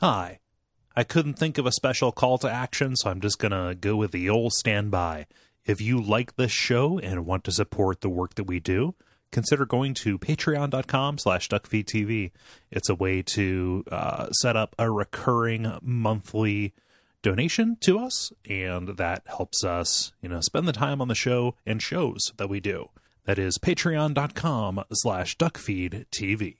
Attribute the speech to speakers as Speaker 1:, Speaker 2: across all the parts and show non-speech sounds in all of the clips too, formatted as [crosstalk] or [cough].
Speaker 1: hi. I couldn't think of a special call to action, so I'm just going to go with the old standby. If you like this show and want to support the work that we do, consider going to patreon.com slash duckfeedtv. It's a way to uh, set up a recurring monthly donation to us, and that helps us, you know, spend the time on the show and shows that we do. That is patreon.com slash duckfeedtv.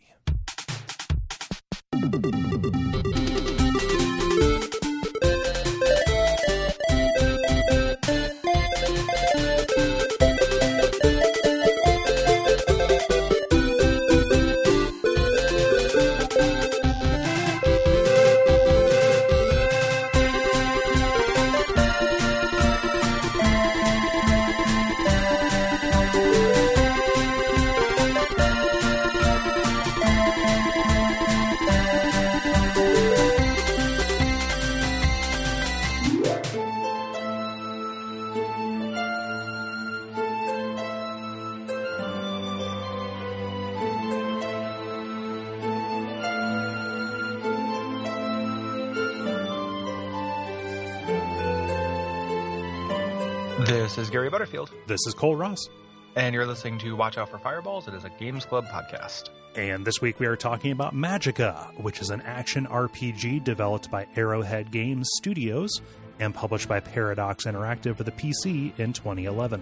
Speaker 2: This is Gary Butterfield,
Speaker 1: This is Cole Ross.
Speaker 2: and you're listening to Watch Out for Fireballs. It is a Games Club podcast.
Speaker 1: And this week we are talking about Magica, which is an action RPG developed by Arrowhead Games Studios and published by Paradox Interactive for the PC in 2011.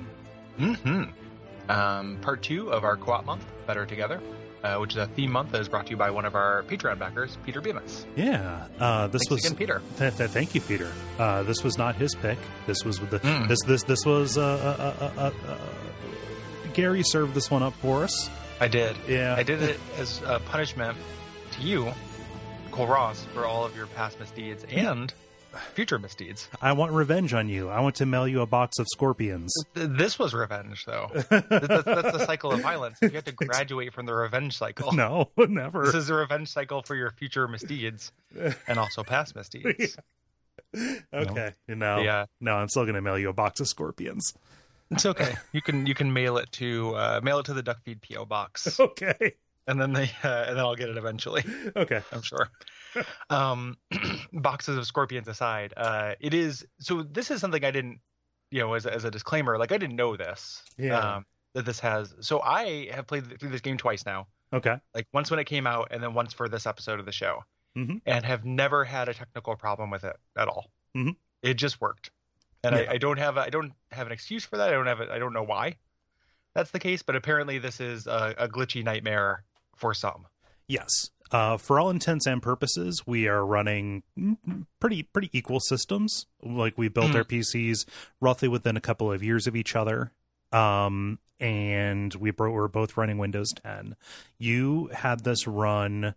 Speaker 2: hmm Um, part two of our co-op month, Better Together, uh, which is a theme month that is brought to you by one of our Patreon backers, Peter Bemis.
Speaker 1: Yeah, uh, this
Speaker 2: Thanks
Speaker 1: was.
Speaker 2: again, Peter.
Speaker 1: Th- th- thank you, Peter. Uh, this was not his pick. This was with the
Speaker 2: Mm.
Speaker 1: this this this was uh, uh, uh, uh, uh, Gary served this one up for us.
Speaker 2: I did.
Speaker 1: Yeah,
Speaker 2: I
Speaker 1: [laughs]
Speaker 2: did it as a punishment to you, Cole Ross, for all of your past misdeeds and future misdeeds.
Speaker 1: I want revenge on you. I want to mail you a box of scorpions.
Speaker 2: Th- This was revenge, though. Th-
Speaker 1: [laughs]
Speaker 2: that's, that's the cycle of violence. You have to graduate from the revenge cycle.
Speaker 1: no, [laughs] never.
Speaker 2: This is the revenge cycle for your future misdeeds and also past misdeeds.
Speaker 1: okay, no,
Speaker 2: The, uh,
Speaker 1: no, I'm still gonna mail you a box of scorpions. [laughs]
Speaker 2: it's okay. You can you can mail it to uh, mail it to the Duckfeed
Speaker 1: [laughs]
Speaker 2: PO box,
Speaker 1: Okay,
Speaker 2: and then they uh, and then I'll get it eventually.
Speaker 1: okay.
Speaker 2: I'm sure. Um, [clears throat] boxes of scorpions aside, uh, it is so. This is something I didn't, you know, as a, as a disclaimer, like I didn't know this.
Speaker 1: Yeah.
Speaker 2: Um, that this has. So I have played th- through this game twice now.
Speaker 1: Okay.
Speaker 2: Like once when it came out, and then once for this episode of the show,
Speaker 1: Mhm.
Speaker 2: and have never had a technical problem with it at all.
Speaker 1: Mhm.
Speaker 2: It just worked, and
Speaker 1: Yeah.
Speaker 2: I, I don't have a, I don't have an excuse for that. I don't have a, I don't know why that's the case, but apparently this is a, a glitchy nightmare for some.
Speaker 1: Yes. Uh, for all intents and purposes, we are running mm, pretty pretty equal systems. Like we built
Speaker 2: Mhm.
Speaker 1: our PCs roughly within a couple of years of each other, um, and we bro- were both running Windows 10. You had this run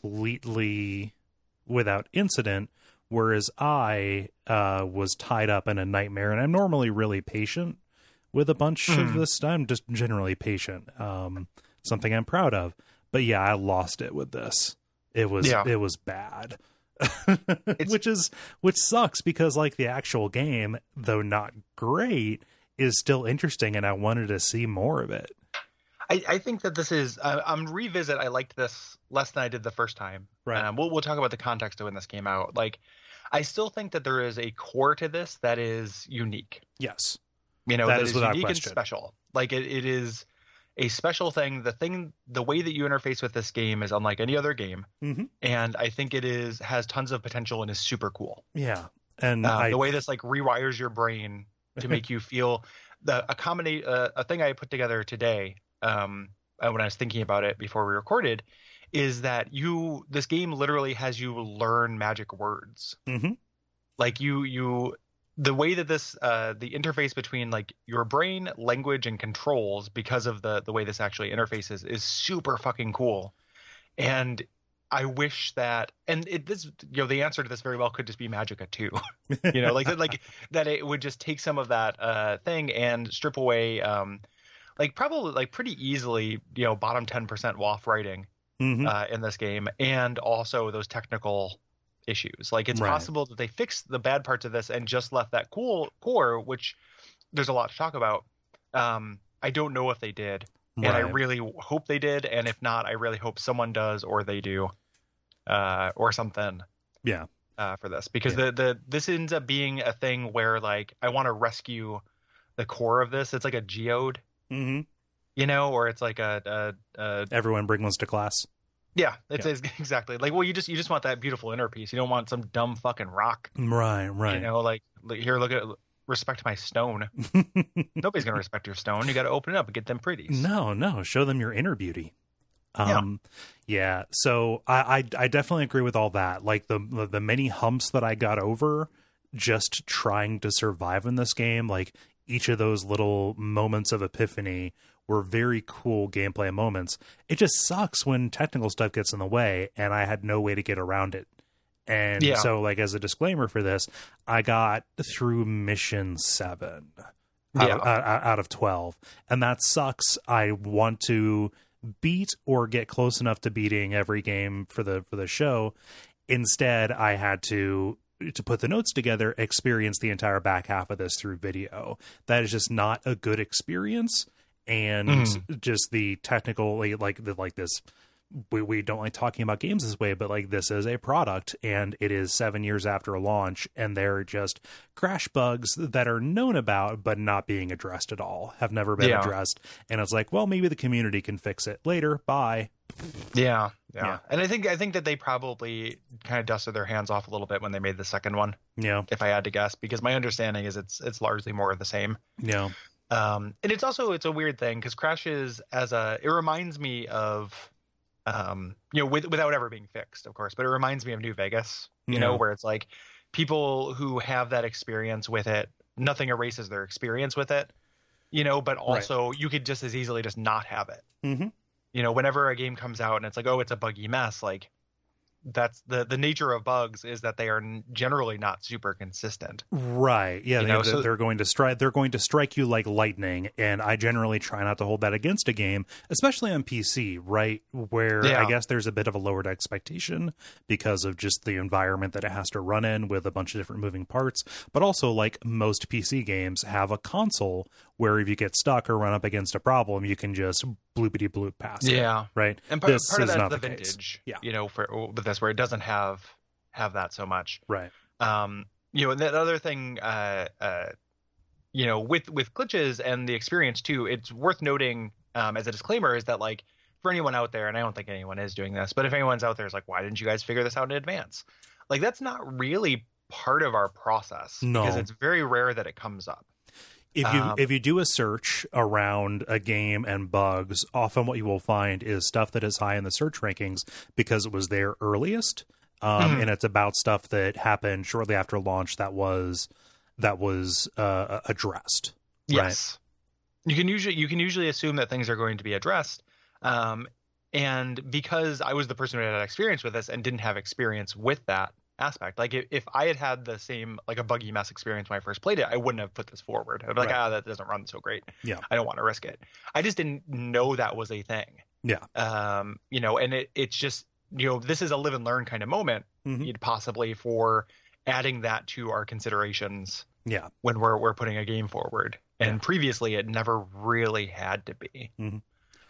Speaker 1: completely without incident, whereas I uh, was tied up in a nightmare. And I'm normally really patient with a bunch of
Speaker 2: Mhm.
Speaker 1: this. I'm just generally patient. Um, something I'm proud of. But yeah, I lost it with this. It was
Speaker 2: Yeah.
Speaker 1: it was bad. [laughs] which is which sucks because like the actual game, though not great, is still interesting and I wanted to see more of it.
Speaker 2: I, I think that this is uh, um revisit. I liked this less than I did the first time.
Speaker 1: Right.
Speaker 2: Um, we'll we'll talk about the context of when this came out. Like, I still think that there is a core to this that is unique.
Speaker 1: Yes.
Speaker 2: You know,
Speaker 1: That
Speaker 2: that
Speaker 1: is
Speaker 2: is,
Speaker 1: without
Speaker 2: unique
Speaker 1: question.
Speaker 2: and special. Like it, it is a special thing. The thing, the way that you interface with this game is unlike any other game,
Speaker 1: Mhm.
Speaker 2: and I think it is has tons of potential and is super cool.
Speaker 1: Yeah. And
Speaker 2: Um,
Speaker 1: I,
Speaker 2: the way this like rewires your brain to make you feel [laughs] the a combina- uh, a thing I put together today um, uh, when I was thinking about it before we recorded is that you this game literally has you learn magic words
Speaker 1: Mhm.
Speaker 2: like you you the way that this uh, the interface between like your brain language and controls because of the the way this actually interfaces is super fucking cool and I wish that and it this you know the answer to this very well could just be Magica too you know like that like that it would just take some of that uh thing and strip away um like probably like pretty easily you know bottom 10% waff writing
Speaker 1: Mhm.
Speaker 2: uh, in this game and also those technical issues like it's
Speaker 1: Right.
Speaker 2: possible that they fixed the bad parts of this and just left that cool core which there's a lot to talk about um i don't know if they did and i
Speaker 1: Right.
Speaker 2: really hope they did and if not i really hope someone does or they do uh, or something
Speaker 1: Yeah.
Speaker 2: uh, for this because
Speaker 1: Yeah.
Speaker 2: the the this ends up being a thing where like I want to rescue the core of this. It's like a geode,
Speaker 1: Mm-hmm.
Speaker 2: you know, or it's like a, a, a
Speaker 1: Everyone bring ones to class.
Speaker 2: yeah, it's [laughs] it's- exactly like well, you just you just want that beautiful inner piece. You don't want some dumb fucking rock,
Speaker 1: Right, right.
Speaker 2: you know, like like, here look at respect my stone.
Speaker 1: [laughs]
Speaker 2: Nobody's gonna respect your stone. You got to open it up and get them pretties.
Speaker 1: No, no. Show them your inner beauty.
Speaker 2: Yeah.
Speaker 1: Um, yeah. So I, I, I definitely agree with all that. Like the, the the many humps that I got over just trying to survive in this game. Like each of those little moments of epiphany were very cool gameplay moments. It just sucks when technical stuff gets in the way, and I had no way to get around it. And
Speaker 2: Yeah.
Speaker 1: so, like as a disclaimer for this, I got through mission seven
Speaker 2: Yeah.
Speaker 1: out, out, out of 12 and that sucks i want to beat or get close enough to beating every game for the for the show instead i had to to put the notes together experience the entire back half of this through video that is just not a good experience and
Speaker 2: Mm.
Speaker 1: just the technical like like the- like this we, we don't like talking about games this way, but like this is a product and it is seven years after launch, and there are just crash bugs that are known about but not being addressed at all, have never been
Speaker 2: Yeah.
Speaker 1: addressed. And it's like, well, maybe the community can fix it later. Bye.
Speaker 2: Yeah, yeah,
Speaker 1: Yeah.
Speaker 2: And I think I think that they probably kind of dusted their hands off a little bit when they made the second one,
Speaker 1: Yeah,
Speaker 2: if I had to guess, because my understanding is it's it's largely more of the same.
Speaker 1: yeah,
Speaker 2: Um, and it's also it's a weird thing because crashes as a it reminds me of, um, you know, with, without ever being fixed, of course, but it reminds me of New Vegas, you know,
Speaker 1: Yeah.
Speaker 2: where it's like people who have that experience with it, nothing erases their experience with it, you know, but also you could just as easily just not have it
Speaker 1: mm-hmm.
Speaker 2: you know whenever a game comes out and it's like oh it's a buggy mess like that's the the nature of bugs is that they are n- generally not super consistent
Speaker 1: right. Yeah,
Speaker 2: You
Speaker 1: they,
Speaker 2: know,
Speaker 1: they're,
Speaker 2: so-
Speaker 1: they're going to strike. They're going to strike you like lightning, and I generally try not to hold that against a game, especially on PC, right? Where I
Speaker 2: Yeah.
Speaker 1: guess there's a bit of a lowered expectation because of just the environment that it has to run in with a bunch of different moving parts. But also, like most PC games, have a console where if you get stuck or run up against a problem, you can just bloopity bloop past it. Right.
Speaker 2: and part,
Speaker 1: This
Speaker 2: part of
Speaker 1: is
Speaker 2: that's
Speaker 1: not
Speaker 2: the,
Speaker 1: the case.
Speaker 2: vintage
Speaker 1: Yeah.
Speaker 2: you know for but that's where it doesn't have have that so much
Speaker 1: Right.
Speaker 2: um you know and that other thing uh uh you know with with glitches and the experience too it's worth noting um as a disclaimer is that like for anyone out there and i don't think anyone is doing this but if anyone's out there is like why didn't you guys figure this out in advance like that's not really part of our process
Speaker 1: No.
Speaker 2: because it's very rare that it comes up
Speaker 1: if you
Speaker 2: Um,
Speaker 1: if you do a search around a game and bugs, often what you will find is stuff that is high in the search rankings because it was there earliest, um,
Speaker 2: Mhm.
Speaker 1: and it's about stuff that happened shortly after launch that was that was uh, addressed. Right.
Speaker 2: Yes. You can usually you can usually assume that things are going to be addressed. Um, and because I was the person who had experience with this and didn't have experience with that aspect, like if, if I had had the same like a buggy mess experience when I first played it, I wouldn't have put this forward. I'd be like,
Speaker 1: Right.
Speaker 2: ah, that doesn't run so great.
Speaker 1: Yeah.
Speaker 2: I don't want to risk it. I just didn't know that was a thing.
Speaker 1: Yeah.
Speaker 2: Um, you know, and it it's just you know this is a live and learn kind of moment,
Speaker 1: Mhm.
Speaker 2: you'd possibly for adding that to our considerations
Speaker 1: Yeah,
Speaker 2: when we're we're putting a game forward. And
Speaker 1: Yeah.
Speaker 2: previously, it never really had to be.
Speaker 1: Mhm.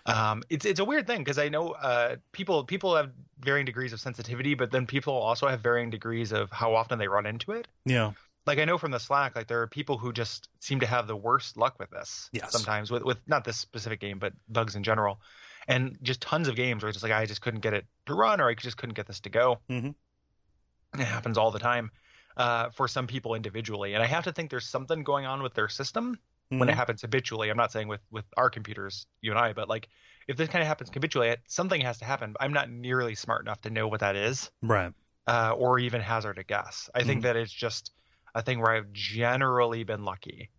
Speaker 2: Um, it's it's a weird thing because I know uh, people people have varying degrees of sensitivity, but then people also have varying degrees of how often they run into it.
Speaker 1: yeah,
Speaker 2: Like I know from the Slack, like there are people who just seem to have the worst luck with this.
Speaker 1: Yes.
Speaker 2: Sometimes with with not this specific game, but bugs in general, and just tons of games where it's just like I just couldn't get it to run, or I just couldn't get this to go.
Speaker 1: Mhm.
Speaker 2: It happens all the time uh, for some people individually, and I have to think there's something going on with their system when it
Speaker 1: Mhm.
Speaker 2: happens habitually. I'm not saying with with our computers, you and I, but like if this kind of happens habitually, it- something has to happen. I'm not nearly smart enough to know what that is
Speaker 1: right.
Speaker 2: uh, or even hazard a guess. I
Speaker 1: Mm-hmm.
Speaker 2: think that it's just a thing where I've generally been lucky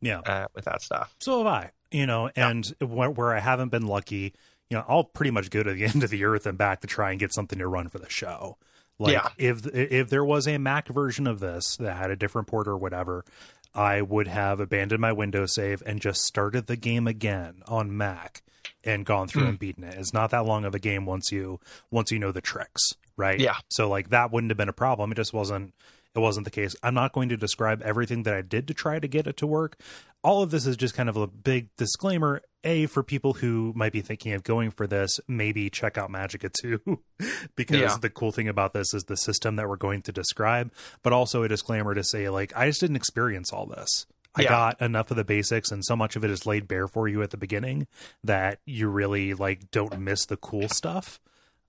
Speaker 1: Yeah.
Speaker 2: uh, with that stuff.
Speaker 1: So have I, you know,
Speaker 2: Yeah.
Speaker 1: and where, where I haven't been lucky, you know, I'll pretty much go to the [laughs] end of the earth and back to try and get something to run for the show. Like
Speaker 2: Yeah.
Speaker 1: if if there was a Mac version of this that had a different port or whatever, I would have abandoned my Windows save and just started the game again on Mac and gone through
Speaker 2: Mm.
Speaker 1: and beaten it. It's not that long of a game once you once you know the tricks, right?
Speaker 2: Yeah.
Speaker 1: So like that wouldn't have been a problem. It just wasn't it That wasn't the case. I'm not going to describe everything that I did to try to get it to work. All of this is just kind of a big disclaimer. A for people who might be thinking of going for this, maybe check out Magica 2 [laughs] because
Speaker 2: Yeah.
Speaker 1: the cool thing about this is the system that we're going to describe, but also a disclaimer to say like I just didn't experience all this. I
Speaker 2: Yeah.
Speaker 1: got enough of the basics and so much of it is laid bare for you at the beginning that you really like don't miss the cool stuff.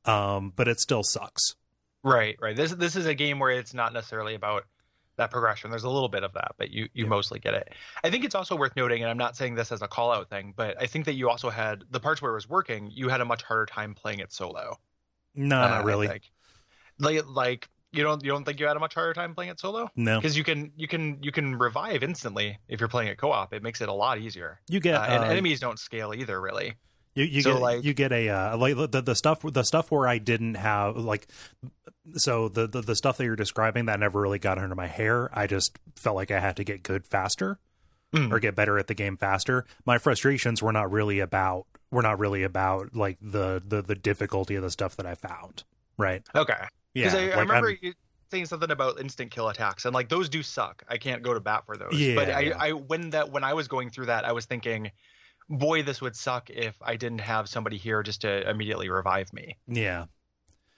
Speaker 1: Um but it still sucks.
Speaker 2: Right, right. This this is a game where it's not necessarily about that progression. There's a little bit of that, but you you
Speaker 1: Yeah.
Speaker 2: mostly get it. I think it's also worth noting, and I'm not saying this as a call out thing, but I think that you also had the parts where it was working, you had a much harder time playing it solo.
Speaker 1: No,
Speaker 2: uh, I
Speaker 1: not Ah, really.
Speaker 2: think. Like like you don't you don't think you had a much harder time playing it solo?
Speaker 1: No.
Speaker 2: Because you can you can you can revive instantly if you're playing it co-op. It makes it a lot easier.
Speaker 1: You get
Speaker 2: Uh, and
Speaker 1: uh,
Speaker 2: enemies don't scale either, really.
Speaker 1: You you
Speaker 2: So,
Speaker 1: get
Speaker 2: like-
Speaker 1: you get a uh, like the the stuff the stuff where I didn't have like so the, the the stuff that you're describing that never really got under my hair. I just felt like I had to get good faster
Speaker 2: Mm.
Speaker 1: or get better at the game faster. My frustrations were not really about were not really about like the the the difficulty of the stuff that I found. Right?
Speaker 2: Okay.
Speaker 1: Yeah.
Speaker 2: Because I,
Speaker 1: like,
Speaker 2: I remember
Speaker 1: I'm-
Speaker 2: you saying something about instant kill attacks, and like those do suck. I can't go to bat for those.
Speaker 1: Yeah,
Speaker 2: but I,
Speaker 1: yeah.
Speaker 2: I when that when I was going through that, I was thinking, boy, this would suck if I didn't have somebody here just to immediately revive me.
Speaker 1: yeah.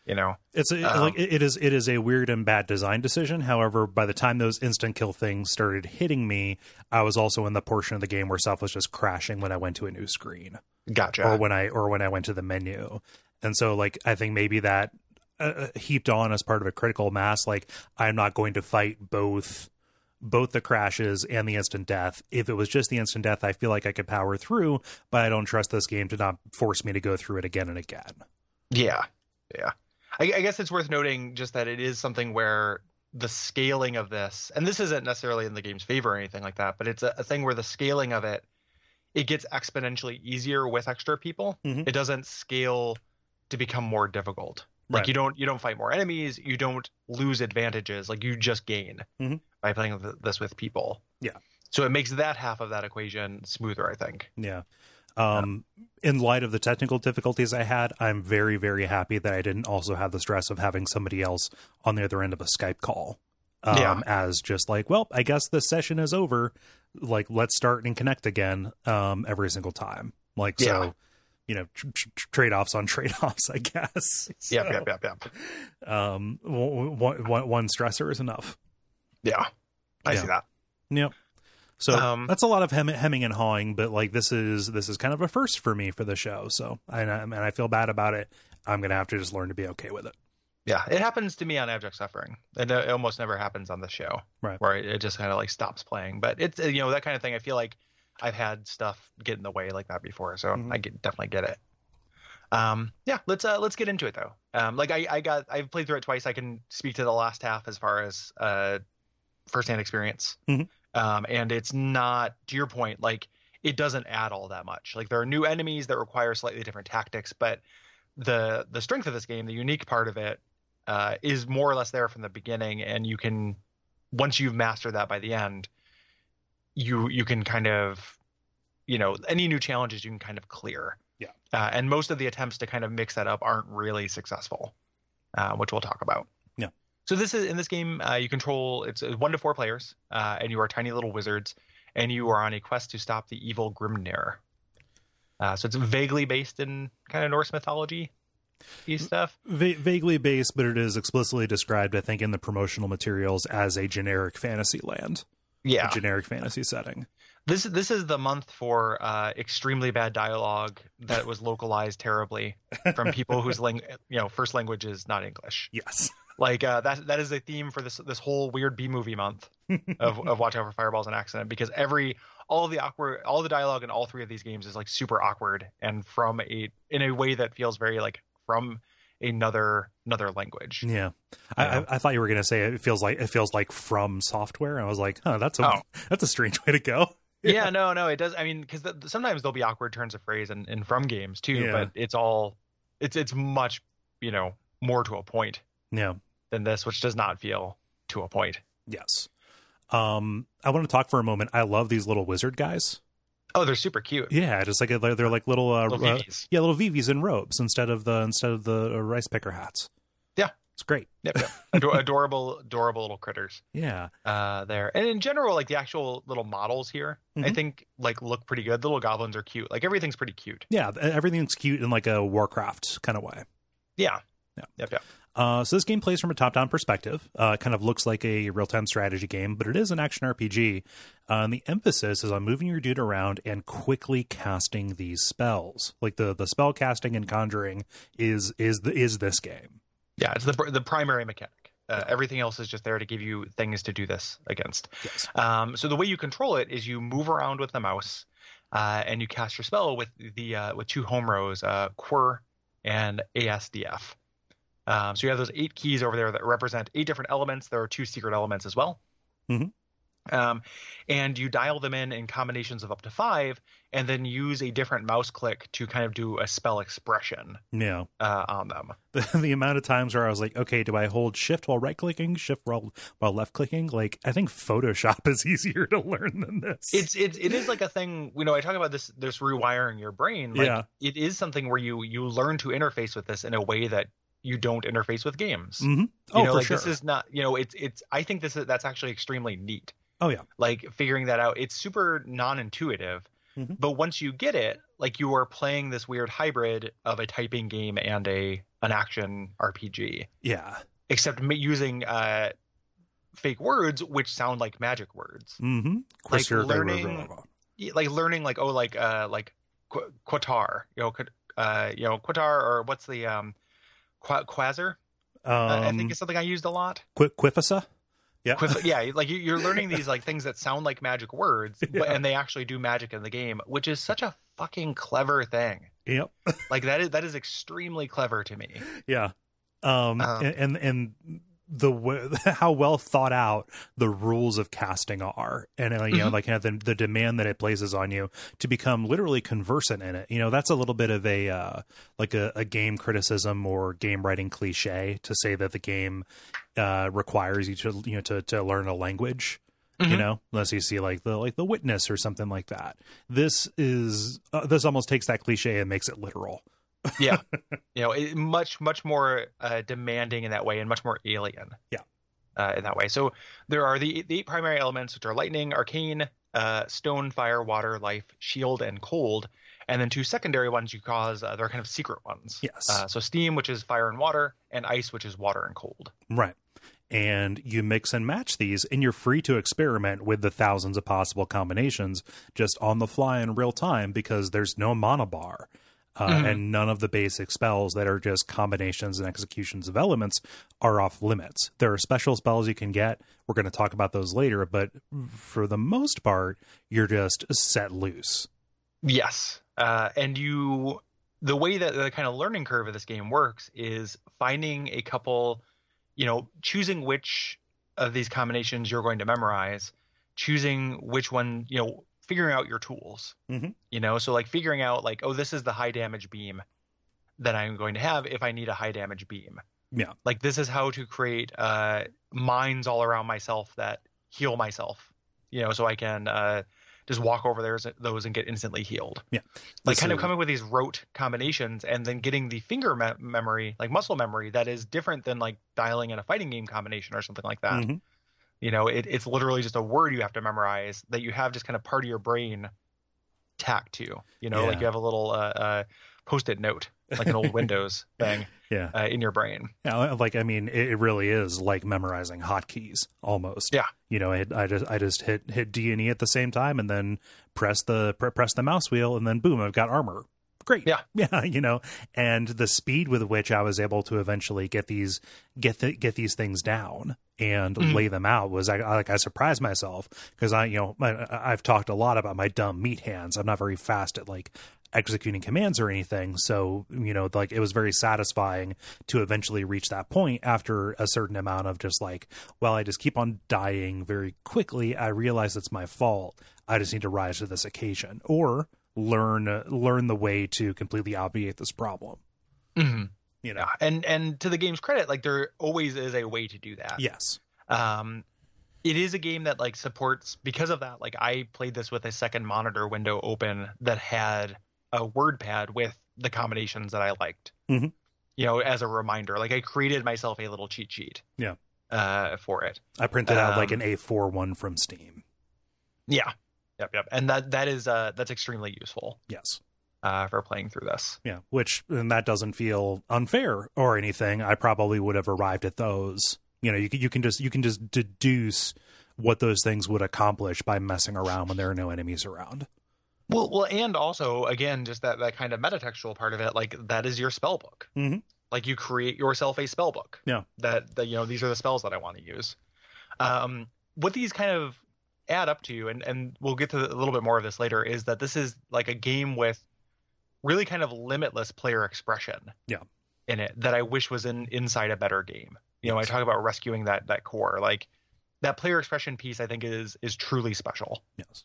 Speaker 2: You know?
Speaker 1: It's a,
Speaker 2: Um,
Speaker 1: like it it is it is a weird and bad design decision. However, by the time those instant kill things started hitting me, I was also in the portion of the game where stuff was just crashing when I went to a new screen.
Speaker 2: Gotcha.
Speaker 1: or when I or when I went to the menu. And so like I think maybe that uh, heaped on as part of a critical mass like I'm not going to fight both both the crashes and the instant death. If it was just the instant death, I feel like I could power through, but I don't trust this game to not force me to go through it again and again.
Speaker 2: Yeah, yeah. I, I guess it's worth noting just that it is something where the scaling of this, and this isn't necessarily in the game's favor or anything like that, but it's a, a thing where the scaling of it, it gets exponentially easier with extra people.
Speaker 1: Mhm.
Speaker 2: It doesn't scale to become more difficult. Like
Speaker 1: Right.
Speaker 2: you don't you don't fight more enemies, you don't lose advantages. Like you just gain
Speaker 1: Mhm.
Speaker 2: by playing th- this with people.
Speaker 1: Yeah.
Speaker 2: So it makes that half of that equation smoother, I think.
Speaker 1: Yeah. Um, in light of the technical difficulties I had, I'm very, very happy that I didn't also have the stress of having somebody else on the other end of a Skype call. Um,
Speaker 2: Yeah.
Speaker 1: As just like, well, I guess this session is over. Like, let's start and connect again um, every single time. Like,
Speaker 2: Yeah.
Speaker 1: so, you know, tr- tr- tr- trade offs on [laughs] trade offs, I guess.
Speaker 2: Yep,
Speaker 1: So,
Speaker 2: yep, yep, yep.
Speaker 1: Um, one- one- one- one stressor is enough.
Speaker 2: Yeah. I
Speaker 1: Yeah.
Speaker 2: see that.
Speaker 1: Yep. So
Speaker 2: Um,
Speaker 1: that's a lot of hem- hemming and hawing, but like this is this is kind of a first for me for the show. So I and I feel bad about it. I'm gonna have to just learn to be okay with it.
Speaker 2: Yeah, it happens to me on Abject Suffering. It, it almost never happens on the show,
Speaker 1: Right.
Speaker 2: Where it, it just kind of like stops playing. But it's uh, you know that kind of thing. I feel like I've had stuff get in the way like that before, so
Speaker 1: Mhm.
Speaker 2: I get, definitely get it. Um, yeah, let's uh, let's get into it though. Um, like I, I got I've played through it twice. I can speak to the last half as far as uh, firsthand experience.
Speaker 1: Mhm.
Speaker 2: Um, and it's not to your point like it doesn't add all that much. Like there are new enemies that require slightly different tactics, but the the strength of this game, the unique part of it, uh, is more or less there from the beginning, and you can once you've mastered that by the end, you you can kind of you know any new challenges you can kind of clear.
Speaker 1: Yeah.
Speaker 2: Uh, and most of the attempts to kind of mix that up aren't really successful, uh, which we'll talk about.
Speaker 1: Yeah.
Speaker 2: So this is in this game, uh, you control it's uh, one to four players, uh, and you are tiny little wizards, and you are on a quest to stop the evil Grimnir. Uh, so it's vaguely based in kind of Norse mythology,
Speaker 1: Mm.
Speaker 2: y stuff.
Speaker 1: Va- vaguely based, but it is explicitly described, I think, in the promotional materials as a generic fantasy land,
Speaker 2: Yeah.
Speaker 1: a generic fantasy setting.
Speaker 2: This this is the month for uh, extremely bad dialogue that was localized terribly from people whose lang- you know first language is not English.
Speaker 1: Yes.
Speaker 2: Like uh, that that is a theme for this this whole weird B movie month of of watch out for fireballs and accident because every all the awkward all the dialogue in all three of these games is like super awkward and from a in a way that feels very like from another another language.
Speaker 1: Yeah. I,
Speaker 2: Yeah.
Speaker 1: I, I thought you were gonna say it feels like it feels like from software. I was like, huh, that's a
Speaker 2: Oh.
Speaker 1: [laughs] that's a strange way to go. [laughs]
Speaker 2: yeah no no it does i mean because th- sometimes there'll be awkward turns of phrase and, and from games too
Speaker 1: Yeah.
Speaker 2: but it's all it's it's much you know more to a point
Speaker 1: Yeah.
Speaker 2: than this which does not feel to a point
Speaker 1: Yes. Um, I want to talk for a moment. I love these little wizard guys.
Speaker 2: oh they're super cute
Speaker 1: Yeah, just like they're, they're like little, uh,
Speaker 2: Little
Speaker 1: uh,
Speaker 2: VVs.
Speaker 1: yeah, little VVs in robes instead of the instead of the uh, rice picker hats.
Speaker 2: Yeah.
Speaker 1: It's It's great.
Speaker 2: Yep, yep. Ador- [laughs] adorable, adorable little critters
Speaker 1: Yeah.
Speaker 2: uh, there. And in general, like the actual little models here, I
Speaker 1: Mhm.
Speaker 2: think like look pretty good. The little goblins are cute. Like everything's pretty cute.
Speaker 1: Yeah. Everything's cute in like a Warcraft kind of way.
Speaker 2: Yeah.
Speaker 1: Yeah.
Speaker 2: Yep. Yep.
Speaker 1: Uh, so this game plays from a top-down perspective. Uh, it kind of looks like a real-time strategy game, but it is an action RPG. Uh, and the emphasis is on moving your dude around and quickly casting these spells. Like the the spell casting and conjuring is is the, is this game.
Speaker 2: Yeah. It's the pr- the primary mechanic. Uh, everything else is just there to give you things to do this against.
Speaker 1: Yes.
Speaker 2: Um, so the way you control it is you move around with the mouse, uh, and you cast your spell with the uh, with two home rows, uh, Quir and ASDF. Um, so you have those eight keys over there that represent eight different elements. There are two secret elements as well.
Speaker 1: Mhm.
Speaker 2: Um, and you dial them in in combinations of up to five, and then use a different mouse click to kind of do a spell expression
Speaker 1: Yeah.
Speaker 2: uh, on them.
Speaker 1: [laughs] The, the amount of times where I was like, okay, do I hold shift while right clicking, shift while while left clicking? Like, I think Photoshop [laughs] is easier to learn than this.
Speaker 2: It's it's it is like a thing. You know, I talk about this this rewiring your brain. Like,
Speaker 1: yeah.
Speaker 2: it is something where you you learn to interface with this in a way that you don't interface with games. You
Speaker 1: hmm Oh,
Speaker 2: know,
Speaker 1: for
Speaker 2: like
Speaker 1: sure.
Speaker 2: this is not you know it's it's I think this is that's actually extremely neat.
Speaker 1: oh, yeah.
Speaker 2: Like figuring that out, it's super non-intuitive,
Speaker 1: Mhm.
Speaker 2: but once you get it, like you are playing this weird hybrid of a typing game and a an action RPG,
Speaker 1: Yeah.
Speaker 2: except ma- using uh fake words which sound like magic words.
Speaker 1: Mm-hmm.
Speaker 2: Like learning- y- like learning like oh like uh like qu- quatar you know qu- uh you know quatar or what's the um qua quasar
Speaker 1: Um,
Speaker 2: I- i think it's something i used a lot
Speaker 1: Qui- Quifisa? Yeah. [laughs]
Speaker 2: Quif- yeah like you- you're learning these like things that sound like magic words but
Speaker 1: Yeah.
Speaker 2: and they actually do magic in the game which is such a fucking clever thing
Speaker 1: yep. [laughs]
Speaker 2: like that is that is extremely clever to me
Speaker 1: Yeah. Um,
Speaker 2: Um,
Speaker 1: and, and and the w- [laughs] how well thought out the rules of casting are, and uh, you know, like you know, the, the demand that it places on you to become literally conversant in it. You know, that's a little bit of a uh, like a, a game criticism or game writing cliche to say that the game uh, requires you to you know to to learn a language you
Speaker 2: Mhm.
Speaker 1: know unless you see like the like the witness or something like that this is uh, this almost takes that cliche and makes it literal
Speaker 2: yeah you know it, much much more uh, demanding in that way and much more alien
Speaker 1: Yeah.
Speaker 2: uh, in that way so there are the, the eight primary elements which are lightning arcane uh, stone fire water life shield and cold and then two secondary ones you cause uh, they're kind of secret ones
Speaker 1: Yes.
Speaker 2: uh, so steam which is fire and water and ice which is water and cold
Speaker 1: Right. And you mix and match these, and you're free to experiment with the thousands of possible combinations just on the fly in real time because there's no monobar uh,
Speaker 2: Mhm.
Speaker 1: and none of the basic spells that are just combinations and executions of elements are off limits. There are special spells you can get. We're going to talk about those later, but for the most part, you're just set loose.
Speaker 2: Yes. Uh, and you, the way that the kind of learning curve of this game works is finding a couple, you know, choosing which of these combinations you're going to memorize, choosing which one, you know, figuring out your tools.
Speaker 1: Mhm.
Speaker 2: You know, so like figuring out, like, oh, this is the high damage beam that I'm going to have if I need a high damage beam.
Speaker 1: Yeah.
Speaker 2: Like, this is how to create uh, mines all around myself that heal myself, you know, so I can, uh, just walk over there those and get instantly healed.
Speaker 1: Yeah.
Speaker 2: Like
Speaker 1: This
Speaker 2: kind of
Speaker 1: is-
Speaker 2: coming with these rote combinations and then getting the finger me- memory, like muscle memory that is different than like dialing in a fighting game combination or something like that.
Speaker 1: Mhm.
Speaker 2: You know, it, it's literally just a word you have to memorize that you have just kind of part of your brain tacked to, you know,
Speaker 1: Yeah.
Speaker 2: like you have a little uh, uh, post-it note, like an old Windows thing
Speaker 1: Mm-hmm. Yeah.
Speaker 2: uh, in your brain. [clears throat]
Speaker 1: Yeah, Uh, like I mean, it, it really is like memorizing hotkeys almost.
Speaker 2: Yeah.
Speaker 1: you know, I, I just I just hit hit D and E at the same time, and then press the pre- press the mouse wheel, and then boom, I've got armor. Great.
Speaker 2: Yeah.
Speaker 1: [laughs] yeah, you know, and the speed with which I was able to eventually get these get the, get these things down and
Speaker 2: Mhm.
Speaker 1: lay them out was I, I like I surprised myself because I you know I, I've talked a lot about my dumb meat hands. I'm not very fast at like executing commands or anything. So, you know, like it was very satisfying to eventually reach that point after a certain amount of just like, well, I just keep on dying very quickly. I realize it's my fault. I just need to rise to this occasion or learn uh, learn the way to completely obviate this problem,
Speaker 2: Mhm.
Speaker 1: you know.
Speaker 2: Yeah. And, and to the game's credit, like there always is a way to do that.
Speaker 1: Yes.
Speaker 2: um it is a game that like supports because of that like i played this with a second monitor window open that had a word pad with the combinations that i liked
Speaker 1: Mhm.
Speaker 2: you know, as a reminder. Like I created myself a little cheat sheet.
Speaker 1: Yeah.
Speaker 2: Uh, for it.
Speaker 1: I printed out like an
Speaker 2: Um,
Speaker 1: A4 one from Steam.
Speaker 2: Yeah. Yep. Yep. And that that is uh that's extremely useful
Speaker 1: Yes.
Speaker 2: uh for playing through this.
Speaker 1: Yeah, which and that doesn't feel unfair or anything. I probably would have arrived at those. You know, you can, you can just you can just deduce what those things would accomplish by messing around when there are no enemies around.
Speaker 2: Well, well, and also again, just that that kind of metatextual part of it, like that is your spell book.
Speaker 1: Mhm.
Speaker 2: Like you create yourself a spell book.
Speaker 1: Yeah.
Speaker 2: That that you know these are the spells that I want to use. Um, what these kind of add up to, and and we'll get to a little bit more of this later, is that this is like a game with really kind of limitless player expression.
Speaker 1: Yeah.
Speaker 2: In it that I wish was in inside a better game. You know, I talk about rescuing that that core, like that player expression piece. I think is is truly special.
Speaker 1: Yes.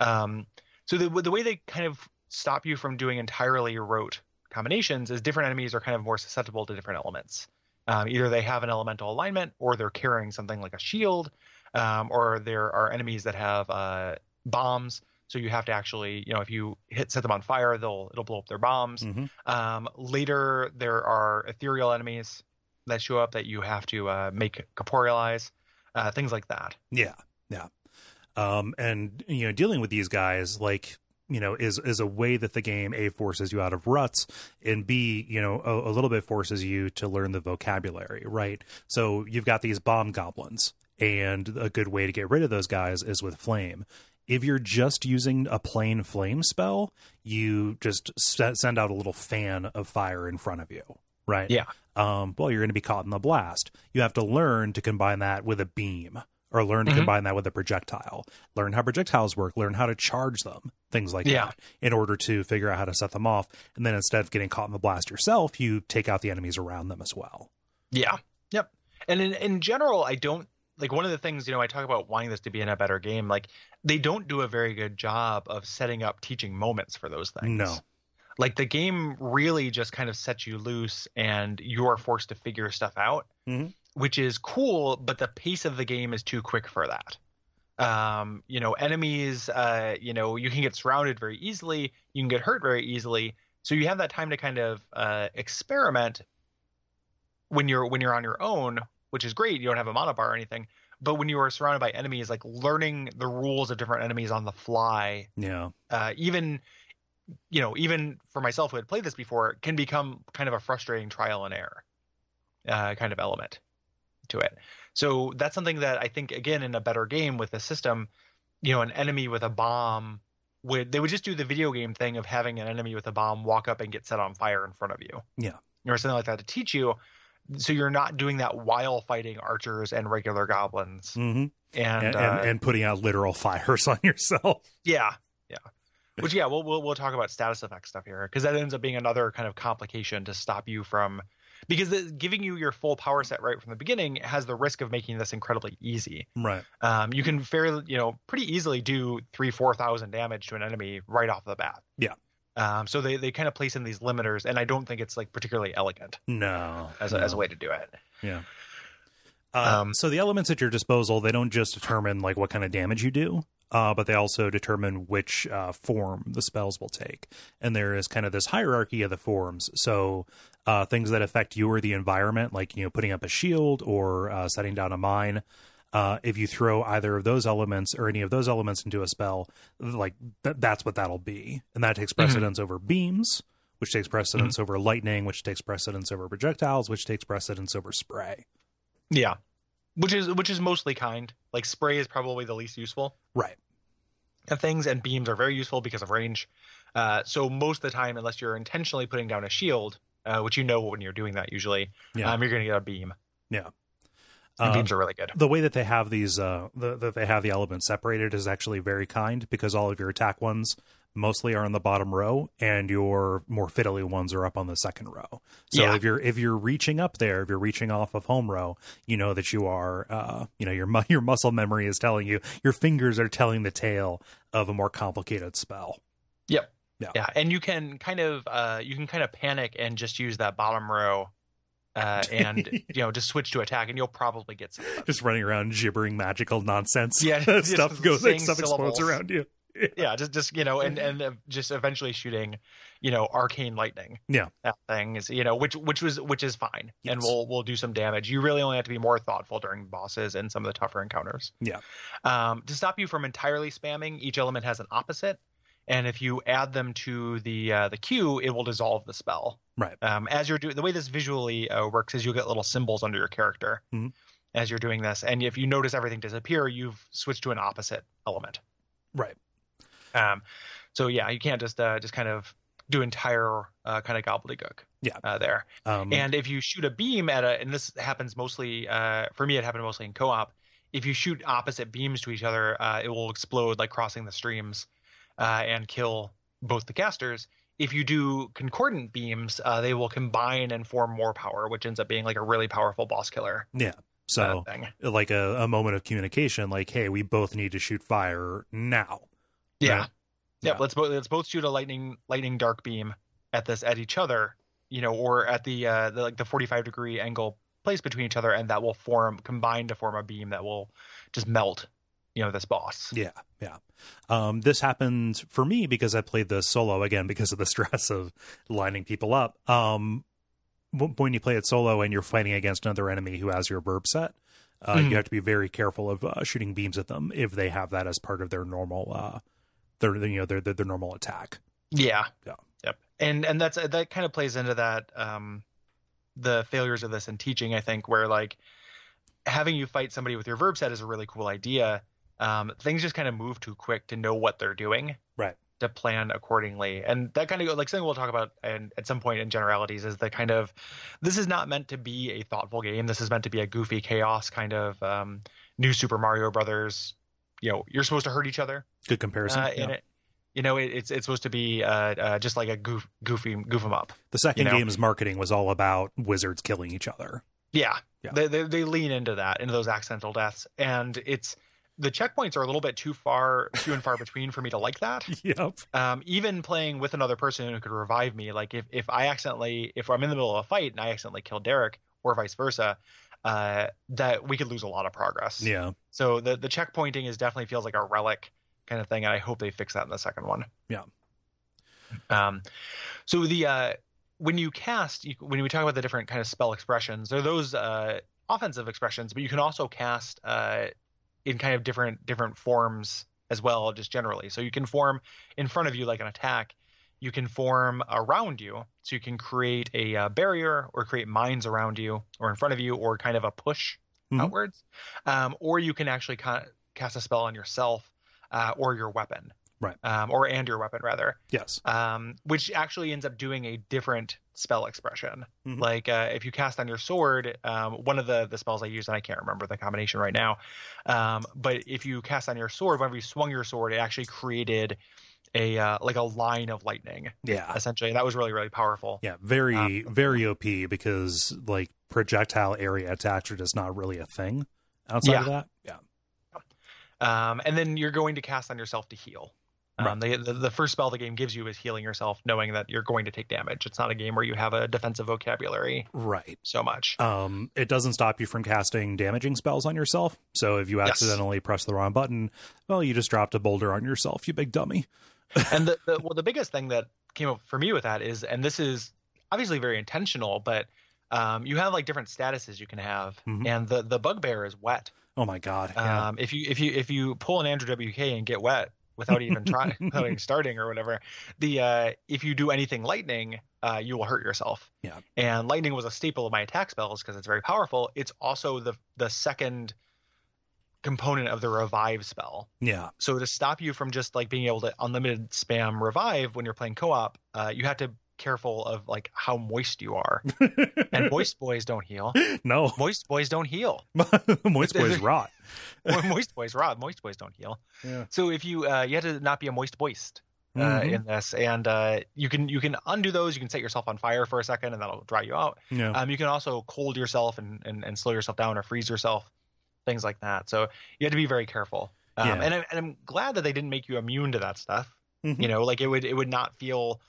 Speaker 2: Um, so the the way they kind of stop you from doing entirely rote combinations is different enemies are kind of more susceptible to different elements. Um, either they have an elemental alignment, or they're carrying something like a shield, um, or there are enemies that have uh, bombs. So you have to actually, you know, if you hit set them on fire, they'll it'll blow up their bombs.
Speaker 1: Mhm.
Speaker 2: Um, later, there are ethereal enemies that show up that you have to uh, make corporealize, uh, things like that.
Speaker 1: Yeah. Yeah. Um and you know, dealing with these guys like you know is is a way that the game a forces you out of ruts and b you know a, a little bit forces you to learn the vocabulary right so you've got these bomb goblins and a good way to get rid of those guys is with flame if you're just using a plain flame spell you just se- send out a little fan of fire in front of you right
Speaker 2: Yeah.
Speaker 1: um well you're going to be caught in the blast you have to learn to combine that with a beam or learn to
Speaker 2: Mhm.
Speaker 1: combine that with a projectile learn how projectiles work, learn how to charge them, things like
Speaker 2: Yeah.
Speaker 1: that, in order to figure out how to set them off. And then instead of getting caught in the blast yourself, you take out the enemies around them as well.
Speaker 2: Yeah. Yep. And in, in general, I don't like one of the things, you know, I talk about wanting this to be in a better game. Like they don't do a very good job of setting up teaching moments for those things.
Speaker 1: No.
Speaker 2: Like the game really just kind of sets you loose and you are forced to figure stuff out,
Speaker 1: Mhm.
Speaker 2: which is cool, but the pace of the game is too quick for that. Um, you know, enemies, uh, you know, you can get surrounded very easily, you can get hurt very easily. So you have that time to kind of uh, experiment when you're when you're on your own, which is great. You don't have a monobar or anything. But when you are surrounded by enemies, like learning the rules of different enemies on the fly,
Speaker 1: Yeah.
Speaker 2: uh, even you know, even for myself who had played this before, can become kind of a frustrating trial and error uh, kind of element to it. So that's something that I think again in a better game with a system, you know, an enemy with a bomb would they would just do the video game thing of having an enemy with a bomb walk up and get set on fire in front of you.
Speaker 1: Yeah.
Speaker 2: Or something like that to teach you so you're not doing that while fighting archers and regular goblins
Speaker 1: Mm-hmm.
Speaker 2: and,
Speaker 1: And, and,
Speaker 2: uh,
Speaker 1: and, putting out literal fires [laughs] on yourself.
Speaker 2: yeah, yeah. Which yeah, we'll we'll, we'll talk about status effect stuff here because that ends up being another kind of complication to stop you from because the, giving you your full power set right from the beginning has the risk of making this incredibly easy.
Speaker 1: Right.
Speaker 2: Um, you can fairly you know pretty easily do three four thousand damage to an enemy right off the bat.
Speaker 1: Yeah.
Speaker 2: Um, so they, they kind of place in these limiters, and I don't think it's like particularly elegant
Speaker 1: No.
Speaker 2: as a,
Speaker 1: no.
Speaker 2: as a way to do it.
Speaker 1: Uh,
Speaker 2: Um,
Speaker 1: so the elements at your disposal, they don't just determine like what kind of damage you do, uh, but they also determine which uh, form the spells will take. And there is kind of this hierarchy of the forms. So uh, things that affect you or the environment, like you know putting up a shield or uh, setting down a mine. Uh, if you throw either of those elements or any of those elements into a spell, like th- that's what that'll be, and that takes precedence over beams, which takes precedence over lightning, which takes precedence over projectiles, which takes precedence over spray.
Speaker 2: Yeah. Which is which is mostly kind. Like spray is probably the least useful.
Speaker 1: Right.
Speaker 2: of things, and beams are very useful because of range. Uh, so most of the time, unless you're intentionally putting down a shield, uh, which you know when you're doing that usually,
Speaker 1: Yeah.
Speaker 2: um, you're going to get a beam. And
Speaker 1: Uh,
Speaker 2: beams are really good.
Speaker 1: the way that they have these uh the, that they have the elements separated is actually very kind because all of your attack ones mostly are on the bottom row and your more fiddly ones are up on the second row so
Speaker 2: Yeah.
Speaker 1: if you're if you're reaching up there if you're reaching off of home row you know that you are uh you know your mu- [laughs] your muscle memory is telling you your fingers are telling the tale of a more complicated spell
Speaker 2: Yeah, and you can kind of uh, you can kind of panic and just use that bottom row, uh,
Speaker 1: [laughs]
Speaker 2: and you know just switch to attack, and you'll probably get something.
Speaker 1: just running around gibbering magical nonsense [laughs]
Speaker 2: Yeah, just
Speaker 1: stuff goes
Speaker 2: saying
Speaker 1: stuff explodes
Speaker 2: syllables.
Speaker 1: around you
Speaker 2: yeah, just just you know, and and uh, just eventually shooting, you know, arcane lightning.
Speaker 1: Yeah.
Speaker 2: that thing is you know, which which was which is fine, and
Speaker 1: Yes.
Speaker 2: we'll we'll do some damage. You really only have to be more thoughtful during bosses and some of the tougher encounters.
Speaker 1: Yeah.
Speaker 2: Um, to stop you from entirely spamming, each element has an opposite, and if you add them to the uh, the queue, it will dissolve the spell.
Speaker 1: Right.
Speaker 2: Um, as you're doing the way this visually uh, works is you'll get little symbols under your character
Speaker 1: Mhm.
Speaker 2: as you're doing this, and if you notice everything disappear, you've switched to an opposite element.
Speaker 1: Right.
Speaker 2: Um, so yeah, you can't just uh, just kind of do entire uh, kind of gobbledygook.
Speaker 1: Yeah.
Speaker 2: Uh, there.
Speaker 1: Um,
Speaker 2: And if you shoot a beam at a, and this happens mostly, uh, for me, it happened mostly in co-op. If you shoot opposite beams to each other, uh, it will explode like crossing the streams, uh, and kill both the casters. If you do concordant beams, uh, they will combine and form more power, which ends up being like a really powerful boss killer uh,
Speaker 1: so
Speaker 2: thing.
Speaker 1: like a, a moment of communication, like, hey, we both need to shoot fire now.
Speaker 2: Yeah.
Speaker 1: Right.
Speaker 2: Yep.
Speaker 1: Yeah.
Speaker 2: Let's both let's both shoot a lightning lightning dark beam at this at each other, you know, or at the uh the, like the 45 degree angle placed between each other, and that will form combine to form a beam that will just melt, you know, this boss.
Speaker 1: Yeah, yeah. Um, this happened for me because I played the solo again because of the [laughs] stress of lining people up. Um, w- when you play it solo and you're fighting against another enemy who has your verb set, uh,
Speaker 2: Mhm.
Speaker 1: you have to be very careful of uh, shooting beams at them if they have that as part of their normal, uh, their you know their their, their normal attack.
Speaker 2: Yeah.
Speaker 1: Yeah.
Speaker 2: Yep. And and that's that kind of plays into that um the failures of this in teaching, I think, where like having you fight somebody with your verb set is a really cool idea. Um things just kind of move too quick to know what they're doing.
Speaker 1: Right.
Speaker 2: To plan accordingly. And that kind of like something we'll talk about and at some point in generalities is the kind of this is not meant to be a thoughtful game. This is meant to be a goofy chaos kind of um new Super Mario Brothers, you know, you're supposed to hurt each other
Speaker 1: Good comparison.
Speaker 2: uh,
Speaker 1: yeah.
Speaker 2: in it. You know, it, it's it's supposed to be uh, uh, just like a goof, goofy goof 'em up.
Speaker 1: the second
Speaker 2: you know.
Speaker 1: game's marketing was all about wizards killing each
Speaker 2: [laughs]
Speaker 1: other.
Speaker 2: Yeah,
Speaker 1: Yeah.
Speaker 2: They, they they lean into that into those accidental deaths, and it's the checkpoints are a little bit too far, few and far between for me to like
Speaker 1: [laughs]
Speaker 2: that.
Speaker 1: Yep.
Speaker 2: Um, even playing with another person who could revive me, like if if I accidentally if I'm in the middle of a fight and I accidentally kill Derek or vice versa, uh, that we could lose a lot of progress.
Speaker 1: Yeah.
Speaker 2: So the the checkpointing is definitely feels like a relic kind of thing, and I hope they fix that in the second one.
Speaker 1: Yeah.
Speaker 2: Um, so the uh, when you cast, you, when we talk about the different kind of spell expressions, there are those uh, offensive expressions, but you can also cast uh, in kind of different different forms as well, just generally. So you can form in front of you like an attack. You can form around you, so you can create a uh, barrier or create mines around you or in front of you, or kind of a push
Speaker 1: Mhm.
Speaker 2: outwards. Um, or you can actually ca- cast a spell on yourself uh, or your weapon,
Speaker 1: Right.
Speaker 2: Um, or and your weapon rather
Speaker 1: Yes.
Speaker 2: um, which actually ends up doing a different spell expression.
Speaker 1: Mhm.
Speaker 2: Like uh, if you cast on your sword, um, one of the the spells I used, and I can't remember the combination right now, um, but if you cast on your sword, whenever you swung your sword, it actually created a uh, like a line of lightning
Speaker 1: Yeah.
Speaker 2: essentially. That was really really powerful.
Speaker 1: Yeah, very very OP because like projectile area attacks are just not really a thing outside of that. Yeah,
Speaker 2: Um, and then you're going to cast on yourself to heal. Um,
Speaker 1: Right.
Speaker 2: the, the the first spell the game gives you is healing yourself, knowing that you're going to take damage. It's not a game where you have a defensive vocabulary
Speaker 1: right. [laughs]
Speaker 2: so much.
Speaker 1: Um, it doesn't stop you from casting damaging spells on yourself. So if you
Speaker 2: Yes.
Speaker 1: accidentally press the wrong button, well, you just dropped a boulder on yourself, you big dummy.
Speaker 2: and the, the well the biggest thing that came up for me with that is and this is obviously very intentional but um, you have like different statuses you can have
Speaker 1: Mhm.
Speaker 2: and the the bugbear is wet
Speaker 1: Oh my god. Yeah.
Speaker 2: um, if you if you if you pull an andrew wk and get wet without even trying
Speaker 1: [laughs]
Speaker 2: without even starting or whatever the uh, if you do anything lightning uh, you will hurt yourself
Speaker 1: Yeah.
Speaker 2: and lightning was a staple of my attack spells because it's very powerful it's also the the second component of the revive spell
Speaker 1: yeah.
Speaker 2: so to stop you from just like being able to unlimited spam revive when you're playing co-op, uh, you have to be careful of like how moist you are.
Speaker 1: [laughs]
Speaker 2: And moist boys don't heal.
Speaker 1: no, [laughs]
Speaker 2: Moist boys don't heal.
Speaker 1: moist boys rot.
Speaker 2: [laughs]
Speaker 1: [laughs]
Speaker 2: Well, moist boys, Rob. Moist boys don't heal.
Speaker 1: Yeah.
Speaker 2: So if you uh, you have to not be a moist boist uh,
Speaker 1: Mhm.
Speaker 2: in this, and uh, you can you can undo those. You can set yourself on fire for a second, and that'll dry you out.
Speaker 1: yeah.
Speaker 2: Um, you can also cold yourself and, and and slow yourself down or freeze yourself, things like that. So you have to be very careful. Um,
Speaker 1: Yeah.
Speaker 2: And I'm and I'm glad that they didn't make you immune to that stuff.
Speaker 1: Mhm.
Speaker 2: You know, like it would it would not feel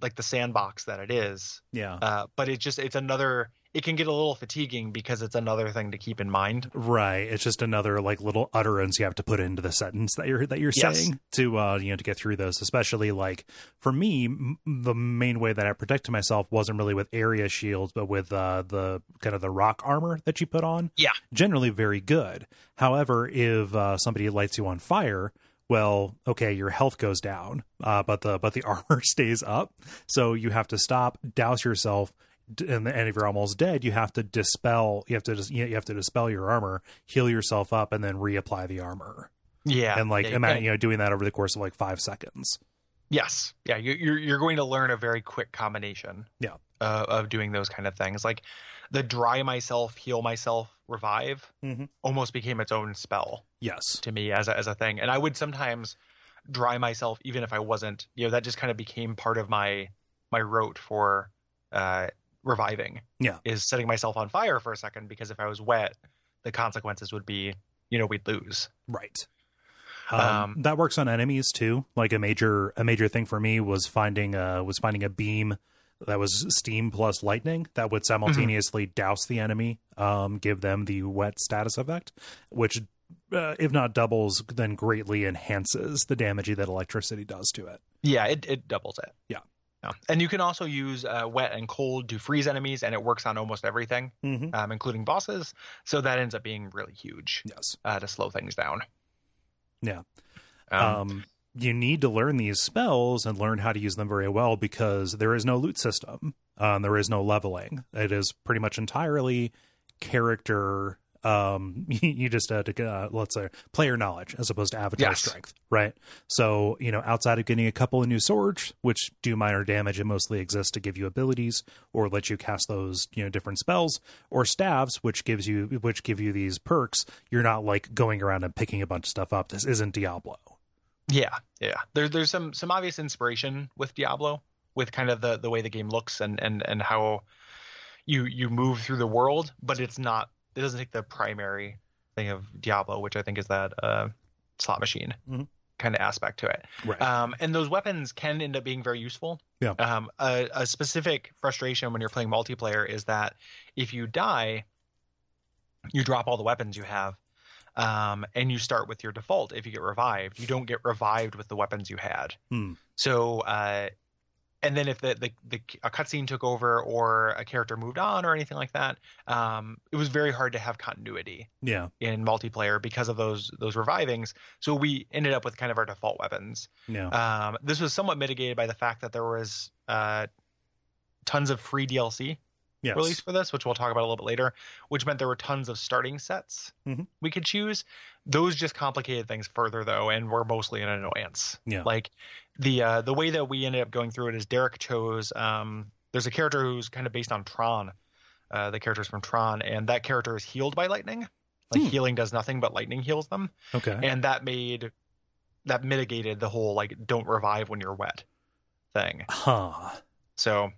Speaker 2: like the sandbox that it is.
Speaker 1: yeah.
Speaker 2: Uh, but it just it's another it can get a little fatiguing because it's another thing to keep in mind.
Speaker 1: Right. It's just another like little utterance you have to put into the sentence that you're that you're
Speaker 2: Yes.
Speaker 1: saying to uh you know to get through those. Especially like for me, m- the main way that I protected myself wasn't really with area shields, but with uh the kind of the rock armor that you put on.
Speaker 2: Yeah.
Speaker 1: Generally very good. However, if uh, somebody lights you on fire. Well, okay, your health goes down, uh, but the but the [laughs] armor stays up, so you have to stop, douse yourself, d- and, and if you're almost dead, you have to dispel. You have to dis- you have to dispel your armor, heal yourself up, and then reapply the armor.
Speaker 2: Yeah.
Speaker 1: and like
Speaker 2: yeah, you
Speaker 1: imagine
Speaker 2: kinda-
Speaker 1: you know doing that over the course of like five seconds.
Speaker 2: Yes. Yeah. You, you're you're going to learn a very quick combination.
Speaker 1: Yeah.
Speaker 2: Uh, of doing those kind of things, like the dry myself, heal myself, revive,
Speaker 1: Mhm.
Speaker 2: almost became its own spell
Speaker 1: Yes,
Speaker 2: to me as a, as a thing. And I would sometimes dry myself even if I wasn't. You know, that just kind of became part of my my rote for uh, reviving.
Speaker 1: Yeah.
Speaker 2: Is setting myself on fire for a second because if I was wet, the consequences would be you know we'd lose.
Speaker 1: right. Um,
Speaker 2: Um,
Speaker 1: that works on enemies too. Like a major a major thing for me was finding uh was finding a beam that was steam plus lightning that would
Speaker 2: Mm-hmm.
Speaker 1: simultaneously douse the enemy, um, give them the wet status effect, which uh, if not doubles, then greatly enhances the damage that electricity does to it.
Speaker 2: Yeah, it, it doubles it.
Speaker 1: Yeah.
Speaker 2: Yeah. And you can also use uh, wet and cold to freeze enemies, and it works on almost everything,
Speaker 1: Mm-hmm.
Speaker 2: um, including bosses. So that ends up being really huge
Speaker 1: Yes.
Speaker 2: uh, to slow things down.
Speaker 1: Yeah.
Speaker 2: Um,
Speaker 1: Um, you need to learn these spells and learn how to use them very well because there is no loot system. Um, there is no leveling. It is pretty much entirely character. Um, [laughs] you just uh, to, uh, let's say player knowledge as opposed to avatar
Speaker 2: Yes.
Speaker 1: strength, right? So you know, outside of getting a couple of new swords, which do minor damage and mostly exist to give you abilities or let you cast those you know different spells or staves, which gives you which give you these perks. You're not like going around and picking a bunch of stuff up. This isn't Diablo.
Speaker 2: Yeah, yeah. There, there's some some obvious inspiration with Diablo, with kind of the the way the game looks and and and how you you move through the world, but it's not. It doesn't take the primary thing of Diablo, which I think is that uh, slot machine
Speaker 1: Mhm.
Speaker 2: kind of aspect to it.
Speaker 1: Right.
Speaker 2: Um, and those weapons can end up being very useful.
Speaker 1: Yeah.
Speaker 2: Um, a, a specific frustration when you're playing multiplayer is that if you die, you drop all the weapons you have, um, and you start with your default. If you get revived, you don't get revived with the weapons you had.
Speaker 1: Hmm.
Speaker 2: So, uh, and then if the, the, the a cutscene took over or a character moved on or anything like that, um, it was very hard to have continuity
Speaker 1: yeah.
Speaker 2: in multiplayer because of those those revivings. So we ended up with kind of our default weapons.
Speaker 1: Yeah.
Speaker 2: Um, this was somewhat mitigated by the fact that there was uh, tons of free DLC
Speaker 1: yes.
Speaker 2: released for this, which we'll talk about a little bit later, which meant there were tons of starting sets
Speaker 1: Mhm.
Speaker 2: we could choose. Those just complicated things further, though, and were mostly an annoyance.
Speaker 1: Yeah.
Speaker 2: Like the uh, the way that we ended up going through it is Derek chose. Um, there's a character who's kind of based on Tron. Uh, the character's from Tron, and that character is healed by lightning. Like
Speaker 1: Hmm.
Speaker 2: healing does nothing, but lightning heals them
Speaker 1: okay.
Speaker 2: and that made that mitigated the whole like don't revive when you're wet thing
Speaker 1: huh.
Speaker 2: so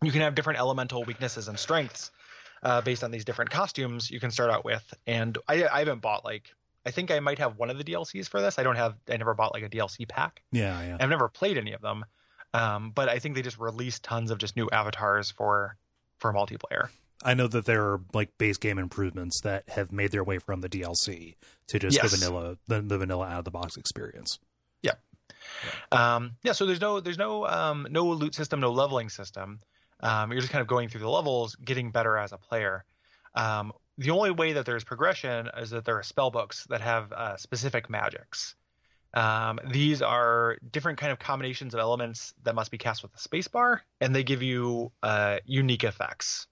Speaker 2: you can have different elemental weaknesses and strengths uh, based on these different costumes you can start out with and I, I haven't bought like i think i might have one of the dlcs for this i don't have i never bought like a dlc pack
Speaker 1: Yeah. Yeah.
Speaker 2: i've never played any of them um, but i think they just released tons of just new avatars for for multiplayer
Speaker 1: I know that there are like base game improvements that have made their way from the DLC to just
Speaker 2: Yes.
Speaker 1: the vanilla, the, the vanilla out of the box experience. [laughs]
Speaker 2: um yeah so there's no there's no um no loot system no leveling system um you're just kind of going through the levels getting better as a player um the only way that there's progression is that there are spell books that have uh, specific magics um these are different kind of combinations of elements that must be cast with the space bar and they give you uh unique effects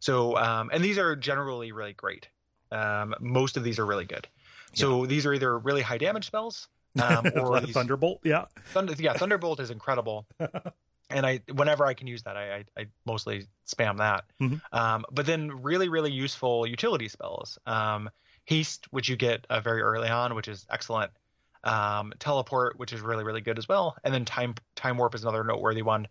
Speaker 2: so um and these are generally really great um most of these are really good so these are either really high damage spells um, or
Speaker 1: Like
Speaker 2: these-
Speaker 1: Thunderbolt. Yeah.
Speaker 2: Thunder, yeah, Thunderbolt is incredible, and I whenever I can use that, I I, I mostly spam that.
Speaker 1: Mhm.
Speaker 2: Um, but then really really useful utility spells, um, haste, which you get uh, very early on, which is excellent. Um, teleport, which is really really good as well, and then time time warp is another noteworthy one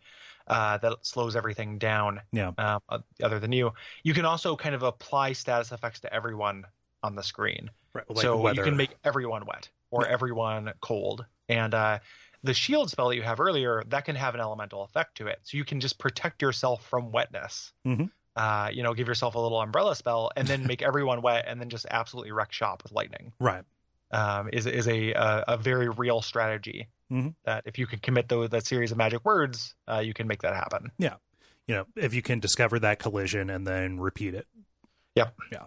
Speaker 2: uh, that slows everything down.
Speaker 1: Yeah.
Speaker 2: Um, other than you, you can also kind of apply status effects to everyone on the screen
Speaker 1: Right.
Speaker 2: so you can make everyone wet or everyone cold. And uh, the shield spell that you have earlier that can have an elemental effect to it, so you can just protect yourself from wetness
Speaker 1: Mhm.
Speaker 2: uh, you know, give yourself a little umbrella spell, and then make everyone wet, and then just absolutely wreck shop with lightning.
Speaker 1: Right.
Speaker 2: Um, is is a a, a very real strategy
Speaker 1: Mhm.
Speaker 2: that if you can commit those that series of magic words, uh, you can make that happen.
Speaker 1: You know, if you can discover that collision and then repeat it.
Speaker 2: Yep.
Speaker 1: Yeah.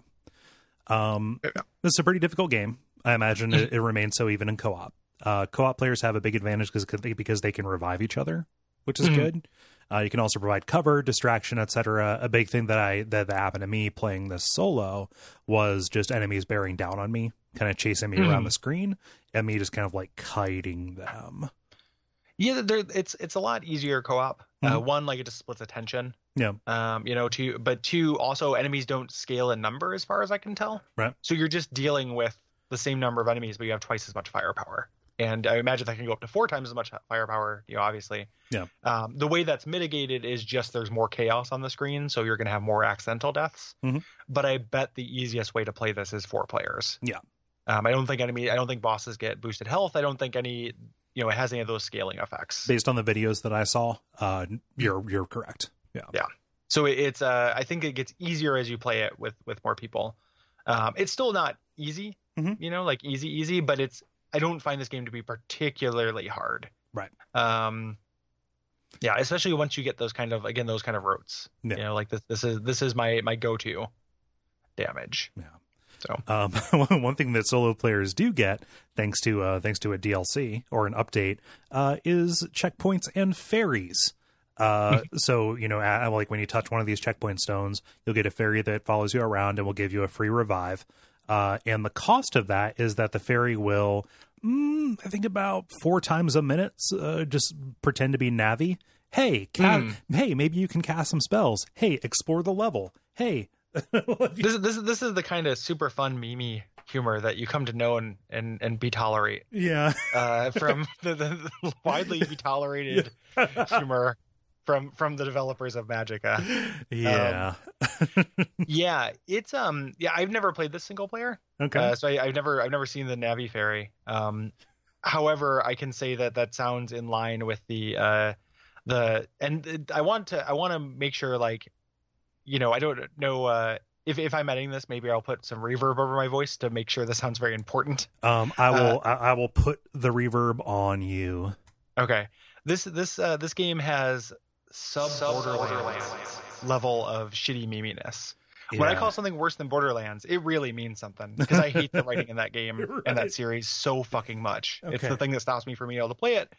Speaker 1: Um,
Speaker 2: Yeah.
Speaker 1: this is a pretty difficult game. I imagine it, it remains so even in co-op. Uh, co-op players have a big advantage because because they can revive each other, which is
Speaker 2: Mhm.
Speaker 1: good. Uh, you can also provide cover, distraction, etc. A big thing that I that, that happened to me playing this solo was just enemies bearing down on me, kind of chasing me around
Speaker 2: Mhm.
Speaker 1: the screen, and me just kind of like kiting them.
Speaker 2: Yeah, there, it's it's a lot easier co-op. Uh,
Speaker 1: Mhm.
Speaker 2: one, like it just splits attention.
Speaker 1: Yeah.
Speaker 2: Um, you know, two, but two also enemies don't scale in number as far as I can tell.
Speaker 1: Right.
Speaker 2: So you're just dealing with the same number of enemies, but you have twice as much firepower. And I imagine that can go up to four times as much firepower. You know, obviously.
Speaker 1: Yeah.
Speaker 2: Um, the way that's mitigated is just there's more chaos on the screen, so you're going to have more accidental deaths.
Speaker 1: Mhm.
Speaker 2: But I bet the easiest way to play this is four players.
Speaker 1: Yeah.
Speaker 2: Um, I don't think enemy. I don't think bosses get boosted health. I don't think any. You know, it has any of those scaling effects.
Speaker 1: Based on the videos that I saw, uh, you're you're correct. Yeah.
Speaker 2: so it, it's uh i think it gets easier as you play it with with more people um it's still not easy
Speaker 1: Mhm.
Speaker 2: you know like easy easy but it's i don't find this game to be particularly hard
Speaker 1: Right.
Speaker 2: um yeah especially once you get those kind of again those kind of rotes
Speaker 1: Yeah.
Speaker 2: you know like this this is this is my my go-to
Speaker 1: [laughs]
Speaker 2: damage
Speaker 1: Um, [laughs] one one thing that solo players do get, thanks to uh, thanks to a DLC or an update, uh, is checkpoints and fairies. [laughs] Uh, so you know, a- like when you touch one of these checkpoint stones, you'll get a fairy that follows you around and will give you a free revive. Uh, and the cost of that is that the fairy will, mm, I think, about four times a minute, uh, just pretend to be Navi. Hey, ca-
Speaker 2: Mm.
Speaker 1: hey, maybe you can cast some spells. Hey, explore the level. Hey,
Speaker 2: this is this is this is the kind of super fun mimi humor that you come to know and and, and be tolerate
Speaker 1: yeah. [laughs]
Speaker 2: uh from the, the, the widely be tolerated humor from from the developers of Magica.
Speaker 1: Um, yeah.
Speaker 2: yeah, it's um yeah, I've never played this single player.
Speaker 1: okay.
Speaker 2: Uh, so I, I've never I've never seen the Navi Fairy. Um however, I can say that that sounds in line with the uh the and it- I want to I want to make sure like you know, I don't know uh if, if I'm editing this, maybe I'll put some reverb over my voice to make sure this sounds very important.
Speaker 1: um, I
Speaker 2: Uh,
Speaker 1: will. I, I will put the reverb on you.
Speaker 2: Okay. This this uh, this game has sub Borderlands level of shitty meminess. When I
Speaker 1: Yeah.
Speaker 2: call something worse than Borderlands, it really means something because I hate the writing
Speaker 1: [laughs]
Speaker 2: in that game
Speaker 1: You're
Speaker 2: and
Speaker 1: right.
Speaker 2: that series so fucking much. It's
Speaker 1: Okay.
Speaker 2: the thing that stops me from being able to play it.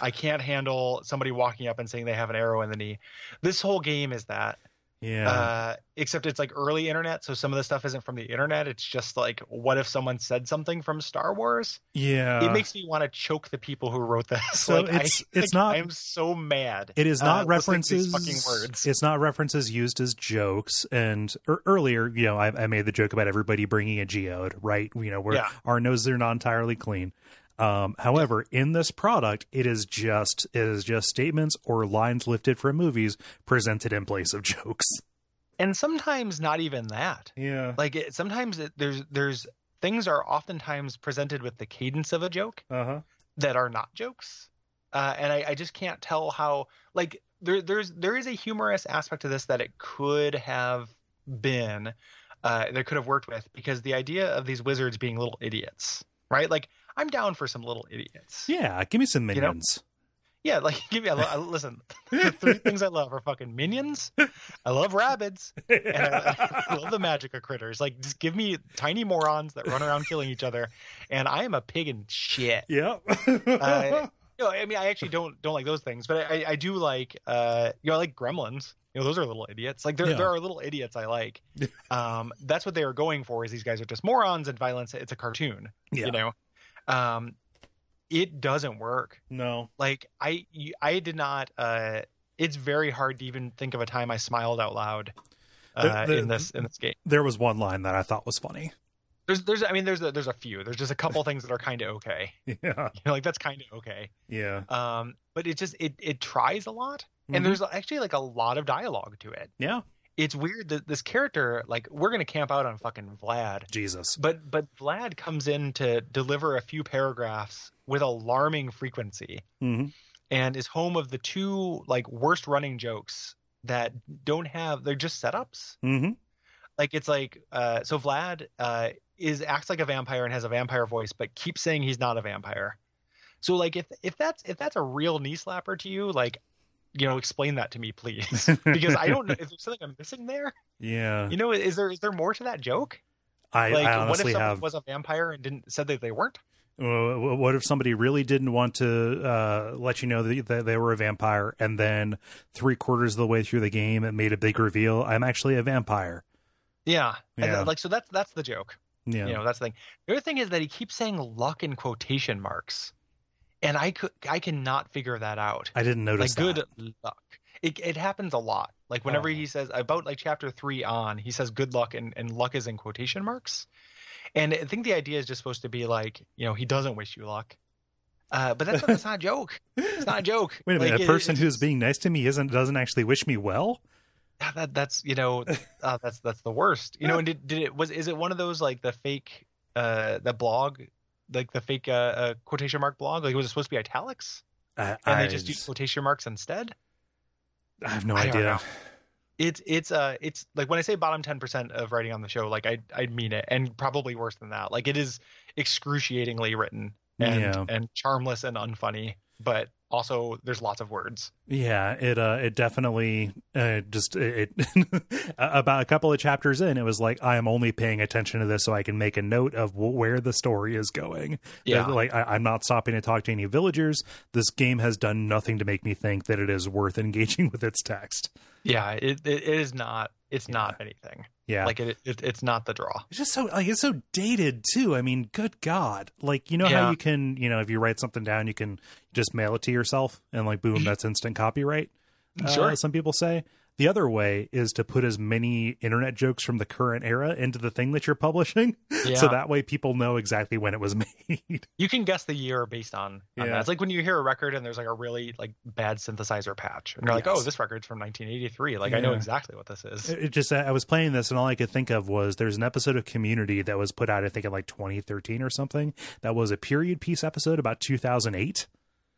Speaker 2: I can't handle somebody walking up and saying they have an arrow in the knee. This whole game is that,
Speaker 1: yeah,
Speaker 2: uh, except it's like early internet, so some of the stuff isn't from the internet. It's just like, what if someone said something from Star Wars?
Speaker 1: yeah.
Speaker 2: it makes me want to choke the people who wrote this.
Speaker 1: Uh,
Speaker 2: [laughs]
Speaker 1: So
Speaker 2: like,
Speaker 1: it's-
Speaker 2: I,
Speaker 1: it's not-
Speaker 2: I'm so mad.
Speaker 1: it is not
Speaker 2: uh, listening to
Speaker 1: references.
Speaker 2: these fucking words.
Speaker 1: It's not references used as jokes. And er, earlier, you know, I, I made the joke about everybody bringing a geode, right? You know, where
Speaker 2: Yeah.
Speaker 1: our noses are not entirely clean. Um, however, in this product, it is just it is just statements or lines lifted from movies presented in place of jokes.
Speaker 2: and sometimes not even that.
Speaker 1: Yeah.
Speaker 2: Like it, sometimes it, there's there's things are oftentimes presented with the cadence of a joke
Speaker 1: Uh huh.
Speaker 2: that are not jokes, uh, and I, I just can't tell how like there there's there is a humorous aspect to this that it could have been uh, that could have worked with because the idea of these wizards being little idiots, right? Like I'm down for some little idiots.
Speaker 1: Yeah. Give me some
Speaker 2: know?
Speaker 1: minions.
Speaker 2: Yeah, like [laughs] give me a lo- I- listen. The three things I love are fucking minions. I love rabbits, and uh, I, [laughs] I love the magica critters. Like, just give me tiny morons that run around killing each other, and I am a pig in shit.
Speaker 1: Yep.
Speaker 2: Uh, No, I mean I actually don't don't like those things, but I, I- I do like uh you know I like gremlins. You know those are little idiots. Like there
Speaker 1: Yeah.
Speaker 2: there are little idiots I like. Um, that's what they are going for. Is these guys are just morons and violence. It's a cartoon,
Speaker 1: yeah.
Speaker 2: you know. Um, it doesn't work
Speaker 1: [laughs] No.
Speaker 2: like i you- i did not uh it's very hard to even think of a time i smiled out loud uh,
Speaker 1: The- the-
Speaker 2: in this in this game
Speaker 1: There was one line that I thought was funny. [laughs]
Speaker 2: there's there's i mean there's a, there's a few there's just a couple things that are kind of okay [laughs]
Speaker 1: Yeah.
Speaker 2: you know, like that's kind of okay
Speaker 1: Yeah.
Speaker 2: um but it just it it tries a lot
Speaker 1: Mm-hmm.
Speaker 2: and there's actually like a lot of dialogue to it
Speaker 1: Yeah.
Speaker 2: it's weird that this character like we're gonna camp out on fucking vlad
Speaker 1: Jesus.
Speaker 2: but but vlad comes in to deliver a few paragraphs with alarming frequency
Speaker 1: Mm-hmm.
Speaker 2: and is home of the two like worst running jokes that don't have they're just setups.
Speaker 3: Mm-hmm.
Speaker 2: Like it's like uh, so Vlad uh, is acts like a vampire and has a vampire voice, but keeps saying he's not a vampire. So like if if that's if that's a real knee slapper to you, like you know, explain that to me, please, [laughs]
Speaker 1: [laughs]
Speaker 2: because I don't know if there's something I'm missing there.
Speaker 1: Yeah.
Speaker 2: You know, is there is there more to that joke?
Speaker 1: I,
Speaker 2: Like,
Speaker 1: I
Speaker 2: what if
Speaker 1: honestly
Speaker 2: someone
Speaker 1: have.
Speaker 2: was a vampire and didn't said that they weren't?
Speaker 1: Uh, What if somebody really didn't want to uh, let you know that, that they were a vampire, and then three quarters of the way through the game, it made a big reveal? I'm actually a vampire.
Speaker 2: Yeah, And,
Speaker 1: Yeah.
Speaker 2: like so that's that's the joke.
Speaker 1: Yeah.
Speaker 2: You know, that's the thing. The other thing is that he keeps saying luck in quotation marks, and I could I cannot figure that out.
Speaker 1: I didn't notice
Speaker 2: Like good
Speaker 1: that.
Speaker 2: luck. It it happens a lot. Like whenever
Speaker 1: Oh.
Speaker 2: he says about like chapter three on, he says good luck and and luck is in quotation marks, and I think the idea is just supposed to be like you know he doesn't wish you luck, uh, but that's that's not a joke. [laughs] It's not a joke.
Speaker 1: [laughs] Wait a minute.
Speaker 2: Like,
Speaker 1: a
Speaker 2: it-
Speaker 1: person
Speaker 2: it's
Speaker 1: who's
Speaker 2: just-
Speaker 1: being nice to me isn't doesn't actually wish me well.
Speaker 2: Ah, that that's you know uh, that's that's the worst you know and did, did it was is it one of those like the fake uh the blog like the fake uh, uh quotation mark blog like was it supposed to be italics
Speaker 1: I,
Speaker 2: and
Speaker 1: I,
Speaker 2: they just use quotation marks instead
Speaker 1: I have no
Speaker 2: I don't
Speaker 1: idea.
Speaker 2: know. it's it's uh it's like when i say bottom 10% of writing on the show like i i mean it and probably worse than that like it is excruciatingly written and
Speaker 1: Yeah.
Speaker 2: and charmless and unfunny but also there's lots of words
Speaker 1: Yeah, it uh, it definitely uh, just it it- [laughs] about a couple of chapters in, it was like I am only paying attention to this so I can make a note of wh- where the story is going.
Speaker 2: yeah
Speaker 1: That, like I, I'm not stopping to talk to any villagers. This game has done nothing to make me think that it is worth [laughs] engaging with its text.
Speaker 2: yeah it, it, it is not it's
Speaker 1: Yeah.
Speaker 2: not anything
Speaker 1: Yeah,
Speaker 2: like it, it it's not the draw
Speaker 1: it's just so like it's so dated too. I mean, good God! Like you know how
Speaker 2: Yeah.
Speaker 1: you can you know if you write something down, you can just mail it to yourself and like
Speaker 2: Mm-hmm.
Speaker 1: boom, that's instant copyright. uh,
Speaker 2: Sure.
Speaker 1: some people say. The other way is to put as many internet jokes from the current era into the thing that you're publishing. [laughs]
Speaker 2: Yeah.
Speaker 1: So that way people know exactly when it was [laughs] made.
Speaker 2: you can guess the year based on, on
Speaker 1: Yeah.
Speaker 2: that. It's like when you hear a record and there's like a really like bad synthesizer patch, and you're like, "Oh,
Speaker 1: Yes.
Speaker 2: this record's from 1983." Like I know
Speaker 1: Yeah.
Speaker 2: exactly what this is.
Speaker 1: it it just, I was playing this and all I could think of was there's an episode of Community that was put out, I think, in like 2013 or something. That was a period piece episode about 2008. [laughs]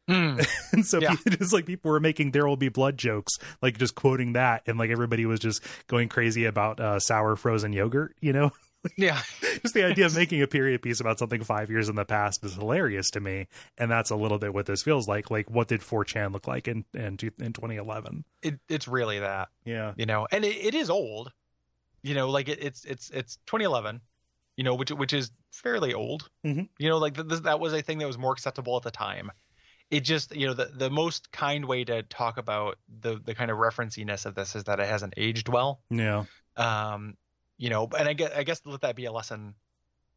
Speaker 2: Hmm.
Speaker 1: And so [laughs]
Speaker 2: Yeah.
Speaker 1: people, just like people were making "There Will Be Blood" jokes, like just quoting that, and like everybody was just going crazy about uh, sour frozen yogurt, you know.
Speaker 2: Yeah,
Speaker 1: [laughs] just the idea of making a period piece about something five years in the past is hilarious to me, and that's a little bit what this feels like. Like, what did 4chan look like in in, two- in 2011?
Speaker 2: it, it's really that,
Speaker 1: Yeah,
Speaker 2: you know, and it, it is old, you know, like it, it's it's it's 2011, you know, which which is fairly old.
Speaker 1: Mhm.
Speaker 2: You know, like th- this, that was a thing that was more acceptable at the time. It just, you know, the the most kind way to talk about the the kind of referenciness of this is that it hasn't aged well.
Speaker 1: yeah,
Speaker 2: um you know and i guess i guess let that be a lesson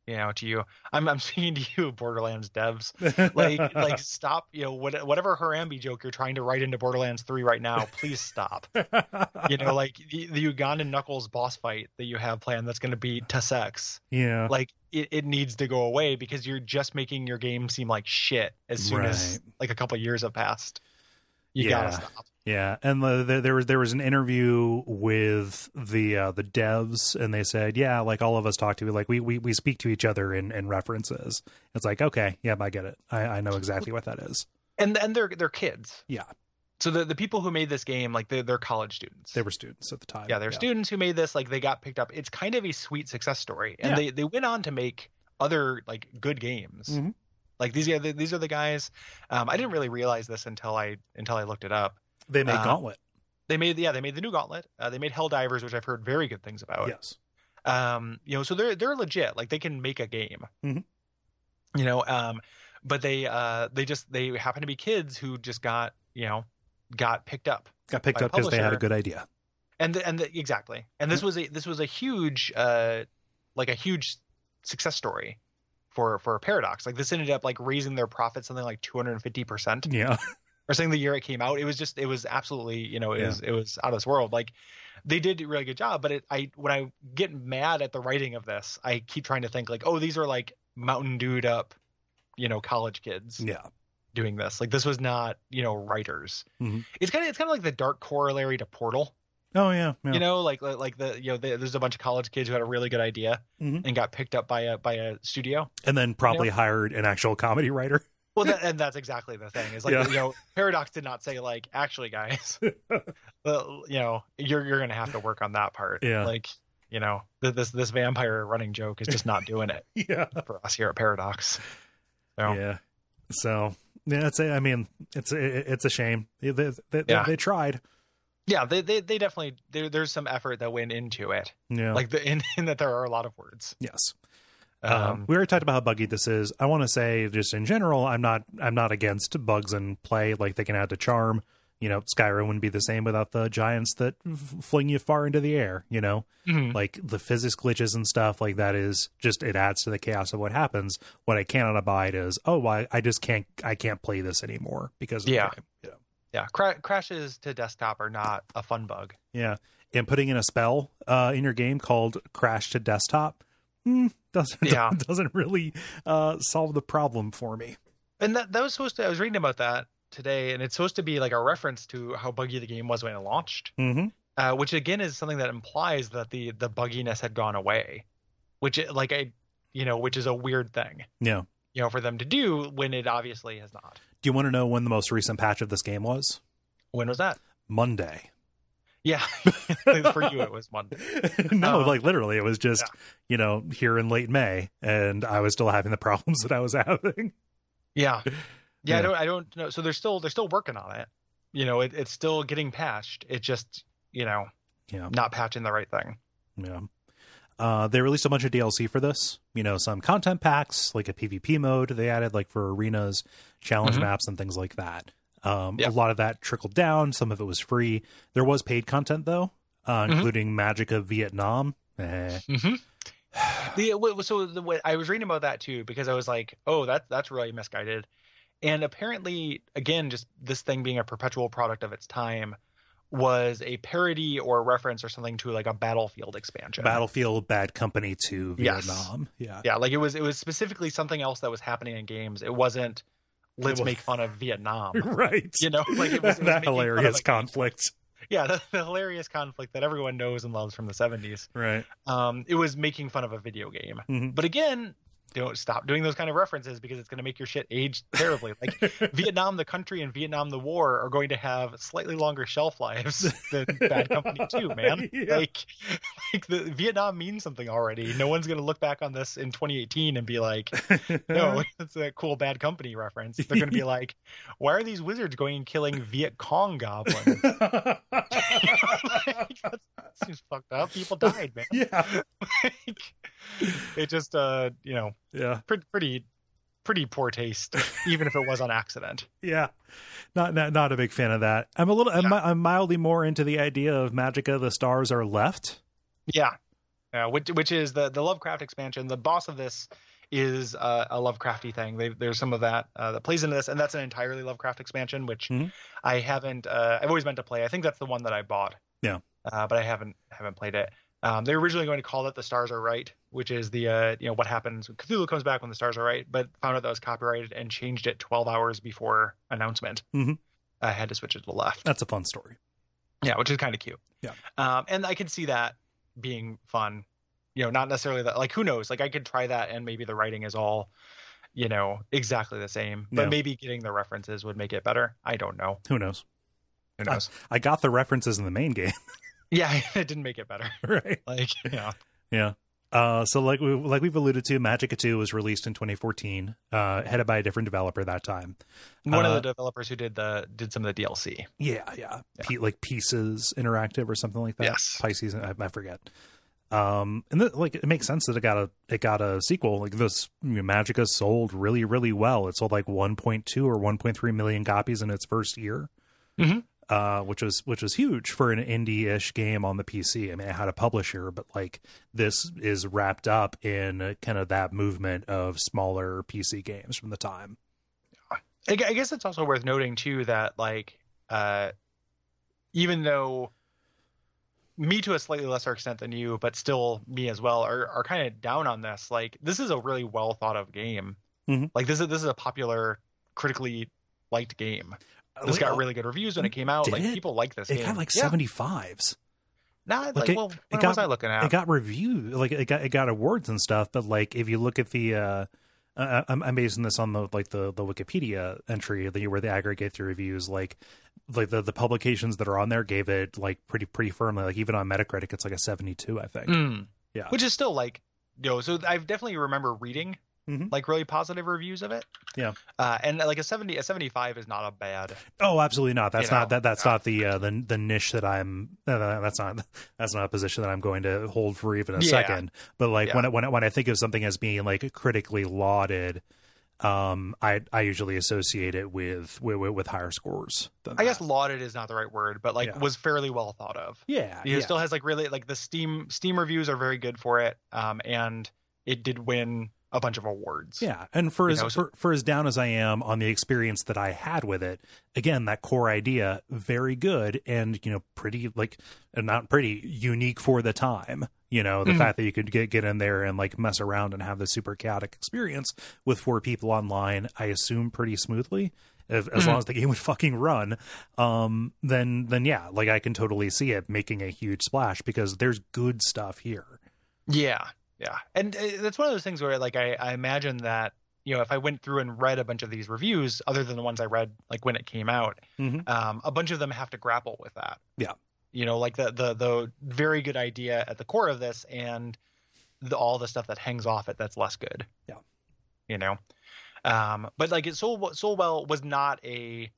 Speaker 2: you know to you i'm [laughs] i'm speaking to you borderlands devs [laughs] like
Speaker 1: [laughs]
Speaker 2: like stop you know what, whatever harambe joke you're trying to write into borderlands 3 right now
Speaker 1: [laughs]
Speaker 2: please stop you know like the, the ugandan knuckles boss fight that you have planned that's going to be Tessex.
Speaker 1: yeah,
Speaker 2: like it, it needs to go away because you're just making your game seem like shit as soon as like a couple years have passed you gotta
Speaker 1: Yeah.
Speaker 2: stop
Speaker 1: yeah. And the, the, there was there was an interview with the uh, the devs, and they said, yeah, like all of us talk to like we we, we speak to each other in, in references. It's like, okay, yeah, I get it. I, I know exactly what that is.
Speaker 2: and and they're they're kids
Speaker 1: Yeah.
Speaker 2: so the, the people who made this game like they're, they're college students
Speaker 1: They were students at the time.
Speaker 2: yeah, they're students who made this. Like they got picked up. It's kind of a sweet success story, and
Speaker 1: Yeah.
Speaker 2: they they went on to make other like good games.
Speaker 1: Mhm.
Speaker 2: Like these are the, these are the guys. Um, I didn't really realize this until I until I looked it up.
Speaker 1: They made
Speaker 2: Uh,
Speaker 1: Gauntlet.
Speaker 2: They made yeah they made the new Gauntlet. Uh, they made Helldivers, which I've heard very good things about.
Speaker 1: Yes.
Speaker 2: Um, you know, so they're they're legit. Like they can make a game.
Speaker 1: Mhm.
Speaker 2: You know, um, but they uh they just they happen to be kids who just got you know got picked up
Speaker 1: got picked
Speaker 2: by
Speaker 1: up because they had a
Speaker 2: publisher.
Speaker 1: good idea.
Speaker 2: and the, and the, exactly and this was a this was a huge uh like a huge success story for for paradox like this ended up like raising their profit something like 250%
Speaker 1: Yeah,
Speaker 2: or something the year it came out it was just it was absolutely you know it
Speaker 1: Yeah.
Speaker 2: was it was out of this world like they did a really good job but it i when i get mad at the writing of this i keep trying to think like oh these are like mountain dude up you know college kids
Speaker 1: yeah,
Speaker 2: doing this like this was not you know writers
Speaker 1: Mhm.
Speaker 2: it's kind of it's kind of like the dark corollary to portal
Speaker 1: oh yeah, yeah.
Speaker 2: you know like like- like the you know the, there's a bunch of college kids who had a really good idea
Speaker 1: Mhm.
Speaker 2: and got picked up by a by a studio
Speaker 1: and then probably hired an actual comedy writer. [laughs]
Speaker 2: Well, that, and that's exactly the thing. Is like
Speaker 1: Yeah.
Speaker 2: you know, Paradox did not say like,
Speaker 1: [laughs]
Speaker 2: actually, guys, well, you know, you're you're gonna have to work on that part.
Speaker 1: Yeah.
Speaker 2: Like, you know, th- this this vampire running joke is just not
Speaker 1: [laughs]
Speaker 2: doing it
Speaker 1: yeah.
Speaker 2: for us here at Paradox. So
Speaker 1: Yeah. So yeah, that's it. I mean, it's it, it's a shame. They, they, they,
Speaker 2: Yeah.
Speaker 1: they tried.
Speaker 2: yeah, they they, they definitely there, there's some effort that went into it.
Speaker 1: Yeah.
Speaker 2: Like the in, in that there are a lot of words.
Speaker 1: yes.
Speaker 2: Um,
Speaker 1: Um, we already talked about how buggy this is. I want to say just in general, I'm not I'm not against bugs in play. Like they can add to charm. You know, Skyrim wouldn't be the same without the giants that f- fling you far into the air. You know,
Speaker 2: mhm.
Speaker 1: like the physics glitches and stuff like that is just it adds to the chaos of what happens. What I cannot abide is oh I, I just can't I can't play this anymore because of the
Speaker 2: Yeah.
Speaker 1: game, you know?
Speaker 2: yeah, cra- crashes to desktop are not a fun bug.
Speaker 1: Yeah, and putting in a spell uh, in your game called Crash to Desktop mm, doesn't
Speaker 2: Yeah.
Speaker 1: [laughs] doesn't really uh, solve the problem for me.
Speaker 2: And that that was supposed to. I was reading about that today, and it's supposed to be like a reference to how buggy the game was when it launched.
Speaker 1: Mm-hmm.
Speaker 2: uh, which again is something that implies that the the bugginess had gone away, which it- like I, you know, which is a weird thing,
Speaker 1: Yeah.
Speaker 2: you know, for them to do when it obviously has not.
Speaker 1: Do you want to know when the most recent patch of this game was?
Speaker 2: When was that? [laughs]
Speaker 1: Monday.
Speaker 2: Yeah, for you it was Monday.
Speaker 1: [laughs] no,
Speaker 2: Uh,
Speaker 1: like literally, it was just you know here in late May, and I was still having the [laughs] problems that I was having.
Speaker 2: [laughs] Yeah. yeah,
Speaker 1: Yeah.
Speaker 2: I don't, I don't know. So they're still they're still working on it. You know, it, it's still getting patched. It just you know
Speaker 1: Yeah.
Speaker 2: not patching the right thing.
Speaker 1: Yeah. Uh, they released a bunch of DLC for this. You know, some content packs, like a PvP mode they added, like for arenas, challenge
Speaker 2: Mhm.
Speaker 1: maps, and things like that. Um,
Speaker 2: Yeah.
Speaker 1: A lot of that trickled down. Some of it was free. There was paid content though, uh,
Speaker 2: Mhm.
Speaker 1: including Magic of Vietnam. Eh.
Speaker 2: Mm-hmm. The wh- so the what I was reading about that too because I was like, oh, that's that's really misguided, and apparently, again, just this thing being a perpetual product of its time was a parody or a reference or something to like a Battlefield expansion.
Speaker 1: Battlefield Bad Company to
Speaker 2: Yes.
Speaker 1: Vietnam. Yeah.
Speaker 2: Yeah, like it was it was specifically something else that was happening in games. It wasn't let's
Speaker 1: was- [laughs]
Speaker 2: make fun of Vietnam.
Speaker 1: right.
Speaker 2: You know, like it
Speaker 1: [laughs]
Speaker 2: was, it was
Speaker 1: that
Speaker 2: making fun of,
Speaker 1: hilarious
Speaker 2: like-
Speaker 1: conflict.
Speaker 2: yeah, [laughs] the, the hilarious conflict that everyone knows and loves from the 70s.
Speaker 1: Right.
Speaker 2: Um, it was making fun of a video game.
Speaker 1: Mhm.
Speaker 2: But again, don't stop doing those kind of references because it's going to make your shit age terribly.
Speaker 1: [laughs]
Speaker 2: Like Vietnam, the country, and Vietnam, the war are going to have slightly longer
Speaker 1: [laughs]
Speaker 2: shelf lives than Bad Company Two. Man,
Speaker 1: Yeah.
Speaker 2: like, [laughs] like the Vietnam means something already. No one's going to look back on this in 2018 and
Speaker 1: [laughs]
Speaker 2: be like, "No, [laughs] that's a cool Bad Company reference." They're
Speaker 1: [laughs]
Speaker 2: going to be like, "Why are these wizards going and killing Viet Cong
Speaker 1: [laughs]
Speaker 2: goblins?" [laughs] like, that's, that seems fucked up. People died, man.
Speaker 1: yeah.
Speaker 2: it just, uh, you know,
Speaker 1: Yeah.
Speaker 2: pretty pretty pretty poor taste even if it was on accident
Speaker 1: yeah not, not not a big fan of that i'm a little I'm,
Speaker 2: Yeah.
Speaker 1: I'm mildly more into the idea of magica the stars are left
Speaker 2: yeah uh, which which is the the lovecraft expansion the boss of this is uh, a lovecrafty thing they, there's some of that uh, that plays into this and that's an entirely lovecraft expansion which
Speaker 1: Mhm.
Speaker 2: i haven't uh, i've always meant to play i think that's the one that i bought
Speaker 1: Yeah.
Speaker 2: uh, but i haven't haven't played it um, they were originally going to call it the stars are right which is the uh, you know what happens when cthulhu comes back when the stars are right but found out that was copyrighted and changed it 12 hours before announcement
Speaker 1: Mhm.
Speaker 2: i had to switch it to the left
Speaker 1: that's a fun story
Speaker 2: Yeah, which is kind of cute.
Speaker 1: Yeah.
Speaker 2: Um, and I can see that being fun. You know, not necessarily that. Like, who knows? Like, I could try that, and maybe the writing is all, you know, exactly the same. But
Speaker 1: Yeah.
Speaker 2: maybe getting the references would make it better. I don't know.
Speaker 1: who knows
Speaker 2: Who knows?
Speaker 1: i got the references in the main [laughs] game
Speaker 2: [laughs] yeah, [laughs] it didn't make it better.
Speaker 1: right
Speaker 2: Like, you know,
Speaker 1: yeah uh, so like we like we've alluded to, Magica 2 was released in 2014, uh, headed by a different developer that time.
Speaker 2: one
Speaker 1: Uh,
Speaker 2: of the developers who did the did some of the DLC.
Speaker 1: Yeah, yeah. Pe- like Pieces Interactive or something like that.
Speaker 2: Yes.
Speaker 1: Pisces, I, I forget. Um, and th- like it makes sense that it got a it got a sequel. Like this you know, Magica sold really really well. It sold like 1.2 or 1.3 million copies in its first year.
Speaker 2: Mhm.
Speaker 1: Uh, which was which was huge for an indie-ish game on the PC. I mean, it had a publisher, but like this is wrapped up in uh, kind of that movement of smaller PC games from the time.
Speaker 2: I gu- I guess it's also worth noting too that like uh even though me to a slightly lesser extent than you, but still me as well, are are kind of down on this. Like this is a really well thought of game.
Speaker 1: Mhm.
Speaker 2: Like this is this is a popular, critically liked game. This got really good reviews when it came out.
Speaker 1: Oh, Did
Speaker 2: Like
Speaker 1: it?
Speaker 2: people like this
Speaker 1: It
Speaker 2: game.
Speaker 1: got like
Speaker 2: yeah,
Speaker 1: 75s.
Speaker 2: Not
Speaker 1: like,
Speaker 2: like,
Speaker 1: it-
Speaker 2: well,
Speaker 1: it
Speaker 2: what
Speaker 1: got-
Speaker 2: was I looking at?
Speaker 1: it got review like it got it got awards and stuff but like if you look at the uh uh, I'm, I'm basing this on the like the the Wikipedia entry that you where they aggregate the reviews. Like, like the the publications that are on there gave it like pretty pretty firmly. Like even on Metacritic, it's like a 72, I think.
Speaker 2: Mm.
Speaker 1: Yeah.
Speaker 2: Which is still like, you know, so I've definitely remember reading
Speaker 1: Mhm.
Speaker 2: like really positive reviews of it.
Speaker 1: Yeah.
Speaker 2: Uh, and like a 70, a 75 is not a bad.
Speaker 1: Oh, absolutely not. That's
Speaker 2: You know, Oh,
Speaker 1: not that. That's
Speaker 2: yeah.
Speaker 1: not the uh, the the niche that I'm. no, no, no, That's not. That's not a position that I'm going to hold for even a
Speaker 2: Yeah.
Speaker 1: second. But like when I-
Speaker 2: Yeah.
Speaker 1: when I- when I think of something as being like critically lauded, um, I I usually associate it with with, with- with higher scores. Than
Speaker 2: I guess
Speaker 1: that.
Speaker 2: lauded is not the right word, but like
Speaker 1: Uh, Yeah.
Speaker 2: was fairly well thought of.
Speaker 1: Yeah.
Speaker 2: It
Speaker 1: yeah.
Speaker 2: still has like really like the Steam Steam reviews are very good for it, um, and it did win a bunch of awards.
Speaker 1: Yeah, and for
Speaker 2: You
Speaker 1: as
Speaker 2: know, so-
Speaker 1: for, for as down as I am on the experience that I had with it, again that core idea very good and you know pretty like uh, not pretty unique for the time. You know the
Speaker 2: Mhm.
Speaker 1: fact that you could get get in there and like mess around and have the super chaotic experience with four people online, I assume pretty smoothly. If, as
Speaker 2: Mhm.
Speaker 1: long as the game would fucking run, um, then then yeah, like I can totally see it making a huge splash because there's good stuff here.
Speaker 2: Yeah, yeah, and uh, that's one of those things where, like, I, I imagine that you know, if I went through and read a bunch of these reviews, other than the ones I read like when it came out,
Speaker 1: Mhm.
Speaker 2: um, a bunch of them have to grapple with that.
Speaker 1: Yeah.
Speaker 2: you know, like the the the very good idea at the core of this, and the, all the stuff that hangs off it that's less good.
Speaker 1: Yeah.
Speaker 2: you know, um, but like it so so well was not a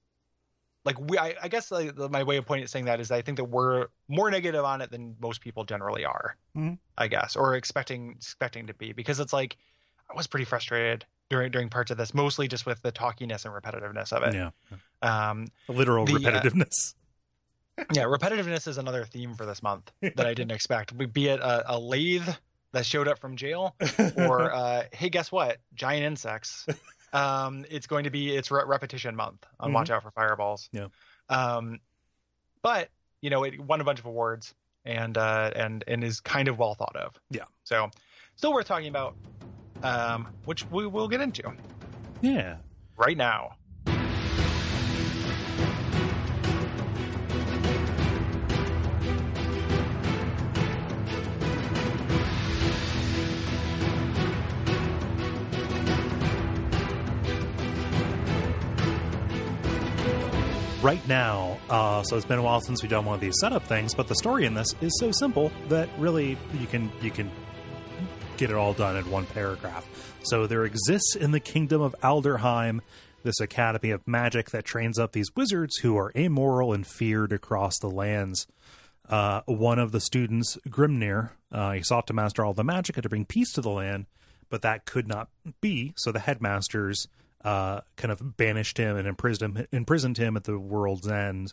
Speaker 2: like we I, I guess like, the- my way of pointing saying that is I think that we're more negative on it than most people generally are.
Speaker 1: Mm-hmm.
Speaker 2: I guess, or expecting expecting to be, because it's like I was pretty frustrated during during parts of this, mostly just with the talkiness and repetitiveness of it.
Speaker 1: yeah,
Speaker 2: Um,
Speaker 1: literal
Speaker 2: The, uh,
Speaker 1: repetitiveness.
Speaker 2: yeah, repetitiveness is another theme for this month that I didn't expect. We- Be it a, a lathe that showed up from jail, [laughs] or uh, hey, guess what? Giant insects. Um, it's going to be it's re- repetition month on
Speaker 1: Mhm.
Speaker 2: Watch Out for Fireballs.
Speaker 1: Yeah.
Speaker 2: Um, but you know, it won a bunch of awards and uh, and and is kind of well thought of.
Speaker 1: Yeah.
Speaker 2: So, still worth talking about, um, which we will get into
Speaker 1: [laughs] yeah,
Speaker 2: right now.
Speaker 1: right now. Uh, so it's been a while since we've done one of these setup things, but the story in this is so simple that really you can you can get it all done in one paragraph. So there exists in the kingdom of Alderheim this academy of magic that trains up these wizards who are amoral and feared across the lands. Uh, one of the students, Grimnir, uh, he sought to master all the magic and to bring peace to the land, but that could not be. So the headmasters uh, kind of banished him and imprisoned him, imprisoned him at the world's end.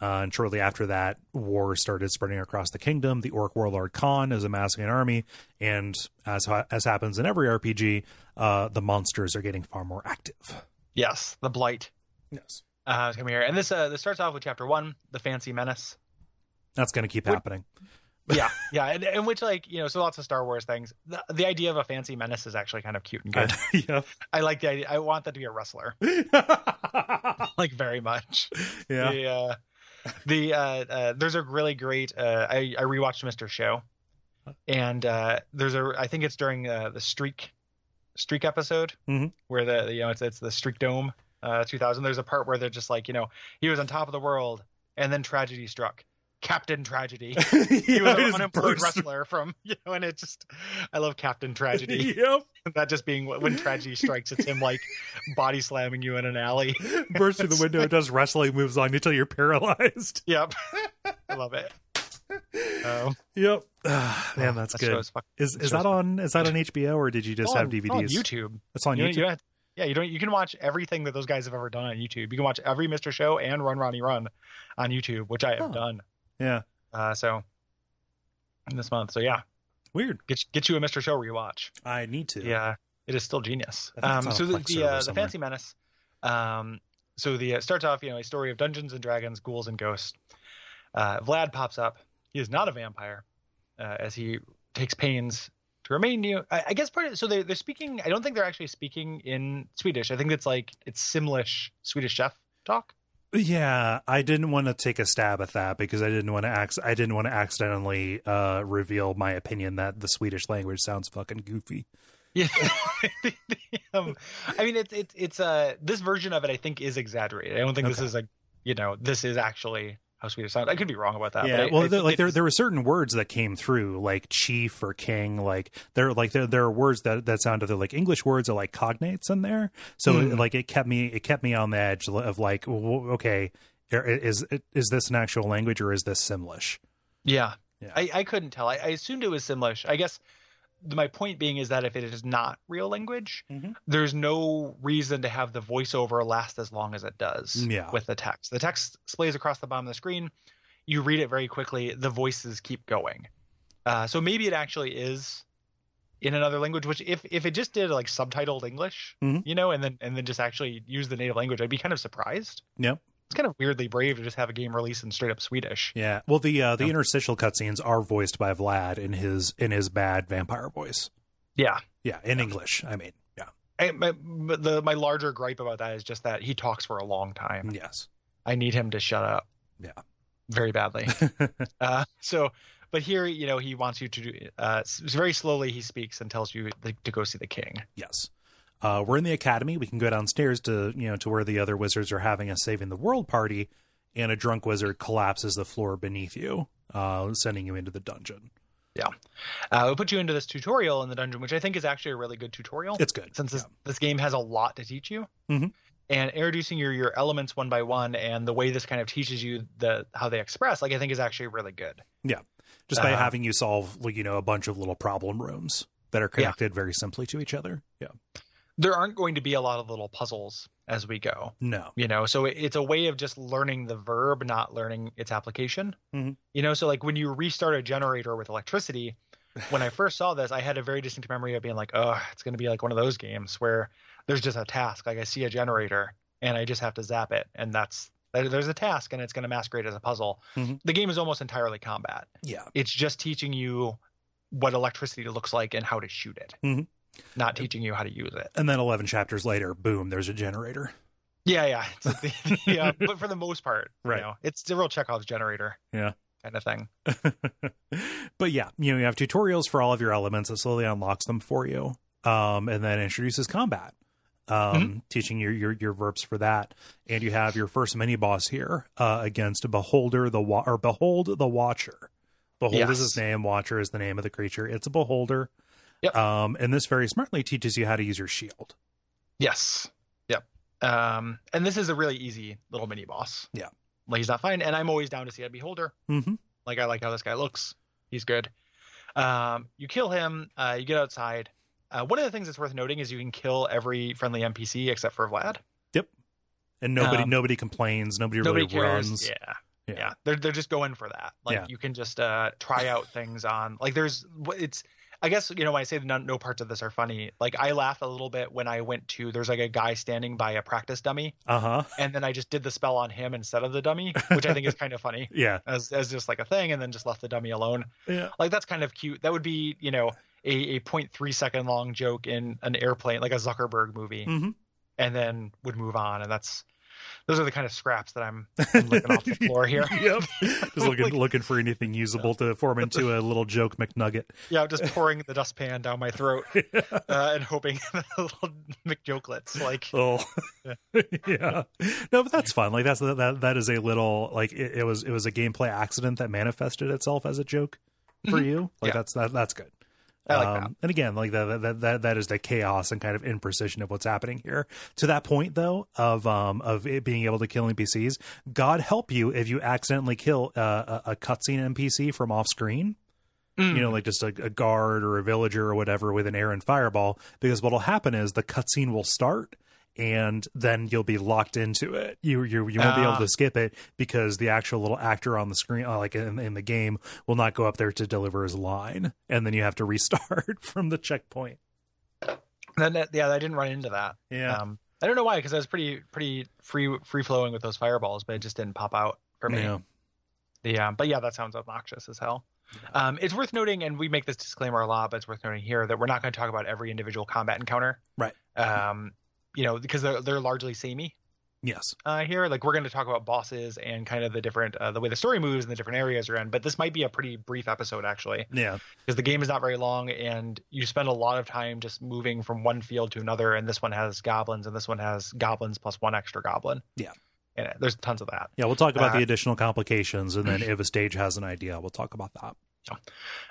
Speaker 1: Uh, and shortly after that, war started spreading across the kingdom. The orc warlord Khan is amassing an army, and as ha- as happens in every RPG, uh, the monsters are getting far more active.
Speaker 2: Yes, the blight
Speaker 1: Yes,
Speaker 2: uh, is coming here, and this uh, this starts off with chapter one, the fancy menace.
Speaker 1: that's going to keep
Speaker 2: What-
Speaker 1: happening.
Speaker 2: yeah yeah and, and which like you know so lots of star wars things the, the idea of a fancy menace is actually kind of cute and
Speaker 1: [laughs]
Speaker 2: good
Speaker 1: yeah,
Speaker 2: i like the idea i want that to be a wrestler [laughs] like very much
Speaker 1: yeah.
Speaker 2: the, uh, the uh, uh there's a really great uh i i rewatched mr show and uh there's a i think it's during uh, the streak streak episode
Speaker 1: Mhm.
Speaker 2: where the you know it's it's the streak dome uh 2000 there's a part where they're just like you know he was on top of the world and then tragedy struck captain tragedy [laughs]
Speaker 1: [laughs]
Speaker 2: he was
Speaker 1: Yeah,
Speaker 2: an
Speaker 1: just
Speaker 2: unemployed
Speaker 1: burst-
Speaker 2: wrestler from [laughs] you know, and it just I love Captain
Speaker 1: [laughs]
Speaker 2: Tragedy.
Speaker 1: Yep.
Speaker 2: [laughs] that just being what- when tragedy strikes, it's him like body slamming you in an alley. [laughs]
Speaker 1: burst through the window, does wrestling moves on until you're paralyzed. [laughs]
Speaker 2: Yep, I love it. Um,
Speaker 1: Yep. [sighs] Ah, man, that's
Speaker 2: that
Speaker 1: good.
Speaker 2: show's fucking-
Speaker 1: is
Speaker 2: that
Speaker 1: is
Speaker 2: show's
Speaker 1: that on is that on HBO or did you just
Speaker 2: It's
Speaker 1: have
Speaker 2: on- it's
Speaker 1: DVDs?
Speaker 2: on YouTube.
Speaker 1: It's on
Speaker 2: You don't-
Speaker 1: YouTube.
Speaker 2: you don't have- yeah, you don't. You can watch everything that those guys have ever done on YouTube. You can watch every Mr. Show and Run Ronnie Run on YouTube, which I have
Speaker 1: Huh.
Speaker 2: done.
Speaker 1: Yeah.
Speaker 2: Uh, so this month, so yeah,
Speaker 1: Weird.
Speaker 2: get get you a Mr. Show rewatch.
Speaker 1: I need to.
Speaker 2: Yeah, it is still genius.
Speaker 1: I think it's
Speaker 2: Um,
Speaker 1: on
Speaker 2: so
Speaker 1: a
Speaker 2: the
Speaker 1: Plex
Speaker 2: the,
Speaker 1: server
Speaker 2: uh, the
Speaker 1: somewhere.
Speaker 2: Fancy Menace. Um, so the uh, starts off, you know, a story of Dungeons and Dragons, ghouls and ghosts. Uh, Vlad pops up. He is not a vampire, uh, as he takes pains to remain new. I, I guess part of so they they're speaking. I don't think they're actually speaking in Swedish. I think it's like it's Simlish Swedish chef talk.
Speaker 1: Yeah, I didn't want to take a stab at that because I didn't want to ac- I didn't want to accidentally uh, reveal my opinion that the Swedish language sounds fucking goofy.
Speaker 2: Yeah, [laughs] um, I mean it's it's it's uh this version of it I think is exaggerated. I don't think this
Speaker 1: Okay.
Speaker 2: is like you know this is actually how Swedish sound. I could be wrong about that.
Speaker 1: yeah,
Speaker 2: but I,
Speaker 1: well, there,
Speaker 2: I think
Speaker 1: like there,
Speaker 2: it's-
Speaker 1: there were certain words that came through, like chief or king. Like there, like there, there are words that that sounded they're like English words are like cognates in there. So
Speaker 2: Hmm.
Speaker 1: like it kept me, it kept me on the edge of like, w- okay, er, is is this an actual language or is this Simlish?
Speaker 2: yeah.
Speaker 1: Yeah.
Speaker 2: I, I couldn't tell. I, I assumed it was Simlish. I guess th- my point being is that if it is not real language,
Speaker 1: Mhm.
Speaker 2: there's no reason to have the voiceover last as long as it does
Speaker 1: Mm, Yeah.
Speaker 2: with the text. The text splays across the bottom of the screen. You read it very quickly. The voices keep going. Uh, so maybe it actually is in another language. Which if if it just did like subtitled English,
Speaker 1: Mhm.
Speaker 2: you know, and then and then just actually use the native language, I'd be kind of surprised.
Speaker 1: Yep.
Speaker 2: It's kind of weirdly brave to just have a game release in straight up Swedish.
Speaker 1: Yeah. Well, the uh, the
Speaker 2: Yeah.
Speaker 1: interstitial cutscenes are voiced by Vlad in his in his bad vampire voice.
Speaker 2: Yeah.
Speaker 1: Yeah, in English. I mean, yeah.
Speaker 2: I, my but the my larger gripe about that is just that he talks for a long time.
Speaker 1: Yes.
Speaker 2: I need him to shut up.
Speaker 1: Mm. Yeah. [laughs]
Speaker 2: very badly. uh, so, but here, you know, he wants you to do. Uh, s- very slowly, he speaks and tells you the, to go see the king.
Speaker 1: Yes. Uh, we're in the academy. We can go downstairs to you know to where the other wizards are having a saving the world party, and a drunk wizard collapses the floor beneath you, uh, sending you into the dungeon.
Speaker 2: Uh, we put you into this tutorial in the dungeon, which I think is actually a really good tutorial.
Speaker 1: It's good.
Speaker 2: since this,
Speaker 1: Yeah.
Speaker 2: this game has a lot to teach you
Speaker 1: Mhm.
Speaker 2: and introducing your your elements one by one and the way this kind of teaches you the how they express like i think is actually really good
Speaker 1: just by
Speaker 2: uh,
Speaker 1: having you solve like, you know a bunch of little problem rooms that are connected very simply to each other. Yeah.
Speaker 2: there aren't going to be a lot of little puzzles as we go
Speaker 1: No.
Speaker 2: you know so it- it's a way of just learning the verb not learning its application
Speaker 1: Mhm.
Speaker 2: you know so like when you restart a generator with electricity when i first saw this i had a very distinct memory of being like oh it's going to be like one of those games where there's just a task like i see a generator and i just have to zap it and that's there- there's a task and it's going to masquerade as a puzzle
Speaker 1: Mhm.
Speaker 2: the game is almost entirely combat
Speaker 1: Yeah.
Speaker 2: it's just teaching you what electricity looks like and how to shoot it
Speaker 1: Mhm.
Speaker 2: not teaching you how to use it
Speaker 1: And then eleven chapters later, boom, there's a generator.
Speaker 2: Yeah, yeah. It's like the, the,
Speaker 1: [laughs]
Speaker 2: uh, but for the most part,
Speaker 1: Right.
Speaker 2: You know, it's the real Chekhov's generator.
Speaker 1: Yeah.
Speaker 2: Kind of thing.
Speaker 1: [laughs] but yeah, you know, you have tutorials for all of your elements that slowly unlocks them for you, um, and then introduces combat, um,
Speaker 2: Mm-hmm.
Speaker 1: teaching your, your your verbs for that. And you have your first mini boss here uh, against Beholder the Wa- or Behold the Watcher. Behold is his
Speaker 2: Yes.
Speaker 1: name. Watcher is the name of the creature. It's a beholder.
Speaker 2: Yep.
Speaker 1: Um, and this very smartly teaches you how to use your shield.
Speaker 2: Yes. Yep. Um, and this is a really easy little mini boss.
Speaker 1: Yeah.
Speaker 2: Like he's not fine, and I'm always down to see a beholder.
Speaker 1: hmm
Speaker 2: Like I like how this guy looks. He's good. Um, you kill him. Uh, you get outside. Uh, one of the things that's worth noting is you can kill every friendly NPC except for Vlad.
Speaker 1: And nobody
Speaker 2: Um,
Speaker 1: nobody complains. Nobody,
Speaker 2: Nobody
Speaker 1: really
Speaker 2: cares.
Speaker 1: runs.
Speaker 2: Yeah.
Speaker 1: Yeah.
Speaker 2: yeah. They're they're just going for that. Like
Speaker 1: Yeah.
Speaker 2: you can just uh try out things on like there's wh- it's I guess you know when I say no, no parts of this are funny. Like I laughed a little bit when I went to there's like a guy standing by a practice dummy
Speaker 1: Uh huh.
Speaker 2: and then I just did the spell on him instead of the dummy, which I think is kind of
Speaker 1: [laughs]
Speaker 2: funny
Speaker 1: [laughs] Yeah.
Speaker 2: as as just like a thing and then just left the dummy alone.
Speaker 1: Yeah.
Speaker 2: Like that's kind of cute. That would be, you know, a, a 0.3 second long joke in an airplane like a Zuckerberg movie
Speaker 1: hmm
Speaker 2: and then would move on and that's those are the kind of scraps that I'm, I'm looking off the floor here. [laughs]
Speaker 1: yep. Just looking
Speaker 2: Like-
Speaker 1: looking for anything usable to form into a little joke McNugget. [laughs]
Speaker 2: Yeah, I'm just pouring the dustpan down my throat uh, and hoping [laughs] the little McJokelets like
Speaker 1: oh. [laughs] yeah. No, but that's fun. Like that's that that is a little like it, it was it was a gameplay accident that manifested itself as a joke for you. Like
Speaker 2: Mm-hmm. Yeah.
Speaker 1: that's that that's good. Um,
Speaker 2: I like that.
Speaker 1: And again, like that that that that is the chaos and kind of imprecision of what's happening here. To that point, though, of um of it being able to kill NPCs, God help you if you accidentally kill uh, a, a cutscene NPC from off screen.
Speaker 2: Mm.
Speaker 1: you know, like just a, a guard or a villager or whatever with an air and fireball. Because what'll happen is the cutscene will start, and then you'll be locked into it. You you you won't be able
Speaker 2: Ah.
Speaker 1: to skip it because the actual little actor on the screen, uh, like in, in the game, will not go up there to deliver his line, and then you have to restart [laughs] from the checkpoint.
Speaker 2: Then that- yeah, I didn't run into that.
Speaker 1: Yeah,
Speaker 2: Um, I don't know why because I was pretty pretty free free flowing with those fireballs, but it just didn't pop out for me.
Speaker 1: yeah,
Speaker 2: Yeah, but yeah, that sounds obnoxious as hell. Um, it's worth noting, and we make this disclaimer a lot, but it's worth noting here that we're not going to talk about every individual combat encounter.
Speaker 1: Right.
Speaker 2: Um, you know, because they're, they're largely samey.
Speaker 1: Yes.
Speaker 2: uh, here. Like we're going to talk about bosses and kind of the different uh, the way the story moves and the different areas you're in. But this might be a pretty brief episode actually,
Speaker 1: Yeah.
Speaker 2: because the game is not very long and you spend a lot of time just moving from one field to another. And this one has goblins and this one has goblins plus one extra goblin.
Speaker 1: Yeah.
Speaker 2: and uh, there's tons of that.
Speaker 1: Yeah. We'll talk about
Speaker 2: Uh,
Speaker 1: the additional complications, and
Speaker 2: [laughs]
Speaker 1: then if a stage has an idea, we'll talk about that.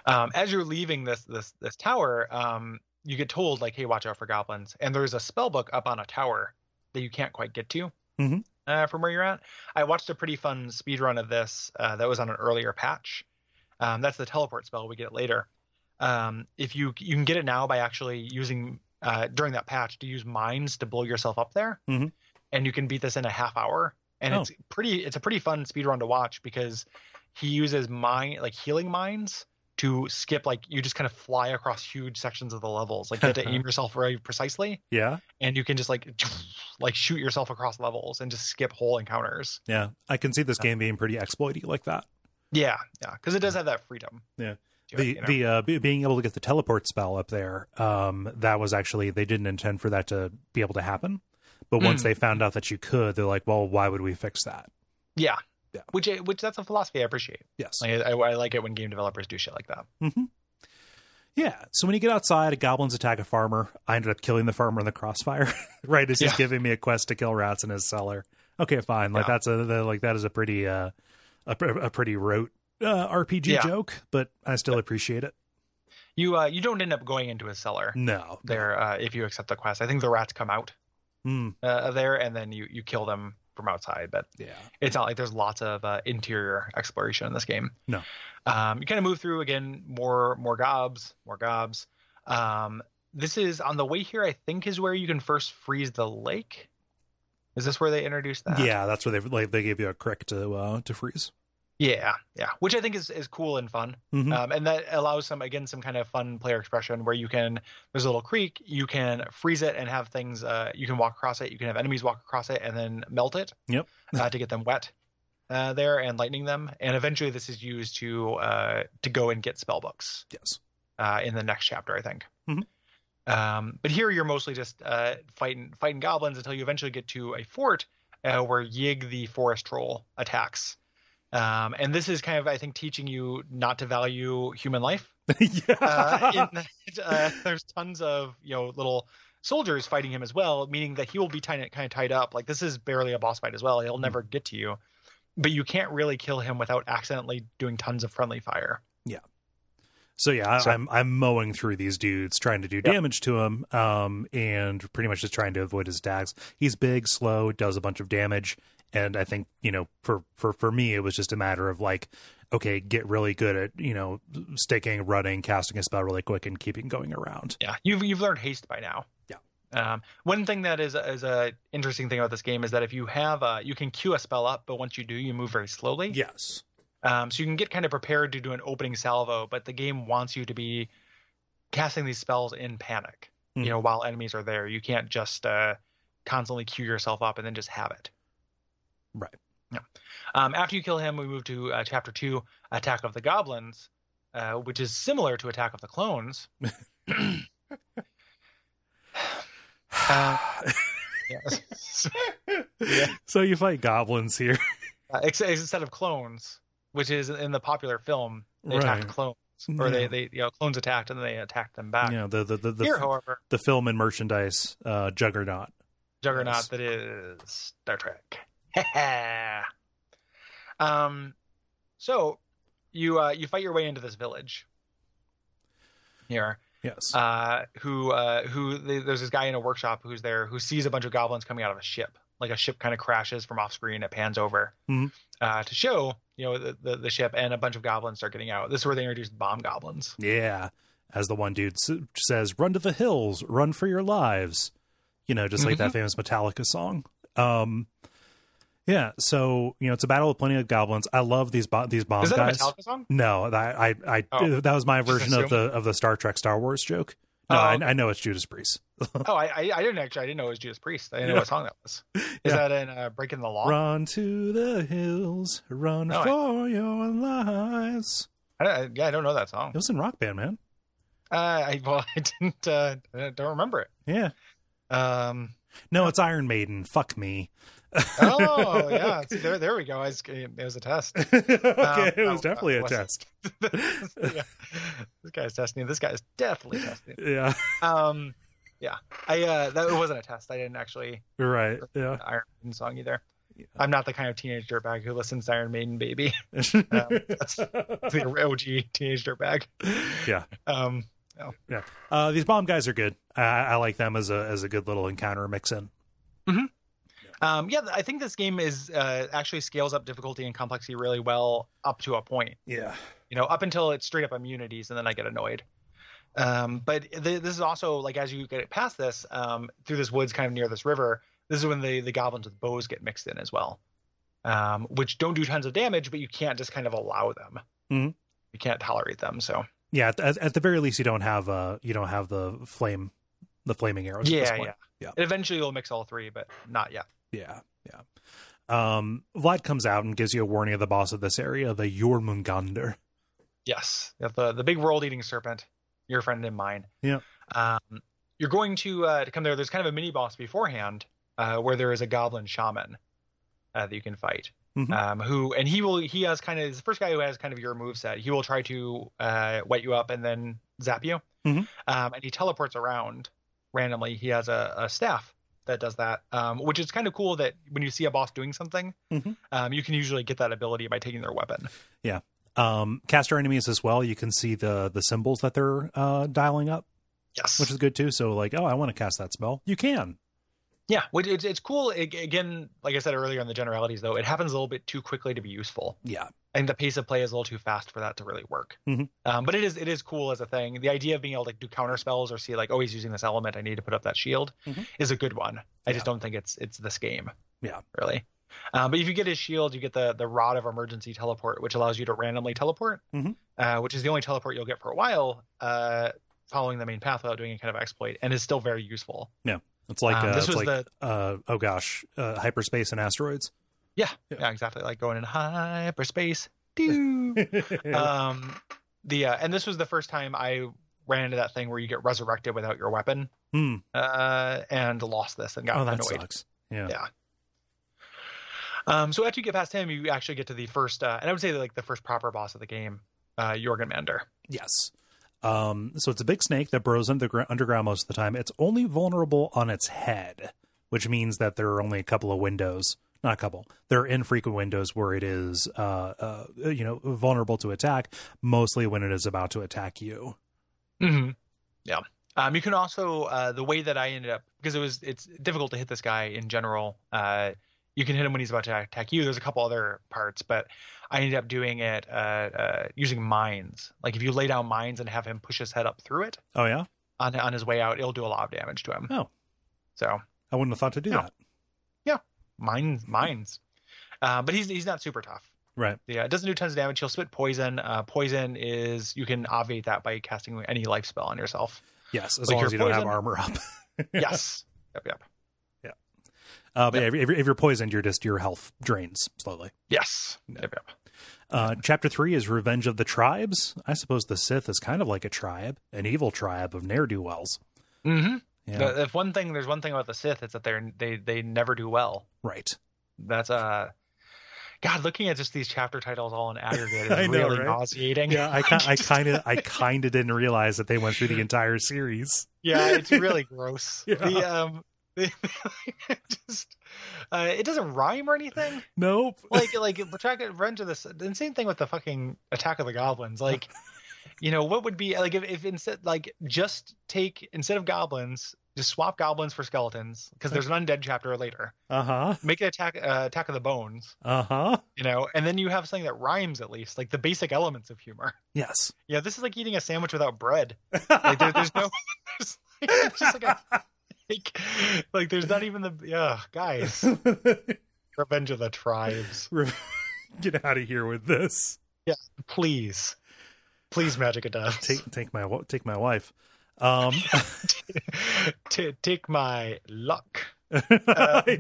Speaker 2: Um, as you're leaving this this this tower, um, you get told like, "Hey, watch out for goblins!" And there's a spell book up on a tower that you can't quite get to.
Speaker 1: Mhm.
Speaker 2: Uh, from where you're at, I watched a pretty fun speed run of this uh, that was on an earlier patch. Um, that's the teleport spell. We get it later. Um, if you you can get it now by actually using uh, during that patch to use mines to blow yourself up there,
Speaker 1: Mhm.
Speaker 2: and you can beat this in a half hour. And
Speaker 1: Oh.
Speaker 2: it's pretty. It's a pretty fun speed run to watch because he uses mine like healing mines to skip like you just kind of fly across huge sections of the levels. Like you have to aim yourself very precisely,
Speaker 1: Yeah.
Speaker 2: and you can just like [laughs] like shoot yourself across levels and just skip whole encounters.
Speaker 1: Yeah. I can see this game being pretty exploity like that.
Speaker 2: Yeah, yeah, because it does have that freedom.
Speaker 1: Yeah.
Speaker 2: to it,
Speaker 1: the
Speaker 2: you know?
Speaker 1: the uh, be- being able to get the teleport spell up there um that was actually they didn't intend for that to be able to happen but once
Speaker 2: Mm.
Speaker 1: they found out that you could they're like well why would we fix that
Speaker 2: yeah.
Speaker 1: Yeah.
Speaker 2: Which, I- which that's a philosophy I appreciate.
Speaker 1: yes
Speaker 2: Like, I, I like it when game developers do shit like that.
Speaker 1: hmm yeah so when you get outside a goblins attack a farmer i ended up killing the farmer in the crossfire [laughs] right it's just
Speaker 2: Yeah.
Speaker 1: giving me a quest to kill rats in his cellar okay fine like
Speaker 2: Yeah.
Speaker 1: that's a the, like that is a pretty uh a, pr- a pretty rote uh, rpg
Speaker 2: Yeah.
Speaker 1: joke but i still appreciate it
Speaker 2: You uh, you don't end up going into a cellar
Speaker 1: no
Speaker 2: there uh, if you accept the quest. I think the rats come out
Speaker 1: Mm,
Speaker 2: uh, of there and then you you kill them from outside, but
Speaker 1: yeah
Speaker 2: it's not like there's lots of uh, interior exploration in this game.
Speaker 1: No.
Speaker 2: Um, you kind of move through again, more more gobs, more gobs. Um, this is on the way here. I think is where you can first freeze the lake. Is this where they introduced that?
Speaker 1: yeah that's where they like they give you a crick to uh to freeze
Speaker 2: Yeah, yeah. Which I think is is cool and fun.
Speaker 1: Mhm.
Speaker 2: Um, and that allows some again some kind of fun player expression where you can there's a little creek you can freeze it and have things uh, you can walk across it you can have enemies walk across it and then melt it
Speaker 1: Yep.
Speaker 2: uh, to get them wet uh, there and lightning them and eventually this is used to uh, to go and get spell books
Speaker 1: yes [laughs]
Speaker 2: uh, in the next chapter I think
Speaker 1: Mhm.
Speaker 2: um, but here you're mostly just uh, fighting fighting goblins until you eventually get to a fort uh, where Yig the forest troll attacks. Um, and this is kind of, I think, teaching you not to value human life
Speaker 1: yeah.
Speaker 2: uh, in that, uh, there's tons of you know little soldiers fighting him as well, meaning that he will be tied, kind of tied up. Like this is barely a boss fight as well; he'll never get to you. But you can't really kill him without accidentally doing tons of friendly fire.
Speaker 1: so yeah, I,
Speaker 2: So-
Speaker 1: I'm I'm mowing through these dudes, trying to do damage to him, um, and pretty much just trying to avoid his attacks. He's big, slow, does a bunch of damage, and I think you know, for for for me, it was just a matter of like, okay, get really good at you know sticking, running, casting a spell really quick, and keeping going around.
Speaker 2: Yeah, you've you've learned haste by now.
Speaker 1: Yeah.
Speaker 2: Um, one thing that is is a interesting thing about this game is that if you have uh, you can queue a spell up, but once you do, you move very slowly.
Speaker 1: [sighs] Yes.
Speaker 2: Um, so you can get kind of prepared to do an opening salvo, but the game wants you to be casting these spells in panic.
Speaker 1: Hmm.
Speaker 2: You know, while enemies are there, you can't just uh, constantly queue yourself up and then just have it.
Speaker 1: Right.
Speaker 2: Yeah. Um, after you kill him, we move to uh, chapter two, Attack of the Goblins, uh, which is similar to Attack of
Speaker 1: [laughs]
Speaker 2: the Clones. [clears throat] Uh, yeah. Yeah.
Speaker 1: [laughs] So you fight goblins here.
Speaker 2: uh, ex- instead of clones, which is in the popular film, they attacked
Speaker 1: Right.
Speaker 2: clones, or they
Speaker 1: Yeah.
Speaker 2: they you know clones attacked and then they attacked them back.
Speaker 1: Yeah, the the the
Speaker 2: Here,
Speaker 1: the,
Speaker 2: however,
Speaker 1: the film and merchandise uh, juggernaut.
Speaker 2: juggernaut
Speaker 1: Yes.
Speaker 2: that is Star Trek. [laughs] um, so you uh you fight your way into this village here,
Speaker 1: Yes.
Speaker 2: uh, who uh, who they, there's this guy in a workshop who's there who sees a bunch of goblins coming out of a ship. Like a ship kind of crashes from off screen, it pans over
Speaker 1: Mhm.
Speaker 2: uh, to show you know the, the the ship, and a bunch of goblins start getting out. This is where they introduced bomb goblins.
Speaker 1: Yeah. As the one dude s- says, run to the hills, run for your lives. You know, just like
Speaker 2: Mm-hmm.
Speaker 1: that famous Metallica song. Um, yeah. So, you know, it's a battle with plenty of goblins. I love these, bo- these bomb
Speaker 2: is that
Speaker 1: guys.
Speaker 2: a
Speaker 1: [laughs]
Speaker 2: Metallica song?
Speaker 1: No, that, I, I,
Speaker 2: Oh.
Speaker 1: that was my
Speaker 2: Just
Speaker 1: version of the, of the Star Trek Star Wars joke. No,
Speaker 2: Oh,
Speaker 1: I,
Speaker 2: okay.
Speaker 1: I know it's Judas Priest.
Speaker 2: Oh, I, I I didn't actually I didn't know it was Judas Priest. I didn't
Speaker 1: Yeah.
Speaker 2: know what song that
Speaker 1: [laughs]
Speaker 2: was. Is
Speaker 1: Yeah.
Speaker 2: that in uh, Breaking the Law?
Speaker 1: Run to the hills, run
Speaker 2: No, Oh, I-
Speaker 1: for your lives.
Speaker 2: I don't, I- yeah, I don't know that song.
Speaker 1: It was in Rock Band, man.
Speaker 2: [laughs] Uh, I well I didn't uh, I don't remember it.
Speaker 1: Yeah.
Speaker 2: Um,
Speaker 1: No, it's Iron Maiden. Fuck me. [laughs]
Speaker 2: Oh yeah, See, there there we go. I was, it was a test.
Speaker 1: okay, it
Speaker 2: no,
Speaker 1: was definitely
Speaker 2: Oh, that uh,
Speaker 1: a
Speaker 2: wasn't-
Speaker 1: test.
Speaker 2: yeah. This guy's testing. you. This guy is definitely testing. you.
Speaker 1: Yeah,
Speaker 2: Um, yeah. I uh, that it wasn't a test. I didn't actually
Speaker 1: right. Yeah.
Speaker 2: an Iron Maiden song either. I'm not the kind of teenage dirtbag who listens to Iron Maiden, baby. [laughs] that's- the OG teenage dirtbag.
Speaker 1: Yeah.
Speaker 2: Um,
Speaker 1: yeah. [laughs] Uh, these bomb guys are good. I, I like them as a as a good little encounter mix in.
Speaker 2: um, yeah, I think this game is uh, actually scales up difficulty and complexity really well up to a point.
Speaker 1: Yeah.
Speaker 2: you know, up until it's straight up immunities, and then I get annoyed. Um, but th- this is also like as you get past this, um, through this woods, kind of near this river, this is when the the goblins with bows get mixed in as well, um, which don't do tons of damage, but you can't just kind of allow them.
Speaker 1: Mhm.
Speaker 2: You can't tolerate them. So
Speaker 1: Yeah. At, at, at the very least, you don't have uh you don't have the flame the flaming arrows. at this
Speaker 2: yeah,
Speaker 1: point.
Speaker 2: yeah,
Speaker 1: Yeah.
Speaker 2: And eventually you'll mix all three, but not yet.
Speaker 1: Yeah, yeah. Um, Vlad comes out and gives you a warning of the boss of this area, the Jormungandr.
Speaker 2: Yes, Yeah, the the big world eating serpent, your friend and mine.
Speaker 1: Yeah.
Speaker 2: Um, you're going to uh, to come there. There's kind of a mini boss beforehand, uh, where there is a goblin shaman uh, that you can fight.
Speaker 1: Mhm.
Speaker 2: Um, who and he will he has kind of he's the first guy who has kind of your move set. He will try to uh, wet you up and then zap you.
Speaker 1: Mhm.
Speaker 2: Um, and he teleports around randomly. He has a, a staff that does that, um, which is kind of cool. That when you see a boss doing something,
Speaker 1: Mhm.
Speaker 2: um, you can usually get that ability by taking their weapon.
Speaker 1: Um, caster enemies as well. You can see the the symbols that they're uh, dialing up,
Speaker 2: Yes,
Speaker 1: which is good too. So like, oh, I want to cast that spell. You can.
Speaker 2: Yeah, which it's it's cool. Ag- again, like I said earlier on the generalities, though, it happens a little bit too quickly to be useful.
Speaker 1: Yeah,
Speaker 2: I think the pace of play is a little too fast for that to really work.
Speaker 1: Mhm.
Speaker 2: Um, but it is it is cool as a thing. The idea of being able to do counter spells or see like, oh, he's using this element. I need to put up that shield
Speaker 1: Mhm.
Speaker 2: is a good one. I
Speaker 1: Yeah.
Speaker 2: just don't think it's it's this game.
Speaker 1: Yeah.
Speaker 2: really. Um, but if you get his shield, you get the the rod of emergency teleport, which allows you to randomly teleport,
Speaker 1: Mhm.
Speaker 2: uh, which is the only teleport you'll get for a while, uh, following the main path without doing any kind of exploit, and is still very useful.
Speaker 1: it's like
Speaker 2: Um,
Speaker 1: uh,
Speaker 2: this
Speaker 1: it's
Speaker 2: was
Speaker 1: like
Speaker 2: the
Speaker 1: uh, oh gosh, uh, hyperspace and asteroids. Yeah.
Speaker 2: yeah, exactly. Like going
Speaker 1: [laughs]
Speaker 2: in hyperspace. Doo. um, the uh, and this was the first time I ran into that thing where you get resurrected without your weapon,
Speaker 1: Hmm.
Speaker 2: uh, and lost this and got
Speaker 1: Oh, that
Speaker 2: annoyed.
Speaker 1: sucks. Yeah.
Speaker 2: Yeah. Um, so after you get past him, you actually get to the first, uh, and I would say like the first proper boss of the game, uh, Jorgenmander.
Speaker 1: Yes. Um, so it's a big snake that burrows undergr- underground most of the time. It's only vulnerable on its head, which means that there are only a couple of windows, not a couple. There are infrequent windows where it is, uh, uh, you know, vulnerable to attack, mostly when it is about to attack you.
Speaker 2: Mm-hmm. Yeah. Um, you can also uh, the way that I ended up because it was it's difficult to hit this guy in general. Uh, you can hit him when he's about to attack you. There's a couple other parts, but I ended up doing it uh, uh, using mines. Like if you lay down mines and have him push his head up through it
Speaker 1: Oh yeah,
Speaker 2: on on his way out, it'll do a lot of damage to him.
Speaker 1: Oh.
Speaker 2: So
Speaker 1: I wouldn't have thought to do
Speaker 2: No.
Speaker 1: that.
Speaker 2: mines mines, uh, but he's he's not super tough.
Speaker 1: Right.
Speaker 2: Yeah, it doesn't do tons of damage. He'll spit poison. Uh, poison is you can obviate that by casting any life spell
Speaker 1: [laughs]
Speaker 2: on yourself.
Speaker 1: Yes, as
Speaker 2: Like
Speaker 1: long
Speaker 2: you're
Speaker 1: as you don't have
Speaker 2: poisoned?
Speaker 1: armor up.
Speaker 2: Yes. yep. Yep.
Speaker 1: Uh, but yeah. if, if you're- if you're poisoned, you're just your health drains slowly.
Speaker 2: Yes. Yep, yep.
Speaker 1: Uh, chapter three is Revenge of the Tribes. I suppose the Sith is kind of like a tribe, an evil tribe of ne'er do wells.
Speaker 2: Mm-hmm.
Speaker 1: Yeah,
Speaker 2: If one thing, there's one thing about the Sith, it's that they're they they never do well.
Speaker 1: right.
Speaker 2: That's uh, God, looking at just these chapter titles all
Speaker 1: [laughs]
Speaker 2: in aggregate
Speaker 1: I
Speaker 2: is
Speaker 1: know,
Speaker 2: really
Speaker 1: right?
Speaker 2: nauseating.
Speaker 1: Yeah, I kind, I kind of, I kind of didn't realize that they went through the entire series.
Speaker 2: [laughs] Yeah, it's really gross.
Speaker 1: [laughs] Yeah.
Speaker 2: The um, [laughs] the, just uh, it doesn't rhyme or anything.
Speaker 1: Nope.
Speaker 2: Like like Attack of Revenge of the S- and same thing with the fucking Attack of the Goblins. Like, you know, what would be like if, if instead like just take instead of goblins, just swap goblins for skeletons because there's an undead chapter later.
Speaker 1: Uh huh.
Speaker 2: make an attack uh, attack of the bones
Speaker 1: Uh huh.
Speaker 2: you know and then you have something that rhymes at least like the basic elements of humor [laughs]
Speaker 1: Yes.
Speaker 2: yeah this is like eating a sandwich without bread like there, there's no [laughs] there's like, it's just like, a, [laughs] like, like there's not even the yeah
Speaker 1: [laughs]
Speaker 2: guys revenge of the tribes
Speaker 1: Get out of here with this.
Speaker 2: please please magic of death take,
Speaker 1: Take take my wa- take my wife. Um,
Speaker 2: [laughs]
Speaker 1: [laughs]
Speaker 2: T- take my luck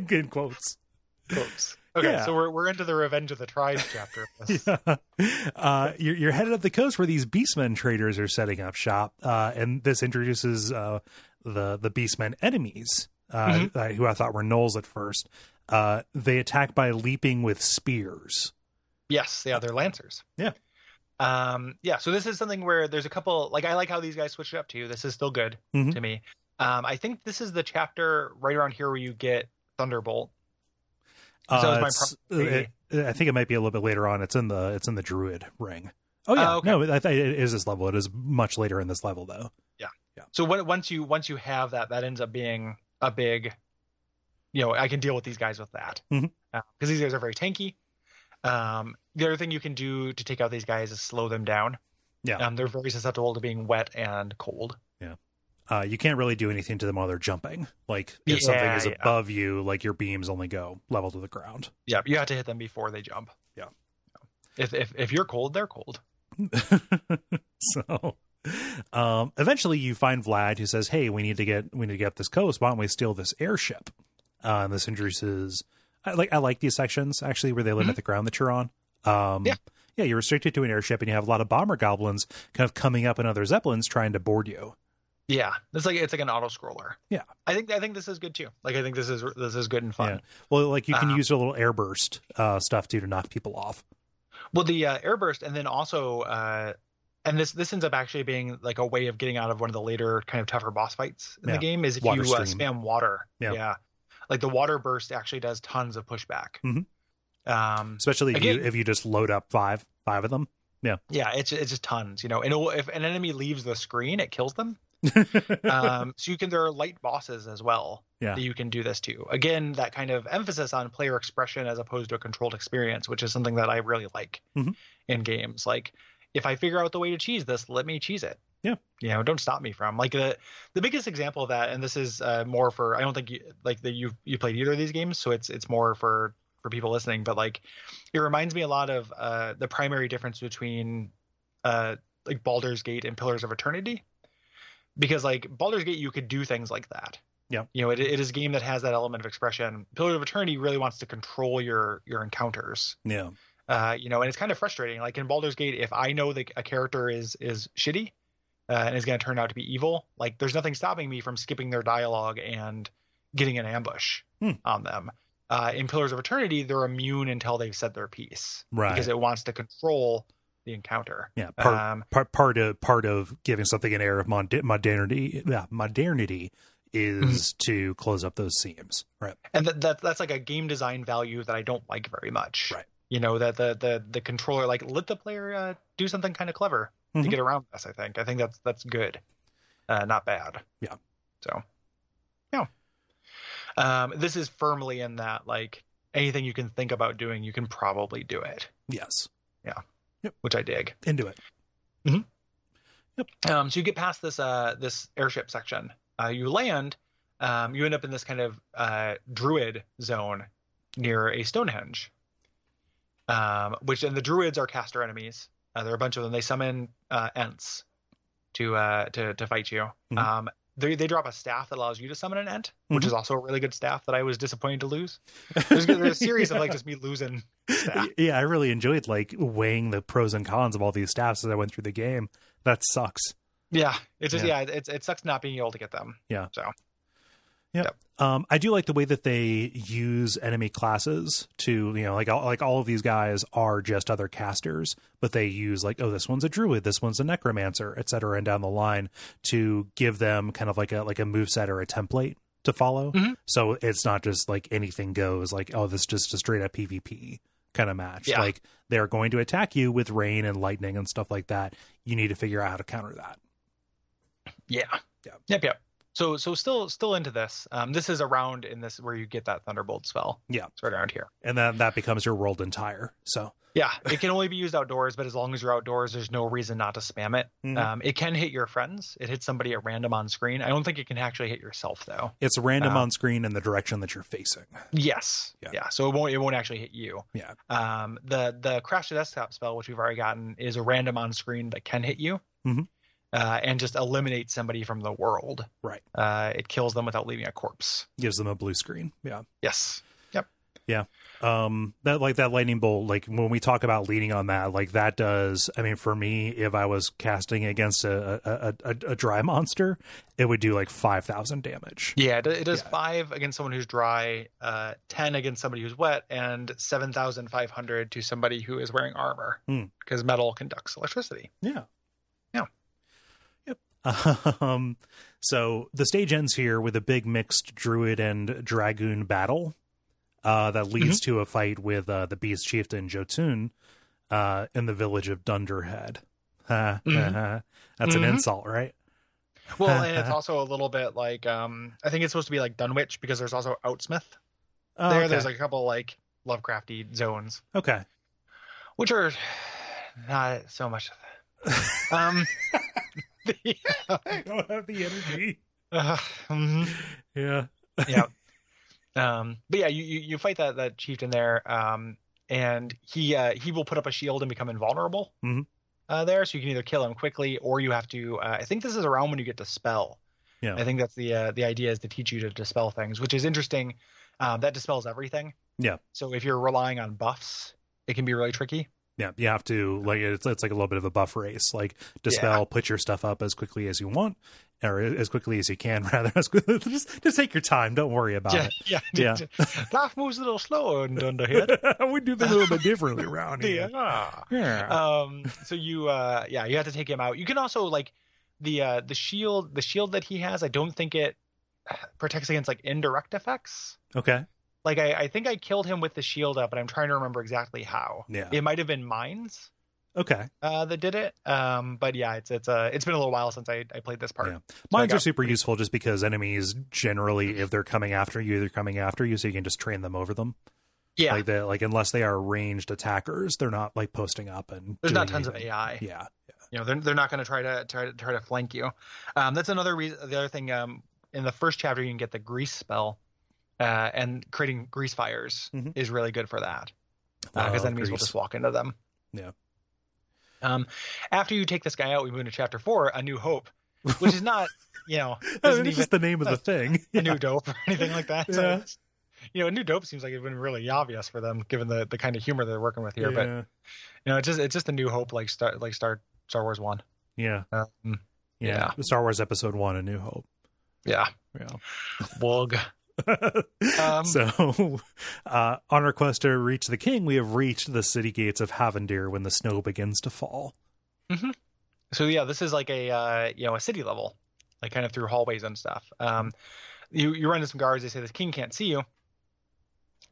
Speaker 1: in quotes.
Speaker 2: Oops. okay
Speaker 1: Yeah.
Speaker 2: so we're, we're into the revenge of the tribes chapter of this.
Speaker 1: [laughs] Yeah. Uh, you're, you're headed up the coast where these beastmen traders are setting up shop, uh, and this introduces uh, the the beastmen enemies uh,
Speaker 2: Mm-hmm.
Speaker 1: uh, who I thought were gnolls at first, uh, they attack by leaping with spears.
Speaker 2: Yes, yeah, they're lancers.
Speaker 1: Yeah.
Speaker 2: Um, yeah, so this is something where there's a couple like I like how these guys switched it up too. This is still good
Speaker 1: Mhm.
Speaker 2: to me. Um, I think this is the chapter right around here where you get Thunderbolt.
Speaker 1: Uh,
Speaker 2: So is my
Speaker 1: it's-
Speaker 2: proxy-
Speaker 1: it- I think it might be a little bit later on. It's in the it's in the druid ring. Oh yeah,
Speaker 2: Oh, okay.
Speaker 1: no, I th- it is this level. It is much later in this level though.
Speaker 2: So when, once you once you have that, that ends up being a big, you know, I can deal with these guys with that because
Speaker 1: Mhm.
Speaker 2: these guys are very tanky. Um, the other thing you can do to take out these guys is slow them down.
Speaker 1: Yeah.
Speaker 2: Um, they're very susceptible to being wet and cold.
Speaker 1: Uh, you can't really do anything to them while they're jumping. Like if something
Speaker 2: Yeah,
Speaker 1: is
Speaker 2: yeah.
Speaker 1: above you, like your beams only go level to the ground.
Speaker 2: Yeah, you have to hit them before they jump.
Speaker 1: Yeah.
Speaker 2: If if if you're cold, they're cold.
Speaker 1: [laughs] so um eventually you find vlad who says hey we need to get we need to get up this coast why don't we steal this airship uh, and this introduces i like i like these sections actually where they limit the ground that you're on um
Speaker 2: Mm-hmm. Yeah.
Speaker 1: yeah, you're restricted to an airship and you have a lot of bomber goblins kind of coming up and other zeppelins trying to board you
Speaker 2: Yeah, it's like it's like an auto scroller.
Speaker 1: Yeah.
Speaker 2: I think I think this is good too. Like I think this is this is good and fun.
Speaker 1: Yeah. well like you can
Speaker 2: Uh-huh.
Speaker 1: use a little airburst uh stuff too to knock people off
Speaker 2: Well, the uh, airburst, and then also, uh, and this this ends up actually being like a way of getting out of one of the later kind of tougher boss fights in
Speaker 1: Yeah.
Speaker 2: the game is if
Speaker 1: Water
Speaker 2: you uh,
Speaker 1: stream.
Speaker 2: spam water.
Speaker 1: Yeah.
Speaker 2: like the water burst actually does tons of pushback.
Speaker 1: Mhm.
Speaker 2: Um,
Speaker 1: especially if you
Speaker 2: Again-
Speaker 1: if you just load up five five of them
Speaker 2: yeah, it's it's just tons, you know. And it'll- if an enemy leaves the screen, it
Speaker 1: [laughs]
Speaker 2: kills them. um, so you can there are light bosses as well
Speaker 1: Yeah.
Speaker 2: that you can do this to. Again, that kind of emphasis on player expression as opposed to a controlled experience, which is something that I really like
Speaker 1: Mhm.
Speaker 2: in games. Like if I figure out the way to cheese this, let me cheese it.
Speaker 1: Yeah.
Speaker 2: You know, don't stop me from like the the biggest example of that, and this is uh, more for I don't think you like that you you played either of these games, so it's it's more for for people listening. But like it reminds me a lot of uh, the primary difference between uh, like Baldur's Gate and Pillars of Eternity because like Baldur's Gate, you could do things like that.
Speaker 1: Yeah.
Speaker 2: You know, it, it is a game that has that element of expression. Pillars of Eternity really wants to control your your encounters.
Speaker 1: yeah
Speaker 2: Uh, you know, and it's kind of frustrating. Like in Baldur's Gate, if I know that a character is is shitty uh, and is going to turn out to be evil, like there's nothing stopping me from skipping their dialogue and getting an ambush
Speaker 1: Hmm.
Speaker 2: on them. Uh, in Pillars of Eternity, they're immune until they've said their piece
Speaker 1: right
Speaker 2: because it wants to control the encounter.
Speaker 1: yeah part,
Speaker 2: um,
Speaker 1: part part of part of giving something an air of mon- modernity yeah, modernity is
Speaker 2: Mm-hmm.
Speaker 1: to close up those seams right
Speaker 2: and that, that that's like a game design value that I don't like very much.
Speaker 1: Right.
Speaker 2: You know that the the the controller like let the player uh, do something kind of clever
Speaker 1: Mhm.
Speaker 2: to get around this. I think I think that's that's good, uh, not bad.
Speaker 1: Yeah.
Speaker 2: So, yeah. Um, this is firmly in that like anything you can think about doing, you can probably do it,
Speaker 1: yes
Speaker 2: which I dig.
Speaker 1: into it
Speaker 2: Um, so you get past this uh, this airship section. Uh, you land. Um, you end up in this kind of uh, druid zone near a Stonehenge, um, which and the druids are caster enemies. Uh, there are a bunch of them. They summon uh, ents to uh, to to fight you.
Speaker 1: Mhm.
Speaker 2: Um, they they drop a staff that allows you to summon an ent, which
Speaker 1: Mhm.
Speaker 2: is also a really good staff that I was disappointed to lose. There's, there's a
Speaker 1: [laughs]
Speaker 2: series of like just me losing
Speaker 1: yeah.
Speaker 2: staff.
Speaker 1: yeah i really enjoyed like weighing the pros and cons of all these staffs as i went through the game that sucks
Speaker 2: Yeah, it's just
Speaker 1: Yeah.
Speaker 2: yeah, it's it sucks not being able to get them.
Speaker 1: um i do like the way that they use enemy classes to you know like all, like all of these guys are just other casters but they use like oh this one's a druid this one's a necromancer etc and down the line to give them kind of like a like a move set or a template to follow
Speaker 2: Mhm.
Speaker 1: so it's not just like anything goes like oh this is just a straight up pvp kind of match
Speaker 2: Yeah.
Speaker 1: like they're going to attack you with rain and lightning and stuff like that you need to figure out how to counter that
Speaker 2: Yeah.
Speaker 1: Yeah.
Speaker 2: Yep. Yep. So so still still into this. Um, this is around in this where you get that thunderbolt spell.
Speaker 1: Yeah.
Speaker 2: It's right around here.
Speaker 1: and then that becomes your world entire so [laughs]
Speaker 2: Yeah. It can only be used outdoors, but as long as you're outdoors, there's no reason not to spam it.
Speaker 1: Mhm.
Speaker 2: Um, it can hit your friends. It hits somebody at random on screen. I don't think it can actually hit yourself though.
Speaker 1: it's random
Speaker 2: Uh,
Speaker 1: on screen in the direction that you're facing
Speaker 2: Yes.
Speaker 1: Yeah.
Speaker 2: Yeah. So it won't it won't actually hit you.
Speaker 1: Yeah.
Speaker 2: Um, the the crash to desktop spell, which we've already gotten, is a random on screen that can hit you.
Speaker 1: Mhm.
Speaker 2: Uh, and just eliminates somebody from the world.
Speaker 1: Right.
Speaker 2: Uh, it kills them without leaving a corpse.
Speaker 1: gives them a blue screen. Yeah.
Speaker 2: Yes.
Speaker 1: Yeah. Um that like that lightning bolt like when we talk about leaning on that like that does I mean for me if I was casting against a a, a, a dry monster it would do like 5000 damage.
Speaker 2: Yeah, it, it does five against someone who's dry, uh, ten against somebody who's wet, and seven thousand five hundred to somebody who is wearing armor
Speaker 1: Hmm.
Speaker 2: because metal conducts electricity.
Speaker 1: Yeah.
Speaker 2: Yeah.
Speaker 1: Yep. [laughs] Um, so the stage ends here with a big mixed druid and dragoon battle uh, that leads to a fight with uh, the beast chieftain Jotun uh, in the village of Dunderhead. [laughs] Ha, ha,
Speaker 2: Mhm.
Speaker 1: ha. That's an
Speaker 2: Mhm.
Speaker 1: insult, right?
Speaker 2: Well, and
Speaker 1: [laughs]
Speaker 2: it's also a little bit like um, I think it's supposed to be like Dunwich because there's also Outsmith.
Speaker 1: Oh,
Speaker 2: there,
Speaker 1: okay.
Speaker 2: there's like a couple like Lovecrafty zones,
Speaker 1: okay.
Speaker 2: which are not so much.
Speaker 1: [laughs]
Speaker 2: Um, [laughs] the, [laughs]
Speaker 1: I don't have the energy.
Speaker 2: uh, mhm.
Speaker 1: Yeah.
Speaker 2: yeah. Um, but yeah, you, you you fight that that chieftain there, um, and he uh, he will put up a shield and become invulnerable.
Speaker 1: Mhm.
Speaker 2: Uh, there, so you can either kill him quickly, or you have to. Uh, I think this is around when you get dispel.
Speaker 1: Yeah.
Speaker 2: I think that's the uh, the idea is to teach you to dispel things, which is interesting. Um, that dispels everything.
Speaker 1: Yeah.
Speaker 2: So if you're relying on buffs, it can be really tricky.
Speaker 1: Yeah, you have to like it's it's like a little bit of a buff race. Like dispel, put your stuff up as quickly as you want, or as quickly as you can. [laughs] Rather, as quickly, just just take your time. Don't worry about
Speaker 2: yeah,
Speaker 1: it.
Speaker 2: [laughs] yeah,
Speaker 1: Yeah.
Speaker 2: Laugh moves a little slower
Speaker 1: [laughs]
Speaker 2: and underhead. [laughs]
Speaker 1: we do things a little bit differently around here.
Speaker 2: yeah.
Speaker 1: Yeah.
Speaker 2: um so you uh yeah you have to take him out you can also like the uh the shield the shield that he has i don't think it protects against like indirect effects
Speaker 1: okay.
Speaker 2: like i, I think i killed him with the shield up but i'm trying to remember exactly how
Speaker 1: Yeah.
Speaker 2: it might have been mines
Speaker 1: Okay.
Speaker 2: uh that did it um but yeah it's it's uh it's been a little while since i i played this part
Speaker 1: Yeah. Mines
Speaker 2: got-
Speaker 1: are super useful just because enemies generally, if they're coming after you, they're coming after you, so you can just train them over them.
Speaker 2: yeah,
Speaker 1: Like that. Like unless they are ranged attackers, they're not like posting up and.
Speaker 2: there's
Speaker 1: doing
Speaker 2: not tons
Speaker 1: anything.
Speaker 2: of ai
Speaker 1: Yeah.
Speaker 2: you know they're, they're not going to try to try to try to flank you um, that's another reason the other thing um, in the first chapter you can get the grease spell uh, and creating grease fires
Speaker 1: Mhm.
Speaker 2: is really good for that
Speaker 1: Love
Speaker 2: because enemies will
Speaker 1: Oh, grease.
Speaker 2: just walk into them
Speaker 1: Yeah.
Speaker 2: um, after you take this guy out we move into chapter four a new hope which is not
Speaker 1: [laughs]
Speaker 2: you know
Speaker 1: I
Speaker 2: isn't
Speaker 1: mean, it's
Speaker 2: even
Speaker 1: just the name of the
Speaker 2: [laughs]
Speaker 1: thing.
Speaker 2: a new dope or anything like that so
Speaker 1: Yeah.
Speaker 2: it's- you know a new dope seems like it would been really obvious for them given the, the kind of humor they're working with here but
Speaker 1: Yeah.
Speaker 2: you know it's just it's just a new hope like star like star star wars one
Speaker 1: Yeah.
Speaker 2: um,
Speaker 1: Yeah. Star Wars Episode One: A New Hope.
Speaker 2: yeah
Speaker 1: Yeah. [laughs]
Speaker 2: Wog. Um,
Speaker 1: so, uh, on our quest to reach the king, we have reached the city gates of Havendir when the snow begins to fall. [laughs]
Speaker 2: So yeah, this is like a uh, you know a city level, like kind of through hallways and stuff. Um, you you run into some guards. They say this king can't see you.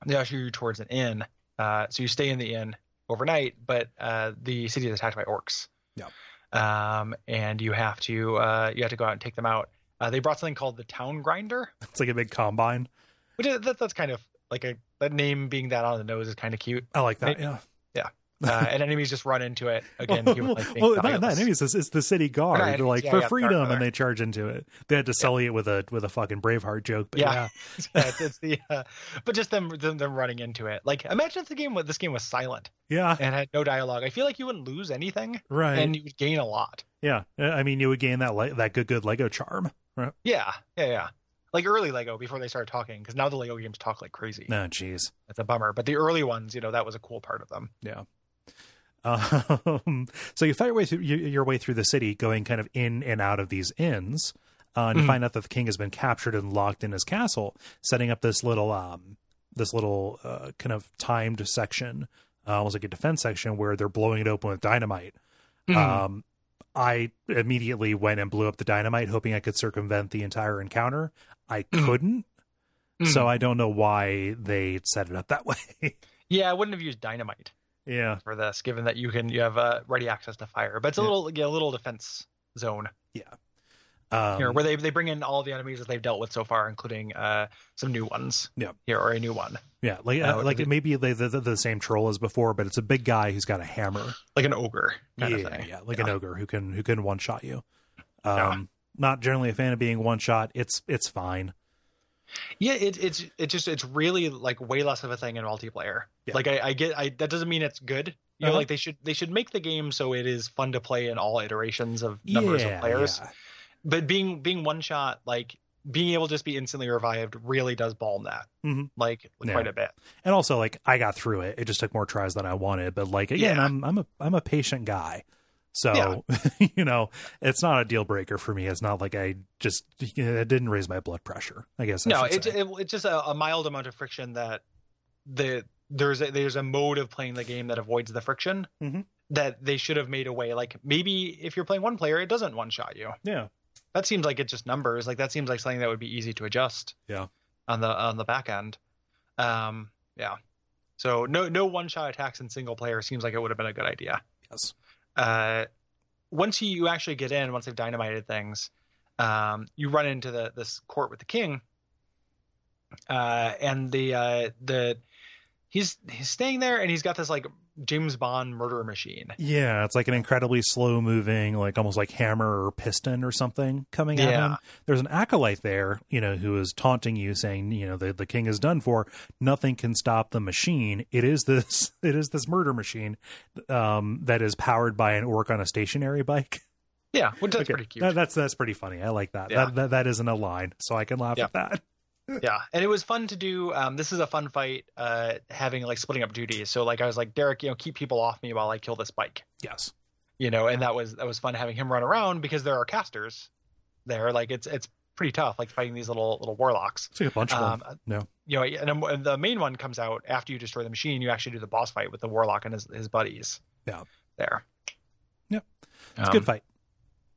Speaker 2: They usher you towards an inn. Uh, so you stay in the inn overnight, but uh, the city is attacked by orcs.
Speaker 1: Yep.
Speaker 2: Um, and you have to uh, you have to go out and take them out. Uh, they brought something called the town grinder,
Speaker 1: It's like a big combine.
Speaker 2: which is, that, that's kind of like a that name being that on the nose is kind of cute.
Speaker 1: I like that.
Speaker 2: Maybe-
Speaker 1: Yeah. [laughs]
Speaker 2: Uh, and enemies just run into it again.
Speaker 1: well,
Speaker 2: human, like, being
Speaker 1: well, not, not
Speaker 2: valueless.
Speaker 1: enemies. It's, it's the city guard.
Speaker 2: Right,
Speaker 1: They're like
Speaker 2: yeah,
Speaker 1: for
Speaker 2: yeah, guard,
Speaker 1: freedom,
Speaker 2: rather.
Speaker 1: and they charge into it. They had to sully it with a with a fucking Braveheart joke. But yeah.
Speaker 2: Yeah. [laughs] yeah, it's, it's the uh, but just them, them them running into it. Like imagine if the game was this game was silent
Speaker 1: Yeah.
Speaker 2: and had no dialogue. I feel like you wouldn't lose anything
Speaker 1: Right.
Speaker 2: and you would gain a lot.
Speaker 1: yeah. I mean, you would gain that le- that good good Lego charm. Right.
Speaker 2: Yeah, yeah, yeah. Like early Lego before they started talking, because now the Lego games talk like crazy.
Speaker 1: No, jeez.
Speaker 2: That's a bummer. But the early ones, you know, that was a cool part of them.
Speaker 1: Um, [laughs] so you fight your way through your, your way through the city, going kind of in and out of these inns, uh, and you
Speaker 2: Mhm.
Speaker 1: find out that the king has been captured and locked in his castle, setting up this little um, this little uh, kind of timed section, uh, almost like a defense section, where they're blowing it open with dynamite.
Speaker 2: Mm-hmm.
Speaker 1: Um, I immediately went and blew up the dynamite, hoping I could circumvent the entire encounter. I
Speaker 2: Mhm.
Speaker 1: couldn't,
Speaker 2: Mm.
Speaker 1: Mm-hmm. so I don't know why they set it up that [laughs] way.
Speaker 2: yeah, I wouldn't have used dynamite
Speaker 1: yeah,
Speaker 2: for this, given that you can you have uh, ready access to fire. But it's a
Speaker 1: Yeah.
Speaker 2: little yeah, a little defense zone
Speaker 1: um,
Speaker 2: here, where they they bring in all the enemies that they've dealt with so far, including uh some new ones.
Speaker 1: Yeah.
Speaker 2: here or a new one,
Speaker 1: Yeah, like
Speaker 2: Uh,
Speaker 1: uh, like
Speaker 2: if it-
Speaker 1: maybe the, the the same troll as before, but it's a big guy who's got a hammer.
Speaker 2: like an ogre kind
Speaker 1: yeah,
Speaker 2: of thing.
Speaker 1: yeah, like an ogre who can who can one shot you. Um,
Speaker 2: Yeah.
Speaker 1: not generally a fan of being one shot. It's it's fine.
Speaker 2: Yeah, it, it's it just it's really like way less of a thing in multiplayer.
Speaker 1: Yeah.
Speaker 2: Like I, I get I that doesn't mean it's good. You know,
Speaker 1: Uh-huh.
Speaker 2: like they should they should make the game so it is fun to play in all iterations of numbers
Speaker 1: yeah,
Speaker 2: of players.
Speaker 1: yeah.
Speaker 2: But being being one shot like being able to just be instantly revived really does balm that
Speaker 1: Mhm.
Speaker 2: like
Speaker 1: Yeah.
Speaker 2: quite a bit.
Speaker 1: and also like I got through it. It just took more tries than I wanted, but like again,
Speaker 2: Yeah.
Speaker 1: I'm I'm a I'm a patient guy. So, [laughs] you know, it's not a deal breaker for me. It's not like I just [laughs] it didn't raise my blood pressure. I guess I
Speaker 2: no,
Speaker 1: should
Speaker 2: it's
Speaker 1: say.
Speaker 2: it, it's just a, a mild amount of friction that the there's a, there's a mode of playing the game that avoids the friction
Speaker 1: Mhm.
Speaker 2: that they should have made a way. Like maybe if you're playing one player, it doesn't one shot you.
Speaker 1: yeah.
Speaker 2: That seems like it's just numbers. Like that seems like something that would be easy to adjust.
Speaker 1: Yeah.
Speaker 2: On the on the back end, um, yeah. So no no one shot attacks in single player seems like it would have been a good idea
Speaker 1: Yes.
Speaker 2: uh, once you, you actually get in, once they've dynamited things, um, you run into the this court with the king, uh, and the uh, the he's he's staying there, and he's got this like James Bond murder machine.
Speaker 1: Yeah, it's like an incredibly slow moving, like almost like hammer or piston or something coming at
Speaker 2: Yeah.
Speaker 1: him. There's an acolyte there, you know, who is taunting you, saying, you know, the, the king is done for. Nothing can stop the machine. It is this [laughs] it is this murder machine um that is powered by an orc on a stationary bike.
Speaker 2: Yeah, which that's
Speaker 1: Okay.
Speaker 2: pretty cute.
Speaker 1: That- that's that's pretty funny. I like that.
Speaker 2: Yeah.
Speaker 1: That, that. That isn't a line, so I can laugh
Speaker 2: Yeah.
Speaker 1: at that.
Speaker 2: yeah, and it was fun to do. Um, this is a fun fight, uh, having like splitting up duties. So like I was like Derek, you know, keep people off me while I kill this bike.
Speaker 1: Yes.
Speaker 2: you know and that was that was fun having him run around because there are casters there like it's it's pretty tough like fighting these little little warlocks
Speaker 1: It's like a bunch of them.
Speaker 2: um
Speaker 1: No.
Speaker 2: you know and then when the main one comes out after you destroy the machine you actually do the boss fight with the warlock and his, his buddies
Speaker 1: Yeah.
Speaker 2: there Um,
Speaker 1: Yep.
Speaker 2: it's
Speaker 1: It's a good fight.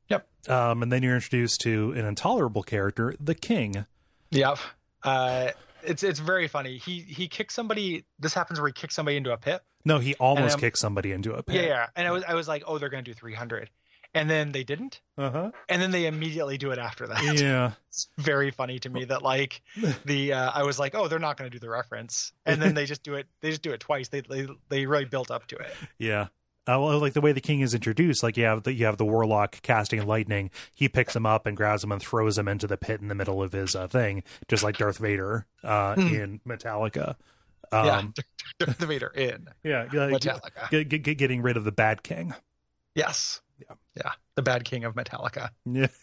Speaker 2: yep.
Speaker 1: Um, and then you're introduced to an intolerable character, the king.
Speaker 2: yep uh it's it's very funny he he kicks somebody this happens where he kicks somebody into a pit
Speaker 1: No, he almost
Speaker 2: um,
Speaker 1: kicks somebody into a pit.
Speaker 2: yeah yeah and i was i was like oh they're gonna do 300 and then they didn't
Speaker 1: Uh-huh.
Speaker 2: and then they immediately do it after that
Speaker 1: Yeah.
Speaker 2: it's very funny to me
Speaker 1: [laughs]
Speaker 2: that like the uh, I was like, oh, they're not going to do the reference, and then they just do it. They just do it twice. They they, they really built up to it.
Speaker 1: Yeah. Uh, well, like the way the king is introduced, like you have the you have the warlock casting lightning. He picks him up and grabs him and throws him into the pit in the middle of his uh, thing, just like Darth Vader uh,
Speaker 2: Hmm.
Speaker 1: in Metallica.
Speaker 2: yeah,
Speaker 1: Um,
Speaker 2: Darth Vader
Speaker 1: [laughs]
Speaker 2: in
Speaker 1: yeah, like,
Speaker 2: Metallica.
Speaker 1: get- get- get- getting rid of the bad
Speaker 2: [laughs]
Speaker 1: king.
Speaker 2: Yes.
Speaker 1: Yeah.
Speaker 2: Yeah. The bad king of Metallica.
Speaker 1: Yeah.
Speaker 2: [laughs]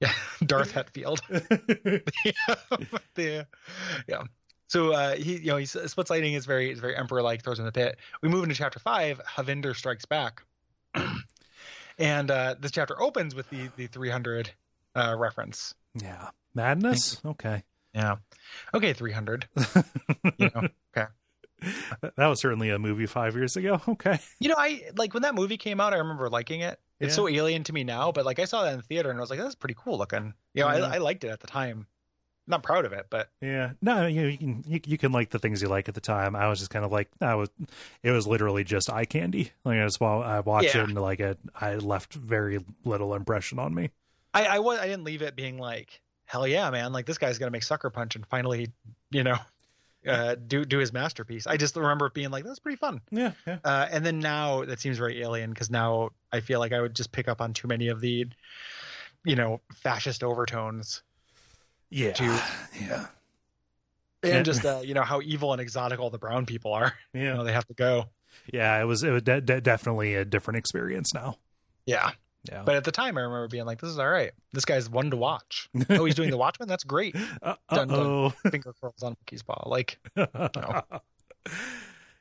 Speaker 2: Yeah. Darth Hetfield. the, [laughs] yeah. So uh, he, you know, he's splits lightning is very, is very emperor-like. Throws him in the pit. We move into chapter five. Havinder strikes back, [clears throat] and uh, this chapter opens with the the 300 uh, reference.
Speaker 1: Yeah. Madness? Okay.
Speaker 2: Yeah. Okay, 300.
Speaker 1: [laughs] That that was certainly a movie five years ago. Okay.
Speaker 2: You know, I like when that movie came out, I remember liking it. It's
Speaker 1: Yeah.
Speaker 2: so alien to me now, but like I saw that in the theater and I was like, that's pretty cool looking. You know,
Speaker 1: Yeah.
Speaker 2: I, I liked it at the time. Not proud of it, but
Speaker 1: Yeah. No, you, you can you, you can like the things you like at the time. I was just kind of like I was it was literally just eye candy. Like I just wa- I watched
Speaker 2: Yeah.
Speaker 1: it and like it I left very little impression on me.
Speaker 2: I, I was I didn't leave it being like, hell yeah, man, like this guy's gonna make sucker punch and finally, you know, uh, do do his masterpiece. I just remember it being like, that's pretty fun.
Speaker 1: Yeah. Yeah.
Speaker 2: Uh, and then now that seems very alien because now I feel like I would just pick up on too many of the, you know, fascist overtones.
Speaker 1: Yeah.
Speaker 2: Dude.
Speaker 1: Yeah. Yeah.
Speaker 2: and just uh, you know how evil and exotic all the brown people are. You
Speaker 1: [laughs] Yeah.
Speaker 2: know they have to go.
Speaker 1: Yeah, it was it was de- de- definitely a different experience now.
Speaker 2: Yeah,
Speaker 1: Yeah.
Speaker 2: but at the time I remember being like, "This is all right. This guy's one to watch."
Speaker 1: [laughs]
Speaker 2: oh, he's doing the Watchmen. That's great.
Speaker 1: Uh,
Speaker 2: Dun, dun.
Speaker 1: oh.
Speaker 2: Finger curls on monkey's paw. Like,
Speaker 1: [laughs]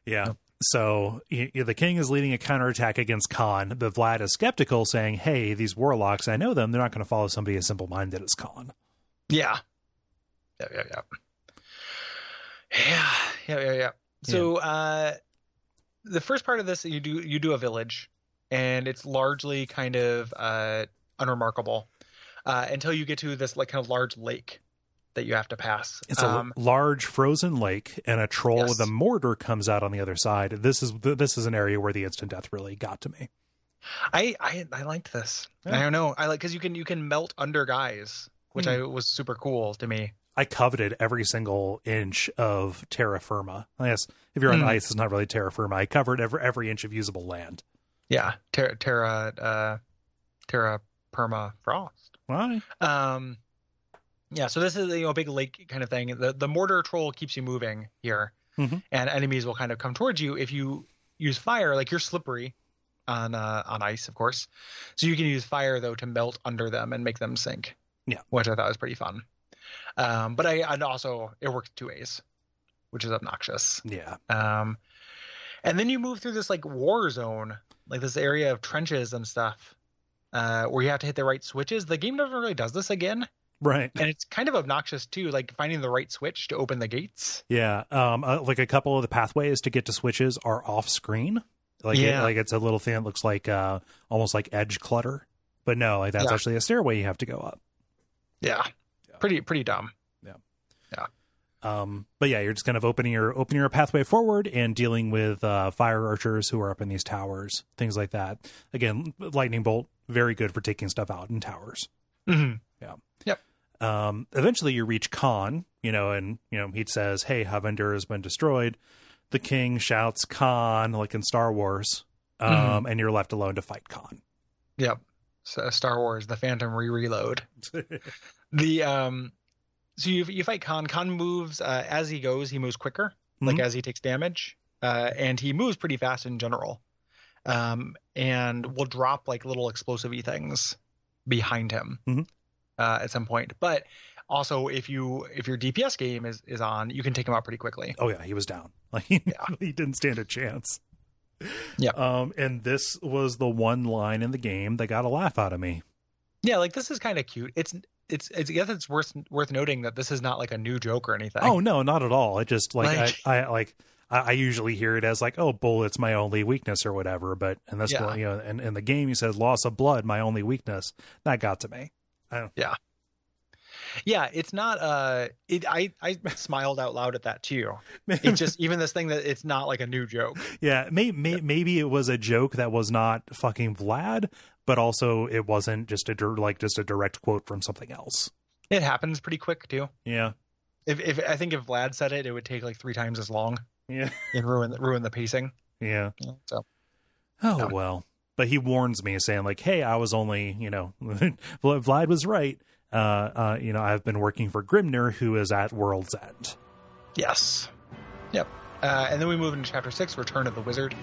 Speaker 1: yeah.
Speaker 2: No.
Speaker 1: So y y- the king is leading a counterattack against Khan, but Vlad is skeptical, saying, "Hey, these warlocks, I know them. They're not going to follow somebody as simple-minded as Khan."
Speaker 2: yeah, yeah, yeah, yeah, yeah, yeah, yeah. yeah. So uh, the first part of this, you do you do a village, and it's largely kind of uh, unremarkable uh, until you get to this like kind of large lake that you have to pass. Um,
Speaker 1: It's a l- large frozen lake, and a troll
Speaker 2: Yes.
Speaker 1: with a mortar comes out on the other side. This is th- this is an area where the instant death really got to me.
Speaker 2: I I, I liked this.
Speaker 1: Yeah.
Speaker 2: I don't know. I like because you can you can melt under guys, which
Speaker 1: Hmm.
Speaker 2: I was super cool to me.
Speaker 1: I coveted every single inch of terra firma. I guess if you're on
Speaker 2: Hmm.
Speaker 1: ice, it's not really terra firma. I covered every every inch of usable land.
Speaker 2: Yeah, Terra Terra uh, Terra Perma Frost.
Speaker 1: Why?
Speaker 2: Um, yeah. So this is you know a big lake kind of thing. The the mortar troll keeps you moving here,
Speaker 1: Mhm.
Speaker 2: and enemies will kind of come towards you if you use fire. Like you're slippery on uh, on ice, of course. So you can use fire though to melt under them and make them sink.
Speaker 1: Yeah.
Speaker 2: which I thought was pretty fun. Um, but I and also it works two ways, which is obnoxious.
Speaker 1: Yeah.
Speaker 2: Um, and then you move through this like war zone, like this area of trenches and stuff, uh, where you have to hit the right switches. The game never really does this again,
Speaker 1: Right.
Speaker 2: and it's kind of obnoxious too, like finding the right switch to open the gates.
Speaker 1: Yeah. Um. uh, like a couple of the pathways to get to switches are off screen. Like it-
Speaker 2: Yeah.
Speaker 1: like it's a little thing that looks like uh almost like edge clutter, but no, like that's
Speaker 2: Yeah.
Speaker 1: actually a stairway you have to go up.
Speaker 2: Yeah,
Speaker 1: Yeah.
Speaker 2: pretty pretty dumb.
Speaker 1: Um, but yeah, you're just kind of opening your opening your pathway forward and dealing with uh, fire archers who are up in these towers, things like that. Again, lightning bolt very good for taking stuff out in towers.
Speaker 2: hmm
Speaker 1: Um, eventually, you reach Khan, you know, and you know he says, "Hey, Havander has been destroyed." The king shouts, "Khan!" like in Star Wars, um, and you're left alone to fight Khan. [laughs]
Speaker 2: Yep. So Star Wars: The Phantom Re-Reload. The um, so you you fight Khan. Khan moves uh, as he goes. He moves quicker, like
Speaker 1: Mhm.
Speaker 2: as he takes damage, uh, and he moves pretty fast in general. Um, and will drop like little explosive things behind him
Speaker 1: Mhm.
Speaker 2: uh, at some point. But also, if you if your DPS game is is on, you can take him out pretty quickly.
Speaker 1: oh yeah, he was down. [laughs] Like he, he didn't stand a chance.
Speaker 2: Yeah.
Speaker 1: Um, and this was the one line in the game that got a laugh out of me.
Speaker 2: Yeah, like this is kind of cute. It's it's it's I guess it's worth worth noting that this is not like a new joke or anything.
Speaker 1: Oh no, not at all. It just like,
Speaker 2: Like-
Speaker 1: I, I like I, I usually hear it as like, oh, bullet's my only weakness or whatever. But in this
Speaker 2: Yeah.
Speaker 1: one, you know, in, in the game, he says loss of blood, my only weakness. That got to me.
Speaker 2: Yeah, it's not. Uh, it, I I [laughs] smiled out loud at that too. It's just even this thing that it's not like a new joke.
Speaker 1: [laughs] yeah, may, may, maybe it was a joke that was not fucking Vlad, but also it wasn't just a dir- like just a direct quote from something else.
Speaker 2: It happens pretty quick too.
Speaker 1: Yeah,
Speaker 2: If if I think if Vlad said it, it would take like three times as long
Speaker 1: yeah,
Speaker 2: and ruin ruin the pacing.
Speaker 1: yeah.
Speaker 2: Yeah, So
Speaker 1: Oh
Speaker 2: Yeah.
Speaker 1: well, but he warns me, saying like, "Hey, I was only, you know, [laughs] Vla- Vlad was right. Uh, uh, you know, I've been working for Grimner, who is at World's End."
Speaker 2: yes, yep. Uh, and then we move into chapter six, Return of the Wizard.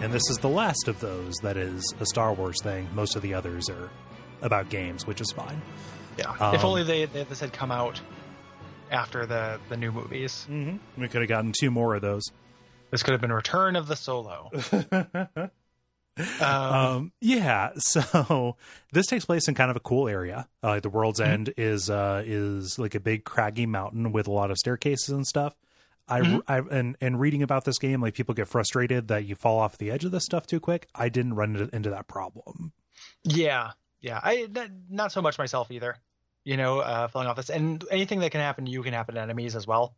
Speaker 1: And this is the last of those that is a Star Wars thing. Most of the others are about games, which is fine.
Speaker 2: Yeah.
Speaker 1: Um,
Speaker 2: if only they, they this had come out after the the new movies.
Speaker 1: Mm-hmm. We could have gotten two more of those.
Speaker 2: This could have been Return of the Solo. Um,
Speaker 1: um, yeah, [laughs] so this takes place in kind of a cool area. Uh, the World's
Speaker 2: Mhm.
Speaker 1: End is uh, is like a big craggy mountain with a lot of staircases and stuff. I,
Speaker 2: Mhm.
Speaker 1: I and and reading about this game, like people get frustrated that you fall off the edge of this stuff too quick. I didn't run into, into that problem.
Speaker 2: Yeah, yeah. I not, not so much myself either. You know, uh, falling off this, and anything that can happen to you can happen to enemies as well.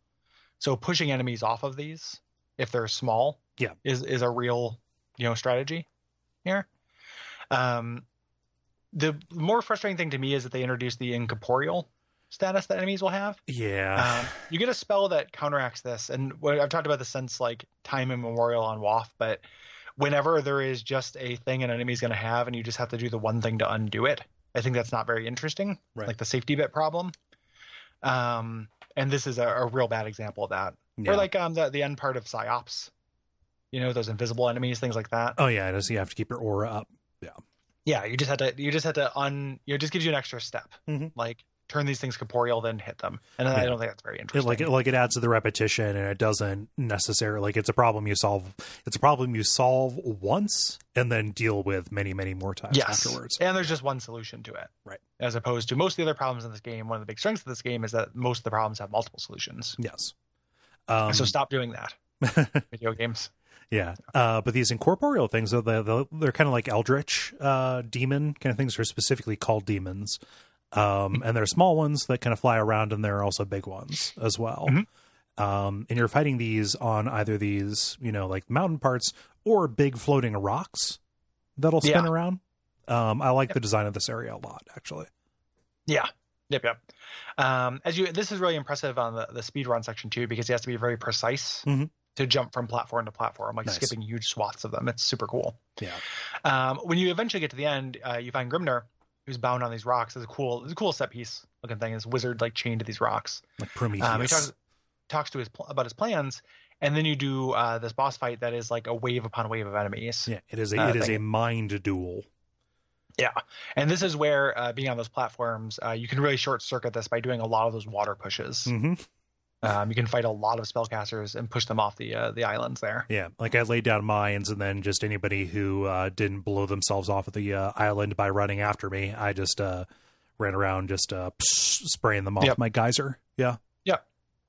Speaker 2: So pushing enemies off of these, if they're small,
Speaker 1: Yeah.
Speaker 2: is is a real you know strategy here. Um, the more frustrating thing to me is that they introduced the incorporeal status that enemies will have.
Speaker 1: Yeah, [sighs]
Speaker 2: Um, you get a spell that counteracts this, and what- I've talked about this since like time immemorial on WAF. But whenever there is just a thing an enemy's going to have, and you just have to do the one thing to undo it, I think that's not very interesting.
Speaker 1: Right.
Speaker 2: Like the safety bit problem. Um, and this is a, a real bad example of that.
Speaker 1: yeah.
Speaker 2: Or like um the the end part of psyops, you know those invisible enemies, things like that.
Speaker 1: oh yeah, it is. You have to keep your aura up.
Speaker 2: Yeah, you just had to you just had to un you know, it just gives you an extra step.
Speaker 1: Mhm.
Speaker 2: Like turn these things corporeal, then hit them, and I
Speaker 1: Yeah.
Speaker 2: don't think that's very
Speaker 1: It
Speaker 2: interesting.
Speaker 1: like it like it adds to the repetition, and it doesn't necessarily like it's a problem you solve. It's a problem you solve once and then deal with many many more times uh, afterwards.
Speaker 2: And there's just one solution to it.
Speaker 1: Right.
Speaker 2: As opposed to most of the other problems in this game, one of the big strengths of this game is that most of the problems have multiple solutions.
Speaker 1: Yes. Um,
Speaker 2: so stop doing
Speaker 1: [laughs]
Speaker 2: that. Video games.
Speaker 1: Yeah, uh, but these incorporeal things are the, the, they're kind of like eldritch uh, demon kind of things. Are specifically called demons,
Speaker 2: Mm-hmm.
Speaker 1: um, and there are small ones that kind of fly around, and there are also big ones as well.
Speaker 2: Mhm.
Speaker 1: Um, and you're fighting these on either these, you know, like mountain parts or big floating rocks that'll spin
Speaker 2: Yeah.
Speaker 1: around. Um, I like
Speaker 2: Yep.
Speaker 1: the design of this area a lot, actually.
Speaker 2: Yeah. Yep, yep. Um, as you, this is really impressive on the, the speed run section too, because you have to be very precise
Speaker 1: Mhm.
Speaker 2: to jump from platform to platform, like
Speaker 1: Nice.
Speaker 2: skipping huge swaths of them. It's super cool.
Speaker 1: Yeah.
Speaker 2: Um, when you eventually get to the end, uh, you find Grimner, who's bound on these rocks. It's a cool, it's a cool set piece looking thing. This wizard like chained to these rocks.
Speaker 1: Like Prometheus.
Speaker 2: Um, he talks, talks to his pl- about his plans, and then you do uh, this boss fight that is like a wave upon wave of enemies.
Speaker 1: yeah, it is a
Speaker 2: uh,
Speaker 1: it is
Speaker 2: thing.
Speaker 1: a mind duel.
Speaker 2: Yeah, and this is where uh, being on those platforms, uh, you can really short circuit this by doing a lot of those water pushes.
Speaker 1: Mm-hmm.
Speaker 2: Um, you can fight a lot of spellcasters and push them off the uh, the islands there.
Speaker 1: Yeah, like I laid down mines, and then just anybody who uh, didn't blow themselves off of the uh, island by running after me, I just uh, ran around just uh, spraying them off
Speaker 2: Yep.
Speaker 1: my geyser. Yeah.
Speaker 2: Yeah,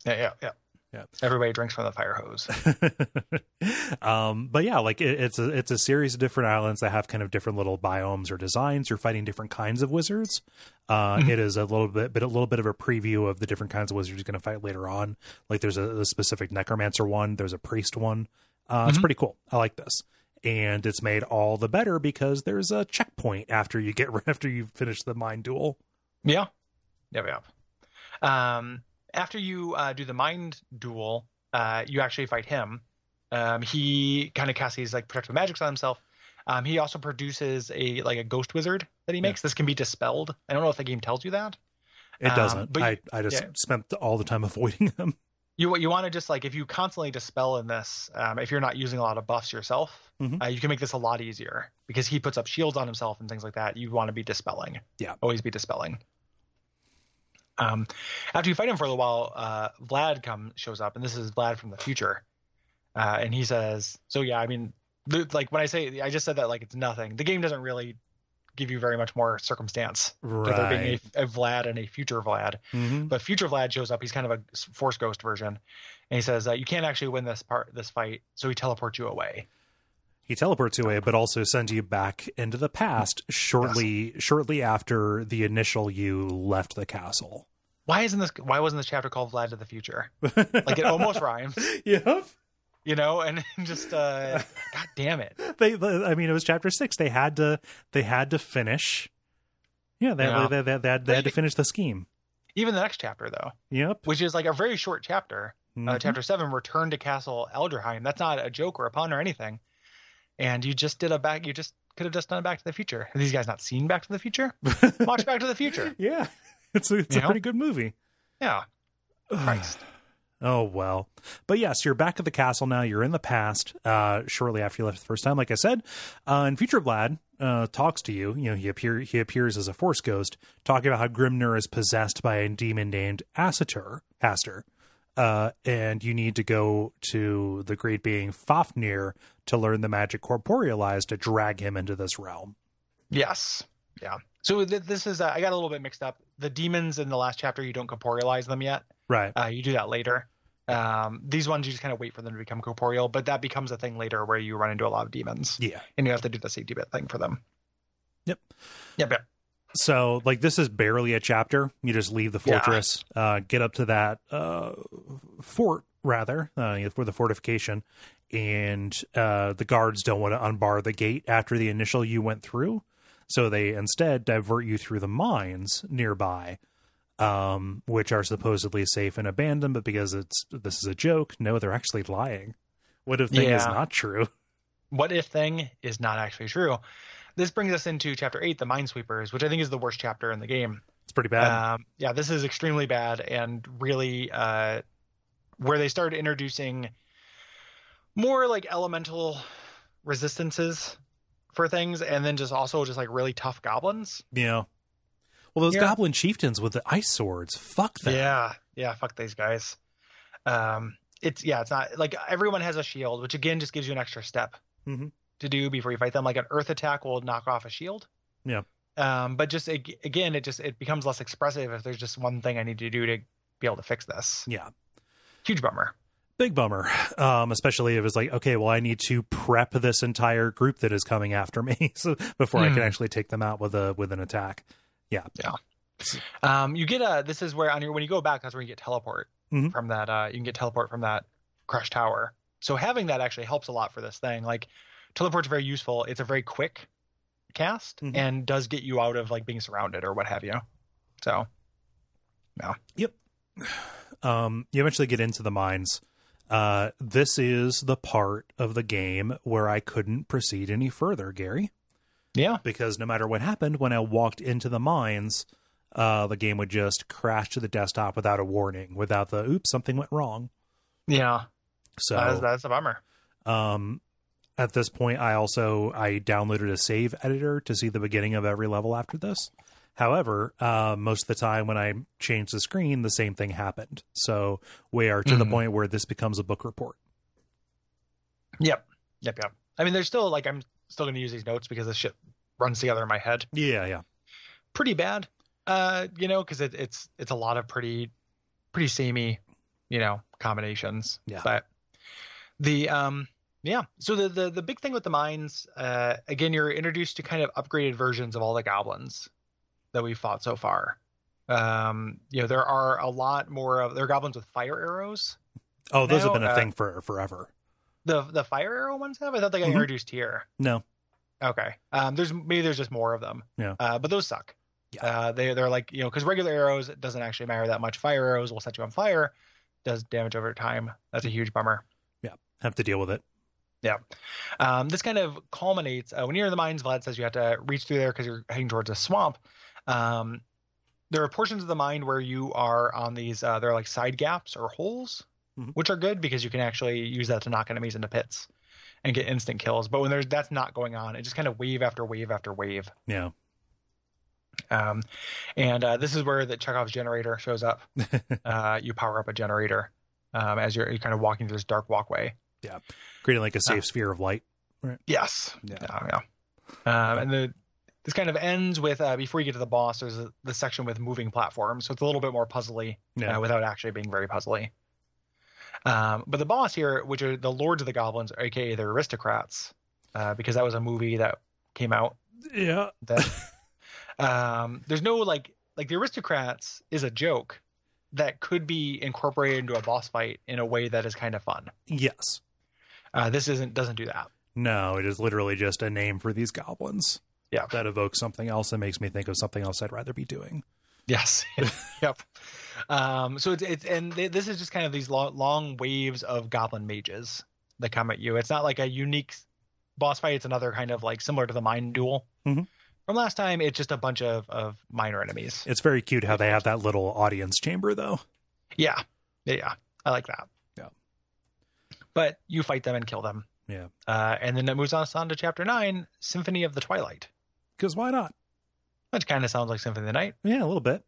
Speaker 2: yeah, yeah.
Speaker 1: Yeah.
Speaker 2: Everybody drinks from the fire hose.
Speaker 1: [laughs] um, but yeah, like it, it's a it's a series of different islands that have kind of different little biomes or designs. You're fighting different kinds of wizards. Uh,
Speaker 2: Mhm.
Speaker 1: it is a little bit, but a little bit of a preview of the different kinds of wizards you're going to fight later on. Like there's a, a specific necromancer one. There's a priest one. Uh, It's
Speaker 2: Mhm.
Speaker 1: pretty cool. I like this, and it's made all the better because there's a checkpoint after you get [laughs] after you finish the mind duel.
Speaker 2: Yeah. Yep, yep. Um, after you uh, do the mind duel, uh, you actually fight him. Um, he kind of casts these like protective magics on himself. Um, he also produces a like a ghost wizard that he
Speaker 1: Yeah.
Speaker 2: makes. This can be dispelled. I don't know if the game tells you that.
Speaker 1: It
Speaker 2: Um,
Speaker 1: doesn't.
Speaker 2: but
Speaker 1: I I just
Speaker 2: yeah.
Speaker 1: spent all the time [laughs] avoiding them.
Speaker 2: You you want to just like if you constantly dispel in this, um, if you're not using a lot of buffs yourself,
Speaker 1: Mhm.
Speaker 2: uh, you can make this a lot easier because he puts up shields on himself and things like that. You want to be dispelling.
Speaker 1: Yeah.
Speaker 2: always be dispelling. Um, after you fight him for a little while, uh, Vlad come shows up, and this is Vlad from the future, uh, and he says, "So yeah, I mean, the- like when I say I just said that, like it's nothing. The game doesn't really give you very much more circumstance for there being
Speaker 1: Right.
Speaker 2: a, a Vlad and a future Vlad."
Speaker 1: Mhm.
Speaker 2: But Future Vlad shows up. He's kind of a Force Ghost version, and he says, uh, "You can't actually win this part, this fight." So he teleports you away.
Speaker 1: he teleports you away but also sends you back into the past shortly shortly after the initial you left the castle
Speaker 2: Why isn't this? Why wasn't this chapter called Vlad to the Future? [laughs] Like it almost rhymes,
Speaker 1: [laughs] yep
Speaker 2: you know. And [laughs] just, uh, God damn it!
Speaker 1: they i mean it was chapter six they had to they had to finish yeah they,
Speaker 2: Yeah.
Speaker 1: They, they, they had, they had to finish the scheme
Speaker 2: Even the next chapter though,
Speaker 1: yep
Speaker 2: which is like a very short chapter, uh,
Speaker 1: Mhm.
Speaker 2: chapter seven, Return to Castle Elderheim. That's not a joke or a pun or anything. And you just did a back. You just could have just done a Back to the Future. Have these guys not seen Back to the Future? Watch Back to the Future.
Speaker 1: yeah [laughs] it's a, it's
Speaker 2: You
Speaker 1: a
Speaker 2: know?
Speaker 1: pretty good movie
Speaker 2: Yeah, Christ.
Speaker 1: Oh well, but yes, you're back at the castle now. You're in the past. Uh, shortly after you left the first time, like I said, uh, and future Vlad uh, talks to you. You know, he appear he appears as a force ghost, talking about how Grimnir is possessed by a demon named Asatur, Aster, uh, and you need to go to the great being Fafnir to learn the magic corporealized to drag him into this realm.
Speaker 2: Yes. Yeah. So th- this is uh, I got a little bit mixed up. The demons in the last chapter you don't corporealize them yet.
Speaker 1: Right.
Speaker 2: Uh, you do that later. Um, these ones you just kind of wait for them to become corporeal, but that becomes a thing later where you run into a lot of demons
Speaker 1: Yeah.
Speaker 2: and you have to do the safety bit thing for them.
Speaker 1: Yep.
Speaker 2: Yep. yep.
Speaker 1: so like this is barely a chapter you just leave the
Speaker 2: Yeah.
Speaker 1: fortress uh get up to that uh fort rather uh for the fortification and uh the guards don't want to unbar the gate after the initial you went through so they instead divert you through the mines nearby um which are supposedly safe and abandoned but because it's this is a joke no they're actually lying what if thing is
Speaker 2: Yeah.
Speaker 1: not true [laughs]
Speaker 2: What if thing is not actually true? This brings us into chapter eight, the Minesweepers, which I think is the worst chapter in the game.
Speaker 1: it's pretty bad
Speaker 2: Um, yeah, this is extremely bad and really uh, where they started introducing more like elemental resistances for things, and then just also just like really tough goblins.
Speaker 1: yeah well those
Speaker 2: yeah.
Speaker 1: goblin chieftains with the ice swords fuck them
Speaker 2: Yeah, yeah, fuck these guys. Um, it's yeah, it's not like everyone has a shield, which again just gives you an extra step
Speaker 1: Mhm.
Speaker 2: to do before you fight them. Like an earth attack will knock off a shield.
Speaker 1: Yeah.
Speaker 2: Um, but just ag- again, it just it becomes less expressive if there's just one thing I need to do to be able to fix this.
Speaker 1: yeah
Speaker 2: Huge bummer.
Speaker 1: big bummer um especially if it's like okay well i need to prep this entire group that is coming after me [laughs] so before i
Speaker 2: Hmm.
Speaker 1: can actually take them out with a with an attack
Speaker 2: Um, you get a. This is where on your when you go back, that's where you get teleport
Speaker 1: Mhm.
Speaker 2: from that. Uh, you can get teleport from that crushed tower. So having that actually helps a lot for this thing. Like teleport's very useful. It's a very quick cast
Speaker 1: Mhm.
Speaker 2: and does get you out of like being surrounded or what have you. So
Speaker 1: um you eventually get into the mines Uh, this is the part of the game where I couldn't proceed any further, Gary,
Speaker 2: Yeah.
Speaker 1: because no matter what happened, when I walked into the mines, uh, the game would just crash to the desktop without a warning, without the oops, something went wrong.
Speaker 2: Yeah.
Speaker 1: So
Speaker 2: that's, that's a bummer.
Speaker 1: um at this point i also i downloaded a save editor to see the beginning of every level after this however uh most of the time when i changed the screen the same thing happened so we are to the
Speaker 2: Mhm.
Speaker 1: point where this becomes a book report
Speaker 2: Yep. Yep. Yep. I mean, there's still like I'm still going to use these notes because this shit runs together in my head
Speaker 1: yeah yeah
Speaker 2: pretty bad. Uh, you know, because it, it's it's a lot of pretty pretty samey, you know, combinations.
Speaker 1: Yeah.
Speaker 2: But the um yeah. So the the, the big thing with the mines, uh, again, you're introduced to kind of upgraded versions of all the goblins that we've fought so far. Um, you know, there are a lot more of there are goblins with fire arrows.
Speaker 1: oh those have
Speaker 2: Now,
Speaker 1: been a
Speaker 2: uh,
Speaker 1: thing for forever
Speaker 2: The the fire arrow ones have? I thought they got
Speaker 1: Mhm.
Speaker 2: introduced here.
Speaker 1: no
Speaker 2: Okay. Um, there's maybe there's just more of them.
Speaker 1: Yeah.
Speaker 2: Uh, but those suck.
Speaker 1: Yeah.
Speaker 2: Uh, they they're like you know because regular arrows it doesn't actually matter that much. Fire arrows will set you on fire, does damage over time. That's a huge bummer.
Speaker 1: have to deal with it
Speaker 2: Um, this kind of culminates uh, when you're in the mines. Vlad says you have to reach through there because you're heading towards a swamp. Um, there are portions of the mine where you are on these. Uh, they're like side gaps or holes,
Speaker 1: Mhm.
Speaker 2: which are good because you can actually use that to knock enemies into pits and get instant kills. But when there's that's not going on, it just kind of wave after wave after wave.
Speaker 1: yeah
Speaker 2: Um, and uh, this is where the Chekhov's generator shows up. uh, you power up a generator um, as you're, you're kind of walking through this dark walkway.
Speaker 1: creating like a safe
Speaker 2: Uh,
Speaker 1: sphere of light
Speaker 2: Yes.
Speaker 1: Ah. Yeah.
Speaker 2: Oh, Yeah. yeah. Um, and the this kind of ends with uh, before you get to the boss. There's a, the section with moving platforms, so it's a little bit more puzzly
Speaker 1: Yeah.
Speaker 2: uh, without actually being very puzzly. Um, but the boss here, which are the Lords of the Goblins, aka the aristocrats, uh, because that was a movie that came out
Speaker 1: yeah [laughs]
Speaker 2: that um there's no like like the aristocrats is a joke that could be incorporated into a boss fight in a way that is kind of fun
Speaker 1: yes
Speaker 2: uh this isn't doesn't do that
Speaker 1: no it is literally just a name for these goblins
Speaker 2: Yeah.
Speaker 1: that evokes something else and makes me think of something else i'd rather be doing [laughs]
Speaker 2: yes [laughs] yep um so it's it's and th- this is just kind of these long, long waves of goblin mages that come at you it's not like a unique boss fight it's another kind of like similar to the mine duel
Speaker 1: Mhm.
Speaker 2: from last time it's just a bunch of of minor enemies
Speaker 1: it's very cute how they have that little audience chamber though
Speaker 2: Yeah. Yeah. yeah. I like that.
Speaker 1: Yeah.
Speaker 2: But you fight them and kill them.
Speaker 1: Yeah.
Speaker 2: Uh, and then it moves us on to chapter nine, Symphony of the Twilight,
Speaker 1: because why not?
Speaker 2: which kind of sounds like Symphony of the Night.
Speaker 1: Yeah, a little bit.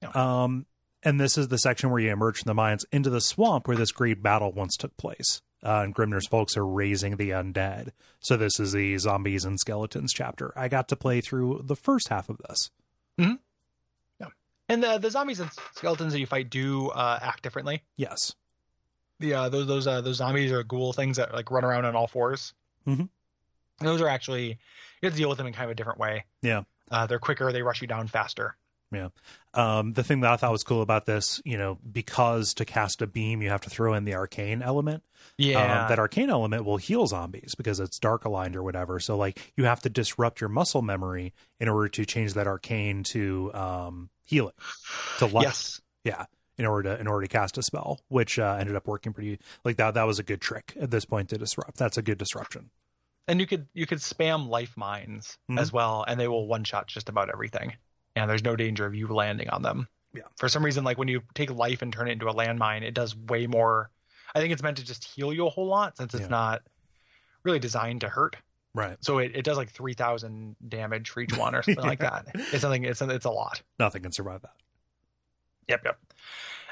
Speaker 2: Yeah.
Speaker 1: Um, and this is the section where you emerge from the mines into the swamp where this great battle once took place. Uh, and Grimner's folks are raising the undead. So this is the zombies and skeletons chapter. I got to play through the first half of this.
Speaker 2: And the the zombies and skeletons that you fight do uh, act differently.
Speaker 1: Yes.
Speaker 2: The uh, those those uh, those zombies are ghoul things that like run around on all 4s
Speaker 1: Mhm.
Speaker 2: Those are actually you have to deal with them in kind of a different way.
Speaker 1: Yeah.
Speaker 2: Uh, they're quicker. They rush you down faster.
Speaker 1: Um, the thing that I thought was cool about this, you know, because to cast a beam, you have to throw in the arcane element. um, that arcane element will heal zombies because it's dark aligned or whatever. So like you have to disrupt your muscle memory in order to change that arcane to um, healing to life
Speaker 2: yes.
Speaker 1: in order to in order to cast a spell, which uh, ended up working pretty like that. That was a good trick at this point to disrupt. That's a good disruption.
Speaker 2: and you could you could spam life mines
Speaker 1: Mhm.
Speaker 2: as well and they will one shot just about everything and there's no danger of you landing on them
Speaker 1: Yeah.
Speaker 2: for some reason like when you take life and turn it into a landmine it does way more i think it's meant to just heal you a whole lot since it's
Speaker 1: Yeah.
Speaker 2: not really designed to hurt
Speaker 1: Right.
Speaker 2: so it, it does like 3000 damage for each one
Speaker 1: [laughs]
Speaker 2: or something like that it's something it's it's a lot
Speaker 1: Nothing can survive that.
Speaker 2: Yep, yep.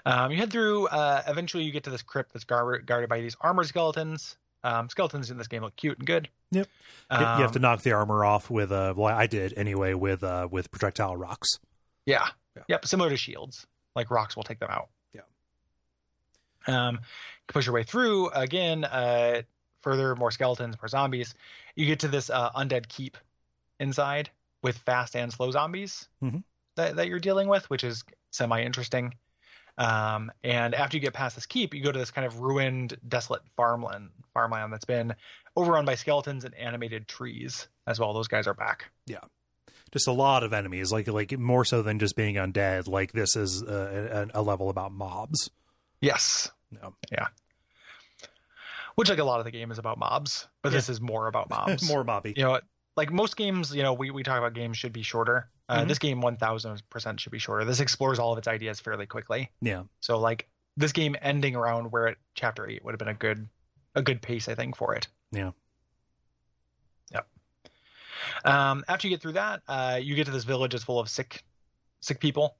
Speaker 2: Um, you head through. Uh, eventually, you get to this crypt that's gar- guarded by these armor skeletons. Um, skeletons in this game look cute and good.
Speaker 1: Yep. You-
Speaker 2: Um,
Speaker 1: you have to knock the armor off with uh well I did anyway with uh with projectile rocks.
Speaker 2: Yeah.
Speaker 1: Yeah.
Speaker 2: Yep. Similar to shields, like rocks will take them out.
Speaker 1: Yeah.
Speaker 2: Um, you push your way through again. Uh, further, more skeletons, more zombies. You get to this uh, undead keep inside with fast and slow zombies
Speaker 1: Mhm.
Speaker 2: that that you're dealing with, which is semi interesting. Um, and after you get past this keep, you go to this kind of ruined, desolate farmland farmland that's been overrun by skeletons and animated trees as well. Those guys are back.
Speaker 1: Just a lot of enemies, like like more so than just being undead. Like this is uh, a, a level about mobs.
Speaker 2: Yes.
Speaker 1: No.
Speaker 2: which like a lot of the game is about mobs, but this is more about mobs.
Speaker 1: More Bobby.
Speaker 2: You know, like most games, you know, we, we talk about games should be shorter. Uh,
Speaker 1: Mhm.
Speaker 2: This game 1000% should be shorter. This explores all of its ideas fairly quickly.
Speaker 1: Yeah.
Speaker 2: So like this game ending around where it, chapter 8 would have been a good a good pace I think for it.
Speaker 1: Yeah.
Speaker 2: Yep. Um, after you get through that, uh, you get to this village that's full of sick sick people.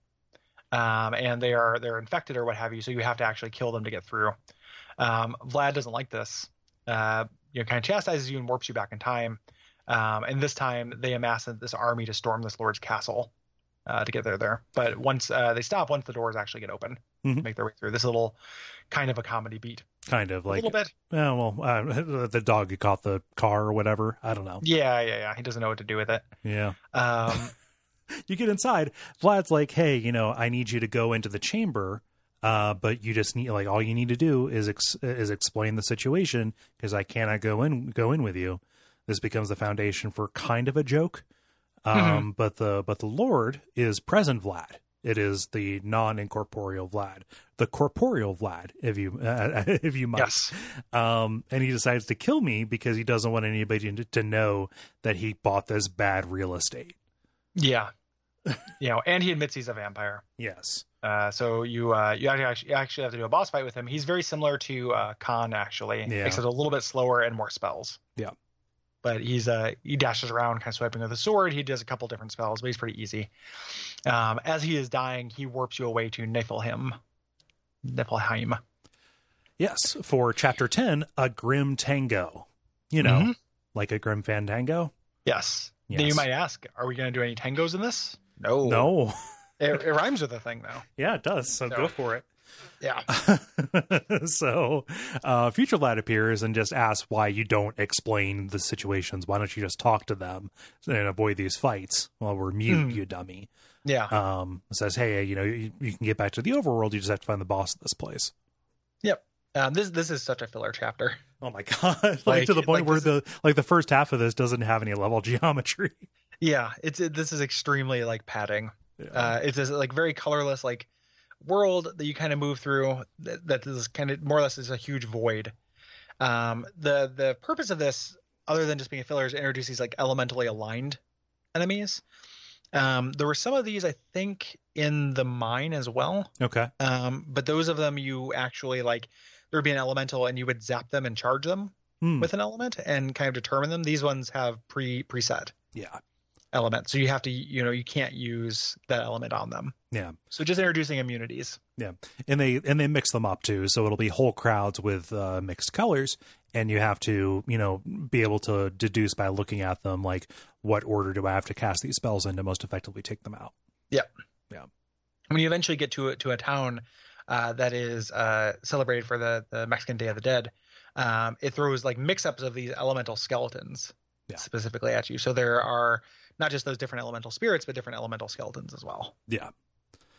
Speaker 2: Um, and they are they're infected or what have you, so you have to actually kill them to get through. Um, Vlad doesn't like this. Uh, you know, kind of chastises you and warps you back in time. Um, and this time they amass this army to storm this lord's castle uh, to get there there. But once uh, they stop, once the doors actually get open,
Speaker 1: Mhm.
Speaker 2: make their way through. This little kind of a comedy beat,
Speaker 1: Kind of like
Speaker 2: a little bit.
Speaker 1: Oh, well, uh, [laughs] the dog who caught the car or whatever. I don't know.
Speaker 2: Yeah, yeah, yeah. He doesn't know what to do with it.
Speaker 1: Yeah.
Speaker 2: Um,
Speaker 1: You get inside. Vlad's like, hey, you know, I need you to go into the chamber. Uh, but you just need like all you need to do is ex- is explain the situation because I cannot go in go in with you. This becomes the foundation for kind of a joke. Um,
Speaker 2: Mm-hmm.
Speaker 1: but the but the Lord is present Vlad. It is the non incorporeal Vlad, the corporeal Vlad, if you [laughs] uh, if you might.
Speaker 2: yes,
Speaker 1: um, and he decides to kill me because he doesn't want anybody to, to know that he bought this bad real estate.
Speaker 2: yeah, [laughs] you know. And he admits he's a vampire.
Speaker 1: Yes.
Speaker 2: Uh, so you uh, you actually you actually have to do a boss fight with him. He's very similar to uh, Khan actually,
Speaker 1: Yeah.
Speaker 2: except a little bit slower and more spells.
Speaker 1: Yeah.
Speaker 2: But he's uh he dashes around, kind of swiping with a sword. He does a couple different spells, but he's pretty easy. Um, as he is dying, he warps you away to Niflheim. Niflheim.
Speaker 1: Yes. For chapter 10, a grim tango, you know,
Speaker 2: Mhm.
Speaker 1: like a grim fandango.
Speaker 2: Yes.
Speaker 1: Yes.
Speaker 2: Now you might ask, are we going to do any tangos in this? No.
Speaker 1: No. [laughs]
Speaker 2: It, it rhymes with a thing though.
Speaker 1: yeah, it does. So
Speaker 2: No.
Speaker 1: go for it. [laughs]
Speaker 2: Yeah.
Speaker 1: so uh, Future Lad appears and just asks why you don't explain the situations. Why don't you just talk to them and avoid these fights? Well, we're mute,
Speaker 2: Hmm.
Speaker 1: you dummy.
Speaker 2: Yeah.
Speaker 1: Um, says, hey, you know, you, you can get back to the overworld. You just have to find the boss of this place.
Speaker 2: Um, this this is such a filler chapter.
Speaker 1: Oh my god! [laughs] Like,
Speaker 2: Like-
Speaker 1: to the point
Speaker 2: like
Speaker 1: where
Speaker 2: this
Speaker 1: the like the first half of this doesn't have any level [laughs] geometry.
Speaker 2: Yeah, it's it, this is extremely like padding.
Speaker 1: Yeah.
Speaker 2: Uh, it's this like very colorless like world that you kind of move through. That, that is kind of more or less is a huge void. Um, the the purpose of this, other than just being a filler, is to introduce these like elementally aligned enemies. Um, there were some of these I think in the mine as well.
Speaker 1: okay.
Speaker 2: Um, but those of them you actually like there would be an elemental and you would zap them and charge them
Speaker 1: Hmm.
Speaker 2: with an element and kind of determine them. These ones have pre preset
Speaker 1: yeah.
Speaker 2: element. So you have to, you know, you can't use that element on them.
Speaker 1: Yeah.
Speaker 2: So just introducing immunities.
Speaker 1: And they and they mix them up too, so it'll be whole crowds with uh, mixed colors, and you have to you know be able to deduce by looking at them like what order do I have to cast these spells in to most effectively take them out.
Speaker 2: When you eventually get to a, to a town uh, that is uh, celebrated for the, the Mexican Day of the Dead, um, it throws like mix-ups of these elemental skeletons
Speaker 1: Yeah.
Speaker 2: specifically at you. So there are not just those different elemental spirits, but different elemental skeletons as well.
Speaker 1: Yeah.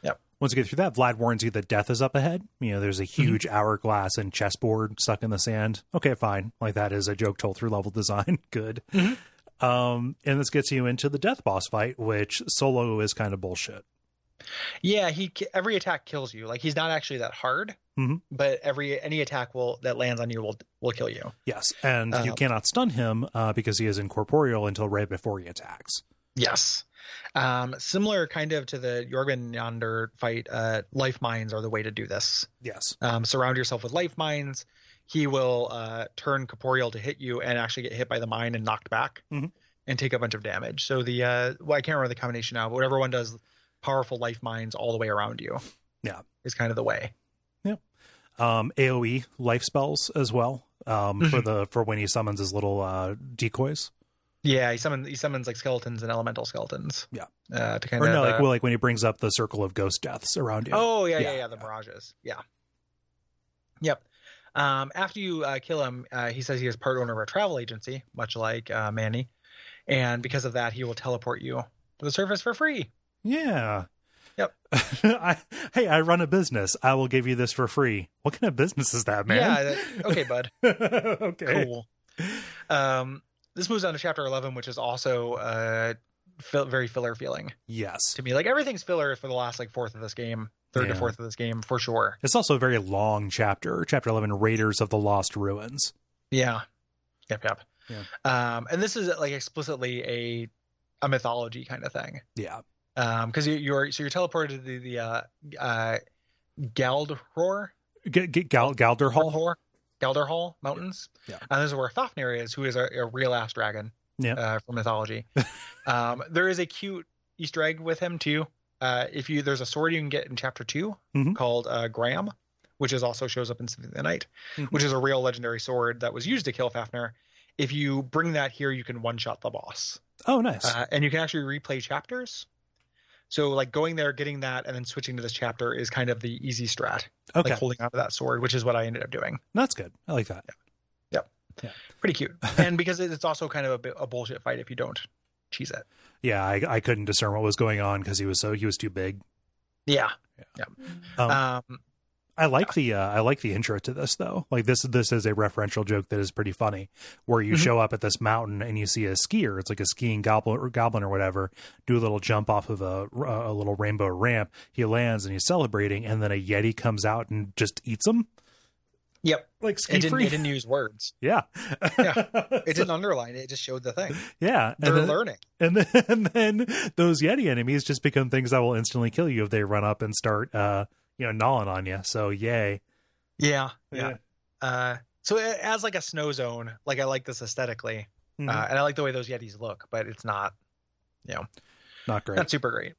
Speaker 2: Yep.
Speaker 1: Once you get through that, Vlad warns you that death is up ahead. You know, there's a
Speaker 2: Mm-hmm.
Speaker 1: huge hourglass and chessboard stuck in the sand. Okay, fine. Like that is a joke told through level [laughs] design. Good.
Speaker 2: Mhm.
Speaker 1: Um, and this gets you into the death boss fight, which solo is kind of bullshit.
Speaker 2: Yeah, he ki- every attack kills you. Like he's not actually that hard,
Speaker 1: Mhm.
Speaker 2: but every any attack will that lands on you will will kill you.
Speaker 1: Yes, and you
Speaker 2: Um,
Speaker 1: cannot stun him uh, because he is incorporeal until right before he attacks.
Speaker 2: Yes. Um, similar kind of to the Jorgen Yonder fight, uh, life mines are the way to do this.
Speaker 1: Yes.
Speaker 2: Um, surround yourself with life mines. He will uh, turn corporeal to hit you and actually get hit by the mine and knocked back
Speaker 1: Mhm.
Speaker 2: and take a bunch of damage. So the uh, well, I can't remember the combination now, but whatever one does powerful life mines all the way around you.
Speaker 1: Yeah.
Speaker 2: Is kind of the way.
Speaker 1: Um, AOE life spells as well um, for
Speaker 2: Mm-hmm.
Speaker 1: the for when he summons his little uh, decoys.
Speaker 2: Yeah, he summons he summons like skeletons and elemental skeletons.
Speaker 1: Yeah.
Speaker 2: Uh, to kind
Speaker 1: Or
Speaker 2: of
Speaker 1: no, like
Speaker 2: uh,
Speaker 1: well, like when he brings up the circle of ghost deaths around you.
Speaker 2: Oh yeah, yeah,
Speaker 1: Yeah,
Speaker 2: yeah. the mirages. Yeah. Yep. Um, after you uh, kill him, uh, he says he is part owner of a travel agency, much like uh, Manny, and because of that, he will teleport you to the surface for free.
Speaker 1: Yeah.
Speaker 2: Yep.
Speaker 1: [laughs] I, hey, I run a business. I will give you this for free. What kind of business is that, man?
Speaker 2: Yeah. that- Okay, bud.
Speaker 1: [laughs] okay.
Speaker 2: Cool. Um, this moves on to chapter eleven, which is also uh, fill very filler feeling
Speaker 1: Yes.
Speaker 2: to me. Like everything's filler for the last like fourth of this game, third
Speaker 1: Yeah.
Speaker 2: to fourth of this game for sure.
Speaker 1: It's also a very long chapter. Chapter 11 Raiders of the Lost Ruins.
Speaker 2: Yeah. Yep. Yep.
Speaker 1: Yeah.
Speaker 2: Um, and this is like explicitly a a mythology kind of thing.
Speaker 1: Yeah.
Speaker 2: Um, because you, you're so you're teleported to the the uh, uh, Galdhor
Speaker 1: G- G- Gal- Galder Hall.
Speaker 2: Hor- Galderhall Mountains.
Speaker 1: Yeah.
Speaker 2: And this is where Fafnir is, who is a, a real ass dragon
Speaker 1: Yeah.
Speaker 2: uh,
Speaker 1: [laughs]
Speaker 2: from mythology. um, there is a cute Easter egg with him too. Uh, if you there's a sword you can get in chapter 2
Speaker 1: Mhm.
Speaker 2: called uh, Graham, which is also shows up in Symphony of the Night,
Speaker 1: Mhm.
Speaker 2: which is a real legendary sword that was used to kill Fafnir. If you bring that here, you can one shot the boss,
Speaker 1: Oh, nice.
Speaker 2: uh, and you can actually replay chapters. So like going there, getting that, and then switching to this chapter is kind of the easy strat,
Speaker 1: okay,
Speaker 2: like holding onto that sword, which is what I ended up doing.
Speaker 1: that's good. I like that.
Speaker 2: pretty cute
Speaker 1: [laughs]
Speaker 2: and because it- it's also kind of a, bit- a bullshit fight if you don't cheese it
Speaker 1: Yeah, I, I couldn't discern what was going on because he was so he was too big.
Speaker 2: yeah
Speaker 1: Um,
Speaker 2: um
Speaker 1: I like the uh, I like the intro to this though. Like this this is a referential joke that is pretty funny, where you
Speaker 2: Mhm.
Speaker 1: show up at this mountain and you see a skier. It's like a skiing goblin or goblin or whatever. Do a little jump off of a a little rainbow ramp. He lands and he's celebrating, and then a yeti comes out and just eats him
Speaker 2: yep
Speaker 1: like
Speaker 2: it
Speaker 1: ski
Speaker 2: didn't,
Speaker 1: free.
Speaker 2: it didn't
Speaker 1: [laughs]
Speaker 2: use words
Speaker 1: yeah,
Speaker 2: Yeah. it didn't underline it it just showed the thing
Speaker 1: [laughs] yeah.
Speaker 2: they're
Speaker 1: and then,
Speaker 2: learning
Speaker 1: and then [laughs] and then those yeti enemies just become things that will instantly kill you if they run up and start uh you know gnawing on you. So yay.
Speaker 2: yeah yeah, uh so it, as like a snow zone like i like this esthetically
Speaker 1: Mhm.
Speaker 2: uh, and i like the way those yetis look but it's not
Speaker 1: not great.
Speaker 2: not super great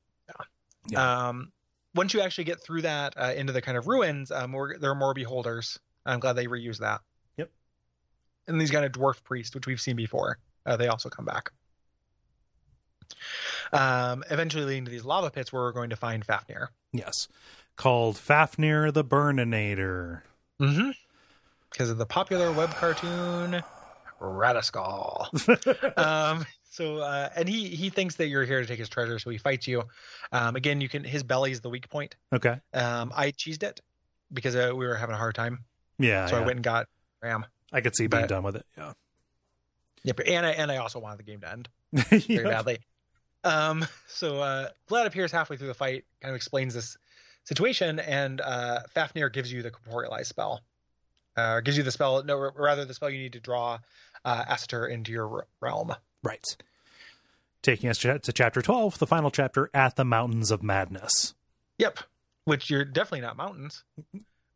Speaker 2: yeah. um once you actually get through that uh, into the kind of ruins um more, there are more beholders i'm glad they reused that
Speaker 1: Yep.
Speaker 2: and these kind of dwarf priests which we've seen before uh, they also come back um eventually leading to these lava pits where we're going to find fafnir
Speaker 1: Yes. Called Fafnir the Burninator.
Speaker 2: mm-hmm because of the popular web cartoon Radiskull. um so uh and he he thinks that you're here to take his treasure so he fights you um again you can his belly is the weak point
Speaker 1: Okay.
Speaker 2: Um, I cheesed it because uh, we were having a hard time,
Speaker 1: Yeah.
Speaker 2: so I
Speaker 1: Ah, yeah.
Speaker 2: went and got RAM.
Speaker 1: I could see being
Speaker 2: but-
Speaker 1: done with it.
Speaker 2: [laughs]
Speaker 1: Yeah.
Speaker 2: Yep, and I and I also wanted the game to end very
Speaker 1: [laughs] Yeah.
Speaker 2: badly. Um, so uh, Vlad appears halfway through the fight, kind of explains this situation, and uh, Fafnir gives you the corporealized spell, uh, or gives you the spell. No, r- rather the spell you need to draw uh, Aster into your r- realm.
Speaker 1: Right. Taking us to to chapter 12, the final chapter at the Mountains of Madness.
Speaker 2: Yep, which you're definitely not mountains.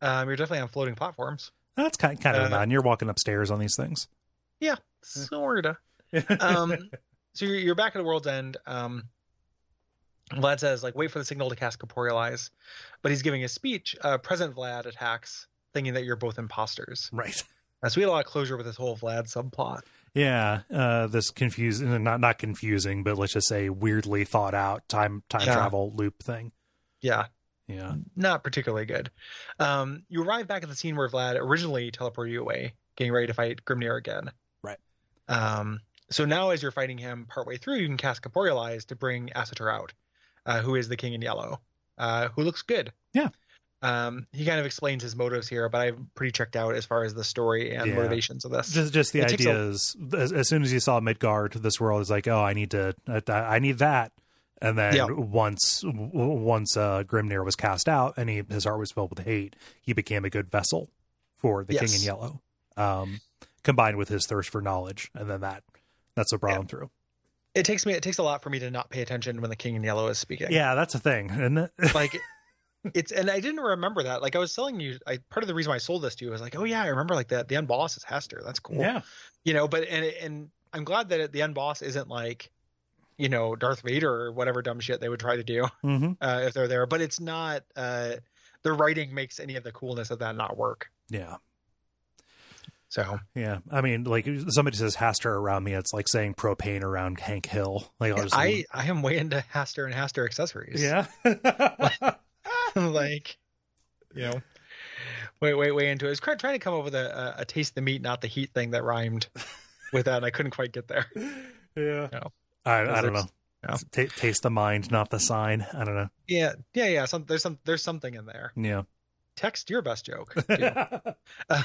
Speaker 2: Um, you're definitely on floating platforms.
Speaker 1: That's kind kind of
Speaker 2: Uh,
Speaker 1: none. You're walking upstairs on these things.
Speaker 2: Sorta. [laughs] um, so you're, you're back at the world's end. Um, Vlad says, like, wait for the signal to cast corporealize, but he's giving a speech. Uh, President Vlad attacks, thinking that you're both imposters.
Speaker 1: [laughs] right.
Speaker 2: Uh, so we had a lot of closure with this whole Vlad subplot.
Speaker 1: Yeah. Uh, this confusing, not not confusing, but let's just say weirdly thought out time time
Speaker 2: Yeah.
Speaker 1: travel loop thing.
Speaker 2: Yeah,
Speaker 1: Yeah.
Speaker 2: not particularly good. Um, you arrive back at the scene where Vlad originally teleported you away, getting ready to fight Grimnir again.
Speaker 1: Right.
Speaker 2: Um, so now, as you're fighting him partway through, you can cast corporealize to bring Asator out, uh, who is the King in Yellow, uh, who looks good.
Speaker 1: Yeah.
Speaker 2: Um, he kind of explains his motives here, but I'm pretty checked out as far as the story and
Speaker 1: Yeah.
Speaker 2: motivations of this.
Speaker 1: just just the
Speaker 2: It takes
Speaker 1: idea
Speaker 2: a-
Speaker 1: is as, as soon as you saw Midgard, this world is like, oh, I need to, I, I need that. And then
Speaker 2: Yeah.
Speaker 1: once w- once uh, Grimnir was cast out and he, his heart was filled with hate, he became a good vessel for the King in
Speaker 2: Yes.
Speaker 1: Yellow, um, combined with his thirst for knowledge, and then that that's what brought
Speaker 2: Yeah.
Speaker 1: him through.
Speaker 2: It takes me. It takes a lot for me to not pay attention when the King in Yellow is speaking.
Speaker 1: Yeah, that's a thing, isn't it? [laughs]
Speaker 2: like it's and I didn't remember that. Like I was telling you, I part of the reason why I sold this to you was like, oh yeah, I remember like that. The end boss is Hester. That's cool.
Speaker 1: yeah,
Speaker 2: You know, but and and I'm glad that at the end boss isn't like, you know, Darth Vader or whatever dumb shit they would try to do
Speaker 1: hmm
Speaker 2: uh, if they're there. But it's not. uh The writing makes any of the coolness of that not work.
Speaker 1: yeah,
Speaker 2: So
Speaker 1: yeah. I mean, like somebody says Haster around me, it's like saying propane around Hank Hill. Like I'll just
Speaker 2: I I am way into Hester and Hester accessories.
Speaker 1: yeah,
Speaker 2: [laughs]
Speaker 1: [laughs]
Speaker 2: like, you know. Way, way, way into it. I was try- trying to come up with a, a, a taste the meat, not the heat thing that rhymed with that, and I couldn't quite get there.
Speaker 1: [laughs] yeah.
Speaker 2: No.
Speaker 1: I, I
Speaker 2: Because
Speaker 1: don't know.
Speaker 2: it's- no.
Speaker 1: Ta taste the mind, not the sign. I don't know.
Speaker 2: Yeah, yeah, yeah. Some, there's some there's something in there. [laughs]
Speaker 1: Yeah.
Speaker 2: Text your best joke. too. [laughs] Uh,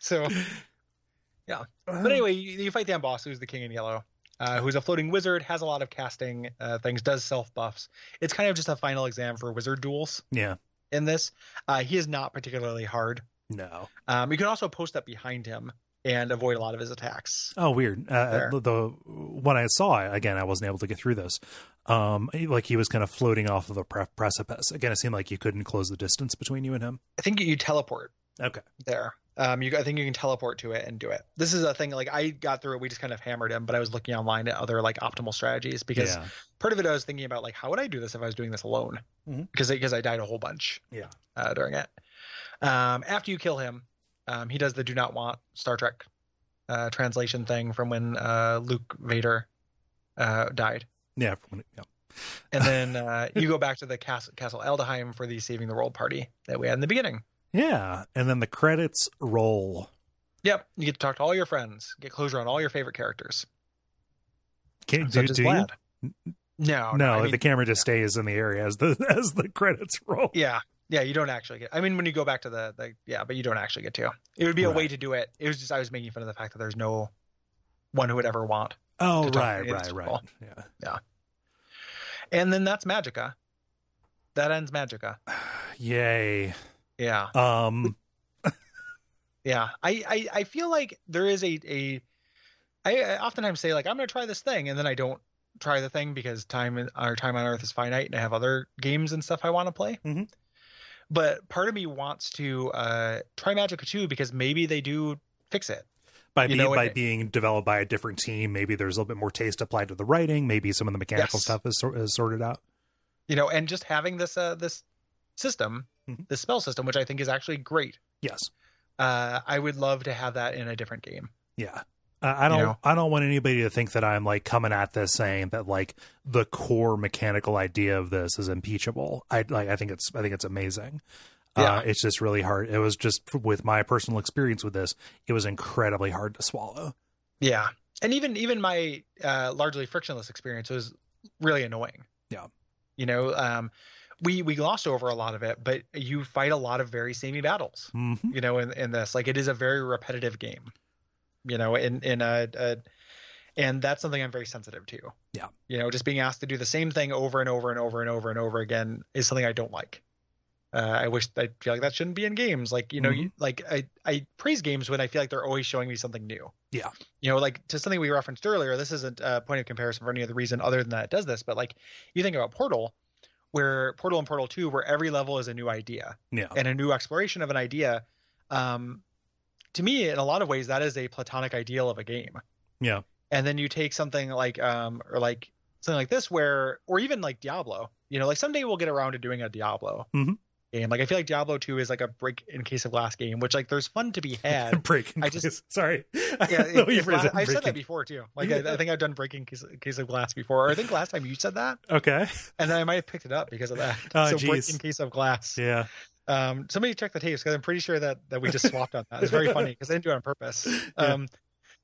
Speaker 2: so, but anyway, you, you fight the end boss, who's the king in yellow, uh, who's a floating wizard, has a lot of casting uh, things, does self buffs. It's kind of just a final exam for wizard duels
Speaker 1: [laughs] Yeah.
Speaker 2: in this. Uh, he is not particularly hard.
Speaker 1: No.
Speaker 2: Um, you can also post up behind him and avoid a lot of his attacks.
Speaker 1: Oh, weird. Uh,
Speaker 2: Fair.
Speaker 1: the, the when I saw it again, I wasn't able to get through this. Um, like he was kind of floating off of a pre- precipice. Again, it seemed like you couldn't close the distance between you and him.
Speaker 2: I think you teleport
Speaker 1: Okay.
Speaker 2: there. Um, you, I think you can teleport to it and do it. This is a thing like I got through it. We just kind of hammered him, but I was looking online at other like optimal strategies because
Speaker 1: yeah.
Speaker 2: part of it I was thinking about like how would I do this if I was doing this alone
Speaker 1: Mhm.
Speaker 2: because because I died a whole bunch
Speaker 1: Yeah.
Speaker 2: uh, during it. Um, after you kill him, um, he does the do not want Star Trek uh, translation thing from when uh, Luke Vader uh, died,
Speaker 1: Yeah. from when it- yeah.
Speaker 2: and then uh, you go back to the castle, castle Aldeheim for the saving the world party that we had in the beginning.
Speaker 1: Yeah. And then the credits roll.
Speaker 2: Yep, you get to talk to all your friends, get closure on all your favorite characters.
Speaker 1: Can, do,
Speaker 2: such as
Speaker 1: do you?
Speaker 2: Vlad. No,
Speaker 1: No,
Speaker 2: I mean-
Speaker 1: the camera just stays in the area as the [laughs] as the credits roll.
Speaker 2: Yeah. Yeah, you don't actually get. I mean, when you go back to the, the yeah, but you don't actually get to. It would be a
Speaker 1: Right.
Speaker 2: way to do it. It was just I was making fun of the fact that there's no one who would ever want.
Speaker 1: Oh,
Speaker 2: to talk
Speaker 1: right,
Speaker 2: to the
Speaker 1: right, right.
Speaker 2: people.
Speaker 1: Yeah.
Speaker 2: And then that's Magica. That ends Magica.
Speaker 1: Yay.
Speaker 2: Yeah,
Speaker 1: Um.
Speaker 2: yeah. I I, I feel like there is a a. I, I oftentimes say like I'm gonna try this thing, and then I don't try the thing because time our time on Earth is finite, and I have other games and stuff I want to play.
Speaker 1: Mhm.
Speaker 2: But part of me wants to uh, try Magica too because maybe they do fix it.
Speaker 1: by
Speaker 2: You
Speaker 1: being
Speaker 2: know,
Speaker 1: by
Speaker 2: it-
Speaker 1: being developed by a different team. Maybe there's a little bit more taste applied to the writing. Maybe some of the mechanical
Speaker 2: Yes.
Speaker 1: stuff is, sor- is sorted out.
Speaker 2: you know and just having this uh this system
Speaker 1: Mhm.
Speaker 2: this spell system which i think is actually great
Speaker 1: Yes,
Speaker 2: uh i would love to have that in a different game
Speaker 1: yeah. I I don't.
Speaker 2: You know.
Speaker 1: I don't want anybody to think that I'm like coming at this saying that like the core mechanical idea of this is impeachable. I like. I think it's. I think it's amazing. Uh,
Speaker 2: Yeah.
Speaker 1: it's just really hard. It was just with my personal experience with this. It was incredibly hard to swallow.
Speaker 2: yeah and even even my uh largely frictionless experience was really annoying
Speaker 1: Yeah.
Speaker 2: you know um we we glossed over a lot of it but you fight a lot of very samey battles
Speaker 1: hmm
Speaker 2: [laughs] you know in, in this like it is a very repetitive game you know in in a, a uh, and that's something i'm very sensitive to
Speaker 1: Yeah.
Speaker 2: you know just being asked to do the same thing over and over and over and over and over again is something i don't like uh, i wish i feel like that shouldn't be in games like you know
Speaker 1: Mm-hmm.
Speaker 2: you, like i i praise games when i feel like they're always showing me something new
Speaker 1: Yeah.
Speaker 2: you know like to something we referenced earlier this isn't a point of comparison for any other reason other than that it does this but like you think about portal where portal and portal 2 where every level is a new idea
Speaker 1: Yeah.
Speaker 2: and a new exploration of an idea um to me in a lot of ways that is a platonic ideal of a game
Speaker 1: Yeah.
Speaker 2: and then you take something like um or like something like this where or even like diablo you know like someday we'll get around to doing a diablo
Speaker 1: Mhm.
Speaker 2: game like i feel like diablo 2 is like a break in case of glass game which like there's fun to
Speaker 1: [laughs]
Speaker 2: be had
Speaker 1: breaking.
Speaker 2: I just-
Speaker 1: glass. sorry. [laughs]
Speaker 2: yeah
Speaker 1: I know
Speaker 2: it-
Speaker 1: you
Speaker 2: it's
Speaker 1: phrased
Speaker 2: gla-
Speaker 1: it,
Speaker 2: i've said that
Speaker 1: breaking-
Speaker 2: before too like I, I think i've done breaking case, case of glass before or i think last time you said that
Speaker 1: Okay.
Speaker 2: and then i might have picked it up because of that
Speaker 1: [laughs] Oh,
Speaker 2: so break
Speaker 1: geez.
Speaker 2: in case of glass
Speaker 1: Yeah.
Speaker 2: Um, somebody check the tapes because I'm pretty sure that that
Speaker 1: [laughs]
Speaker 2: we just swapped on that. It's very funny because I didn't do it on purpose. Um,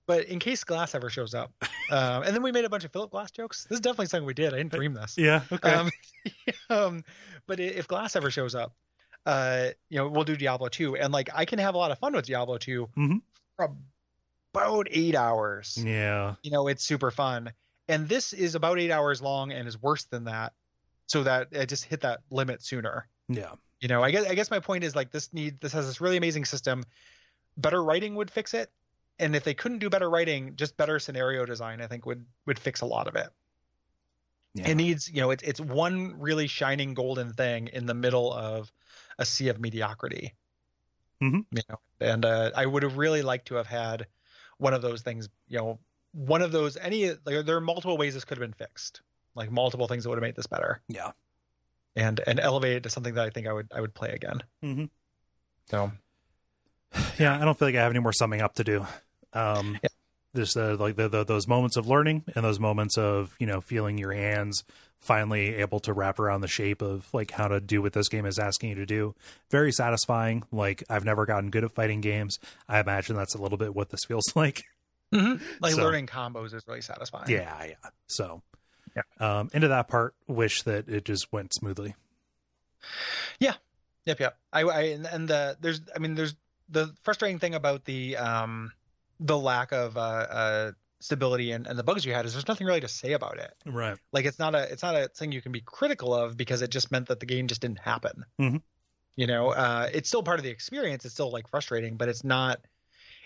Speaker 2: But in case Glass ever shows up, um, and then we made a bunch of Philip Glass jokes. This is definitely something we did. I didn't dream this.
Speaker 1: Yeah. [laughs] Okay.
Speaker 2: Um, [laughs] um, but i- if Glass ever shows up, uh, you know, we'll do Diablo 2. And like, I can have a lot of fun with Diablo 2
Speaker 1: Mhm.
Speaker 2: for about eight hours.
Speaker 1: yeah.
Speaker 2: You know, it's super fun. And this is about eight hours long and is worse than that. So that I just hit that limit sooner
Speaker 1: Yeah.
Speaker 2: you know i guess i guess my point is like this need this has this really amazing system better writing would fix it and if they couldn't do better writing just better scenario design i think would would fix a lot of it
Speaker 1: Yeah.
Speaker 2: it needs you know it's it's one really shining golden thing in the middle of a sea of mediocrity
Speaker 1: Mhm.
Speaker 2: you know and uh, i would have really liked to have had one of those things you know one of those any like, there are multiple ways this could have been fixed like multiple things that would have made this better
Speaker 1: Yeah.
Speaker 2: and and elevate it to something that i think i would i would play again
Speaker 1: Mhm.
Speaker 2: so
Speaker 1: yeah i don't feel like i have any more summing up to do um
Speaker 2: Yeah.
Speaker 1: there's uh, like the, the, those moments of learning and those moments of you know feeling your hands finally able to wrap around the shape of like how to do what this game is asking you to do very satisfying like i've never gotten good at fighting games i imagine that's a little bit what this feels [laughs] like
Speaker 2: Like
Speaker 1: So-
Speaker 2: learning combos is really satisfying.
Speaker 1: yeah yeah so
Speaker 2: Yeah.
Speaker 1: um into that part wish that it just went smoothly
Speaker 2: Yep. Yep. I, I and, and the there's I mean there's the frustrating thing about the um the lack of uh, uh stability and, and the bugs you had is there's nothing really to say about it.
Speaker 1: right
Speaker 2: Like it's not a it's not a thing you can be critical of because it just meant that the game just didn't happen.
Speaker 1: Mhm.
Speaker 2: You know, uh, it's still part of the experience. It's still like frustrating, but it's not.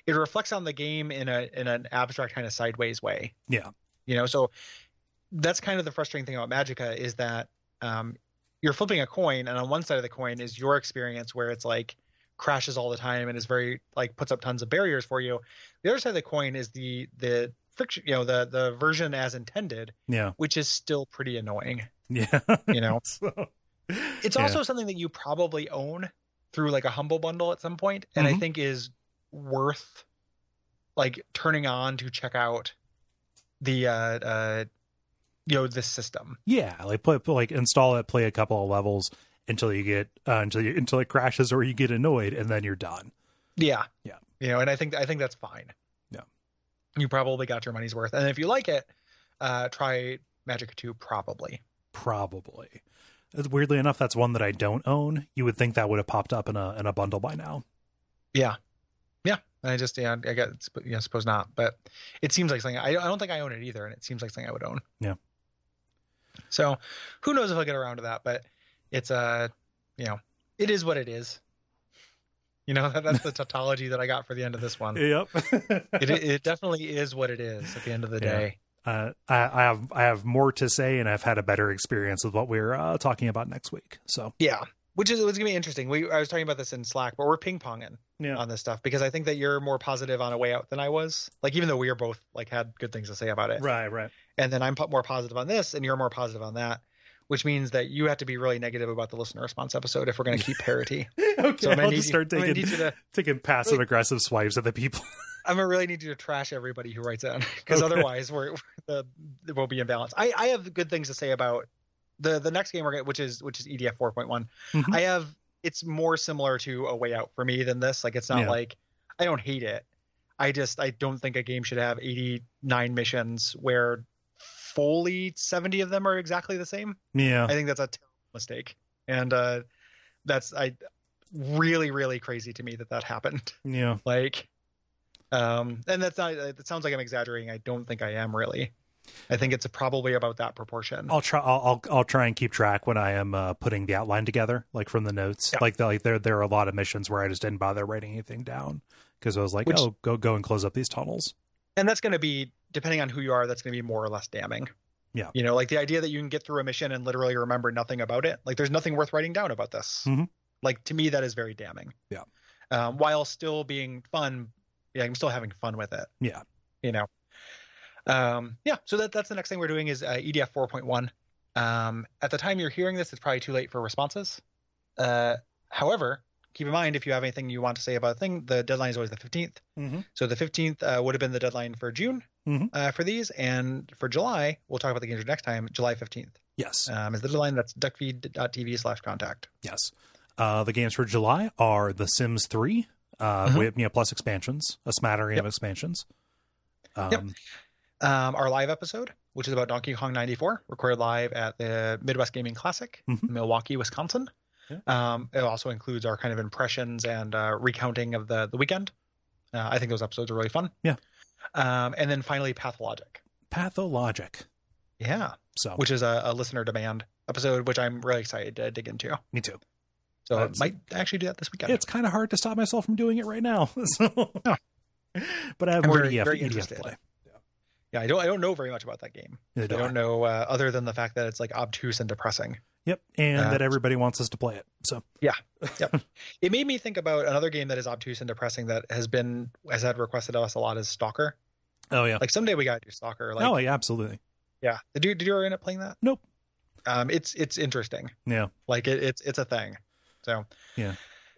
Speaker 2: it reflects on the game in a in an abstract kind of sideways way.
Speaker 1: Yeah.
Speaker 2: You know, so that's kind of the frustrating thing about Magica is that um, you're flipping a coin, and on one side of the coin is your experience where it's like crashes all the time and is very like puts up tons of barriers for you. The other side of the coin is the the friction, you know, the the version as intended,
Speaker 1: Yeah. [laughs]
Speaker 2: which is still pretty annoying.
Speaker 1: Yeah.
Speaker 2: You know,
Speaker 1: [laughs] so,
Speaker 2: it's
Speaker 1: Yeah.
Speaker 2: also something that you probably own through like a humble bundle at some point and i
Speaker 1: Mhm.
Speaker 2: think is worth like turning on to check out the uh uh you know this system
Speaker 1: yeah, like play, like install it, play a couple of levels until you get uh, until you, until it crashes or you get annoyed, and then you're done.
Speaker 2: yeah
Speaker 1: Yeah.
Speaker 2: you know and i think i think that's fine
Speaker 1: Yeah.
Speaker 2: you probably got your money's worth and if you like it uh try magic 2 probably
Speaker 1: Probably. Weirdly enough, that's one that I don't own. You would think that would have popped up in a in a bundle by now.
Speaker 2: yeah yeah i just yeah i guess yeah I suppose not but it seems like something I, I don't think i own it either and it seems like something i would own
Speaker 1: Yeah.
Speaker 2: so who knows if i'll get around to that but it's uh you know it is what it is you know [laughs] that, that's the tautology that i got for the end of this
Speaker 1: [laughs]
Speaker 2: one it,
Speaker 1: Yep.
Speaker 2: [laughs] it definitely is what it is at the end of the
Speaker 1: Yeah.
Speaker 2: day
Speaker 1: uh, I, I have I have more to say, and I've had a better experience with what we're uh, talking about next week. So
Speaker 2: yeah which is what's gonna be interesting we i was talking about this in slack but we're ping-ponging
Speaker 1: yeah,
Speaker 2: on this stuff because i think that you're more positive on a way out than i was like even though we are both like had good things to say about
Speaker 1: [laughs]
Speaker 2: it
Speaker 1: right, right.
Speaker 2: and then I'm po- more positive on this, and you're more positive on that, which means that you have to be really negative about the listener response episode if
Speaker 1: [laughs]
Speaker 2: we're going to keep parity.
Speaker 1: Okay,
Speaker 2: So I'm gonna
Speaker 1: I'll
Speaker 2: need
Speaker 1: just
Speaker 2: you-
Speaker 1: start
Speaker 2: I'm gonna
Speaker 1: taking
Speaker 2: need you to-
Speaker 1: taking passive aggressive swipes at the people. [laughs]
Speaker 2: I'm gonna really need you to trash everybody who writes [laughs] in, because
Speaker 1: Okay.
Speaker 2: otherwise we're, [laughs] we're the we'll be in balance. I I have good things to say about the the next game we're gonna, which is which is E EDF 4one
Speaker 1: Mhm.
Speaker 2: I have it's more similar to a way out for me than this. Like it's not
Speaker 1: Yeah.
Speaker 2: like I don't hate it. I just I don't think a game should have 89 missions where fully 70 of them are exactly the same.
Speaker 1: yeah,
Speaker 2: I think that's a terrible mistake, and uh, that's I really really crazy to me that that happened. [laughs]
Speaker 1: yeah.
Speaker 2: Like, um, and that's not. It sounds like I'm exaggerating. I don't think I am really. I think it's probably about that proportion.
Speaker 1: I'll try. I'll, I'll I'll try and keep track when I am uh, putting the outline together, like from the notes.
Speaker 2: Yeah.
Speaker 1: Like the, like there there are a lot of missions where I just didn't bother writing anything down because I was like,
Speaker 2: Which-
Speaker 1: oh, go go and close up these tunnels.
Speaker 2: And that's going to be depending on who you are. That's going to be more or less damning.
Speaker 1: Yeah.
Speaker 2: You know, like the idea that you can get through a mission and literally remember nothing about it. Like, there's nothing worth writing down about this.
Speaker 1: Mhm.
Speaker 2: Like to me, that is very damning.
Speaker 1: Yeah.
Speaker 2: Um, while still being fun, yeah, I'm still having fun with it.
Speaker 1: Yeah.
Speaker 2: you know um yeah so that that's the next thing we're doing is uh, edf 4.1 um at the time you're hearing this it's probably too late for responses uh however keep in mind if you have anything you want to say about a thing the deadline is always the 15th
Speaker 1: Mhm.
Speaker 2: so the 15th uh, would have been the deadline for june
Speaker 1: Mhm.
Speaker 2: uh, for these and for july we'll talk about the games next time july 15th
Speaker 1: Yes,
Speaker 2: um is the deadline that's duckfeed.tv slash contact
Speaker 1: yes. Uh, the games for July are The Sims Three, uh,
Speaker 2: Mhm.
Speaker 1: with, you know, plus expansions, a smattering
Speaker 2: Yep.
Speaker 1: of expansions. Um,
Speaker 2: Yep. um, our live episode, which is about Donkey Kong 94, recorded live at the Midwest Gaming Classic, in
Speaker 1: Mhm.
Speaker 2: Milwaukee, Wisconsin.
Speaker 1: Yeah.
Speaker 2: Um, it also includes our kind of impressions and uh, recounting of the the weekend. Uh, I think those episodes are really fun.
Speaker 1: Yeah.
Speaker 2: Um, and then finally, Pathologic.
Speaker 1: Pathologic.
Speaker 2: Yeah,
Speaker 1: So
Speaker 2: which is a, a listener demand episode, which I'm really excited to dig into.
Speaker 1: me too.
Speaker 2: So I
Speaker 1: That's-
Speaker 2: might actually do that this weekend.
Speaker 1: It's kind of hard to stop myself from doing it right now. [laughs] So,
Speaker 2: Yeah.
Speaker 1: but I have
Speaker 2: I'm
Speaker 1: more E
Speaker 2: very-
Speaker 1: EDF,
Speaker 2: very
Speaker 1: EDF
Speaker 2: interested.
Speaker 1: play.
Speaker 2: yeah, I don't I don't know very much about that game.
Speaker 1: Neither
Speaker 2: I
Speaker 1: do I.
Speaker 2: don't know uh, other than the fact that it's like obtuse and depressing.
Speaker 1: Yep, and
Speaker 2: Uh,
Speaker 1: that everybody wants us to play it. So
Speaker 2: It made me think about another game that is obtuse and depressing that has been has had requested of us a lot is Stalker.
Speaker 1: oh yeah,
Speaker 2: Like someday we gotta do Stalker. Like
Speaker 1: oh yeah, absolutely.
Speaker 2: yeah. Did you did you ever end up playing that?
Speaker 1: Nope.
Speaker 2: Um it's it's interesting.
Speaker 1: Yeah.
Speaker 2: Like it, it's it's a thing. So
Speaker 1: Uh,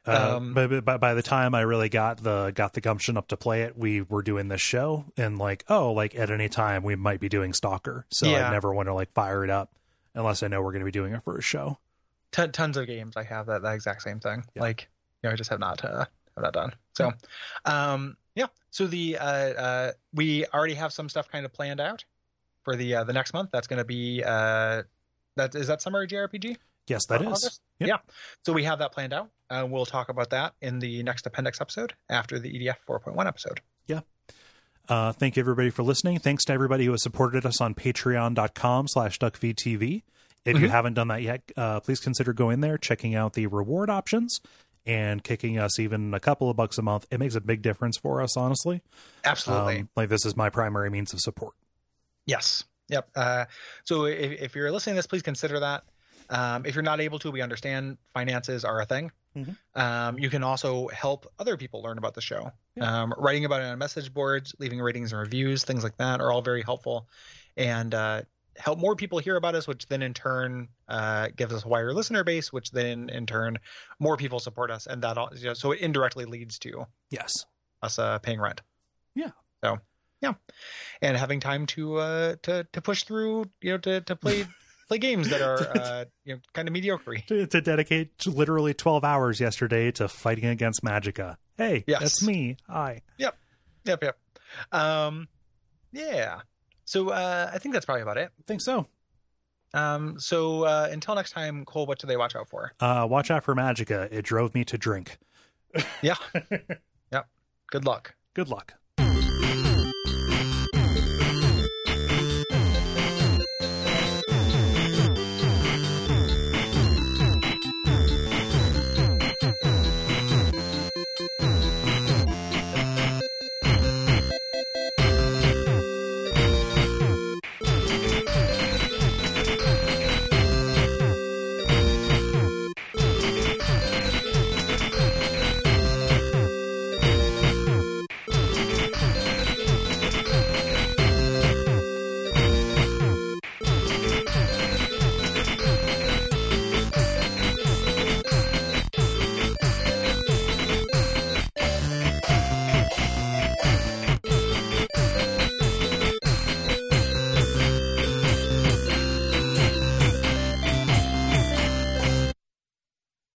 Speaker 2: Um,
Speaker 1: but, but- but by the time I really got the got the gumption up to play it, we were doing this show and like oh like at any time we might be doing Stalker, so
Speaker 2: Yeah.
Speaker 1: I never want to like fire it up unless I know we're going to be doing our first show.
Speaker 2: ton tons of games I have that, that exact same thing.
Speaker 1: Yeah.
Speaker 2: Like you know, I just have not uh have not done. So um yeah. So the uh uh we already have some stuff kind of planned out for the uh the next month. That's gonna be uh that is that summary JRPG?
Speaker 1: Yes, that is.
Speaker 2: August?
Speaker 1: Yep.
Speaker 2: Yeah. So we have that planned out. Uh, we'll talk about that in the next appendix episode after the E EDF 4.1 episode.
Speaker 1: Uh, thank you everybody for listening. Thanks to everybody who has supported us on patreon.com slash duckvtv. If you
Speaker 2: Mhm.
Speaker 1: haven't done that yet, uh, please consider going there, checking out the reward options and kicking us even a couple of bucks a month, it makes a big difference for us, honestly.
Speaker 2: Absolutely.
Speaker 1: Um, like this is my primary means of support.
Speaker 2: Yes. Yep. Uh, so if, if you're listening to this, please consider that. Um, if you're not able to, we understand finances are a thing.
Speaker 1: Mhm.
Speaker 2: Um, you can also help other people learn about the show.
Speaker 1: Yeah.
Speaker 2: Um, writing about it on message boards, leaving ratings and reviews, things like that are all very helpful and uh, help more people hear about us, which then in turn uh, gives us a wider listener base, which then in turn more people support us. And that all, you know, so it indirectly leads to
Speaker 1: Yes.
Speaker 2: us uh, paying rent.
Speaker 1: Yeah.
Speaker 2: So yeah, and having time to uh, to to push through, you know, to to play play games that are uh, you know kind of mediocre.
Speaker 1: To, to dedicate to literally 12 hours yesterday to fighting against Magica. Hey,
Speaker 2: Yes.
Speaker 1: that's me. Hi.
Speaker 2: Yep, yep. Um, yeah. So uh, I think that's probably about it.
Speaker 1: I think so.
Speaker 2: Um, so uh, until next time, Cole, what do they watch out for?
Speaker 1: Uh, watch out for Magica. It drove me to drink.
Speaker 2: Yeah. yep. Good luck.
Speaker 1: Good luck.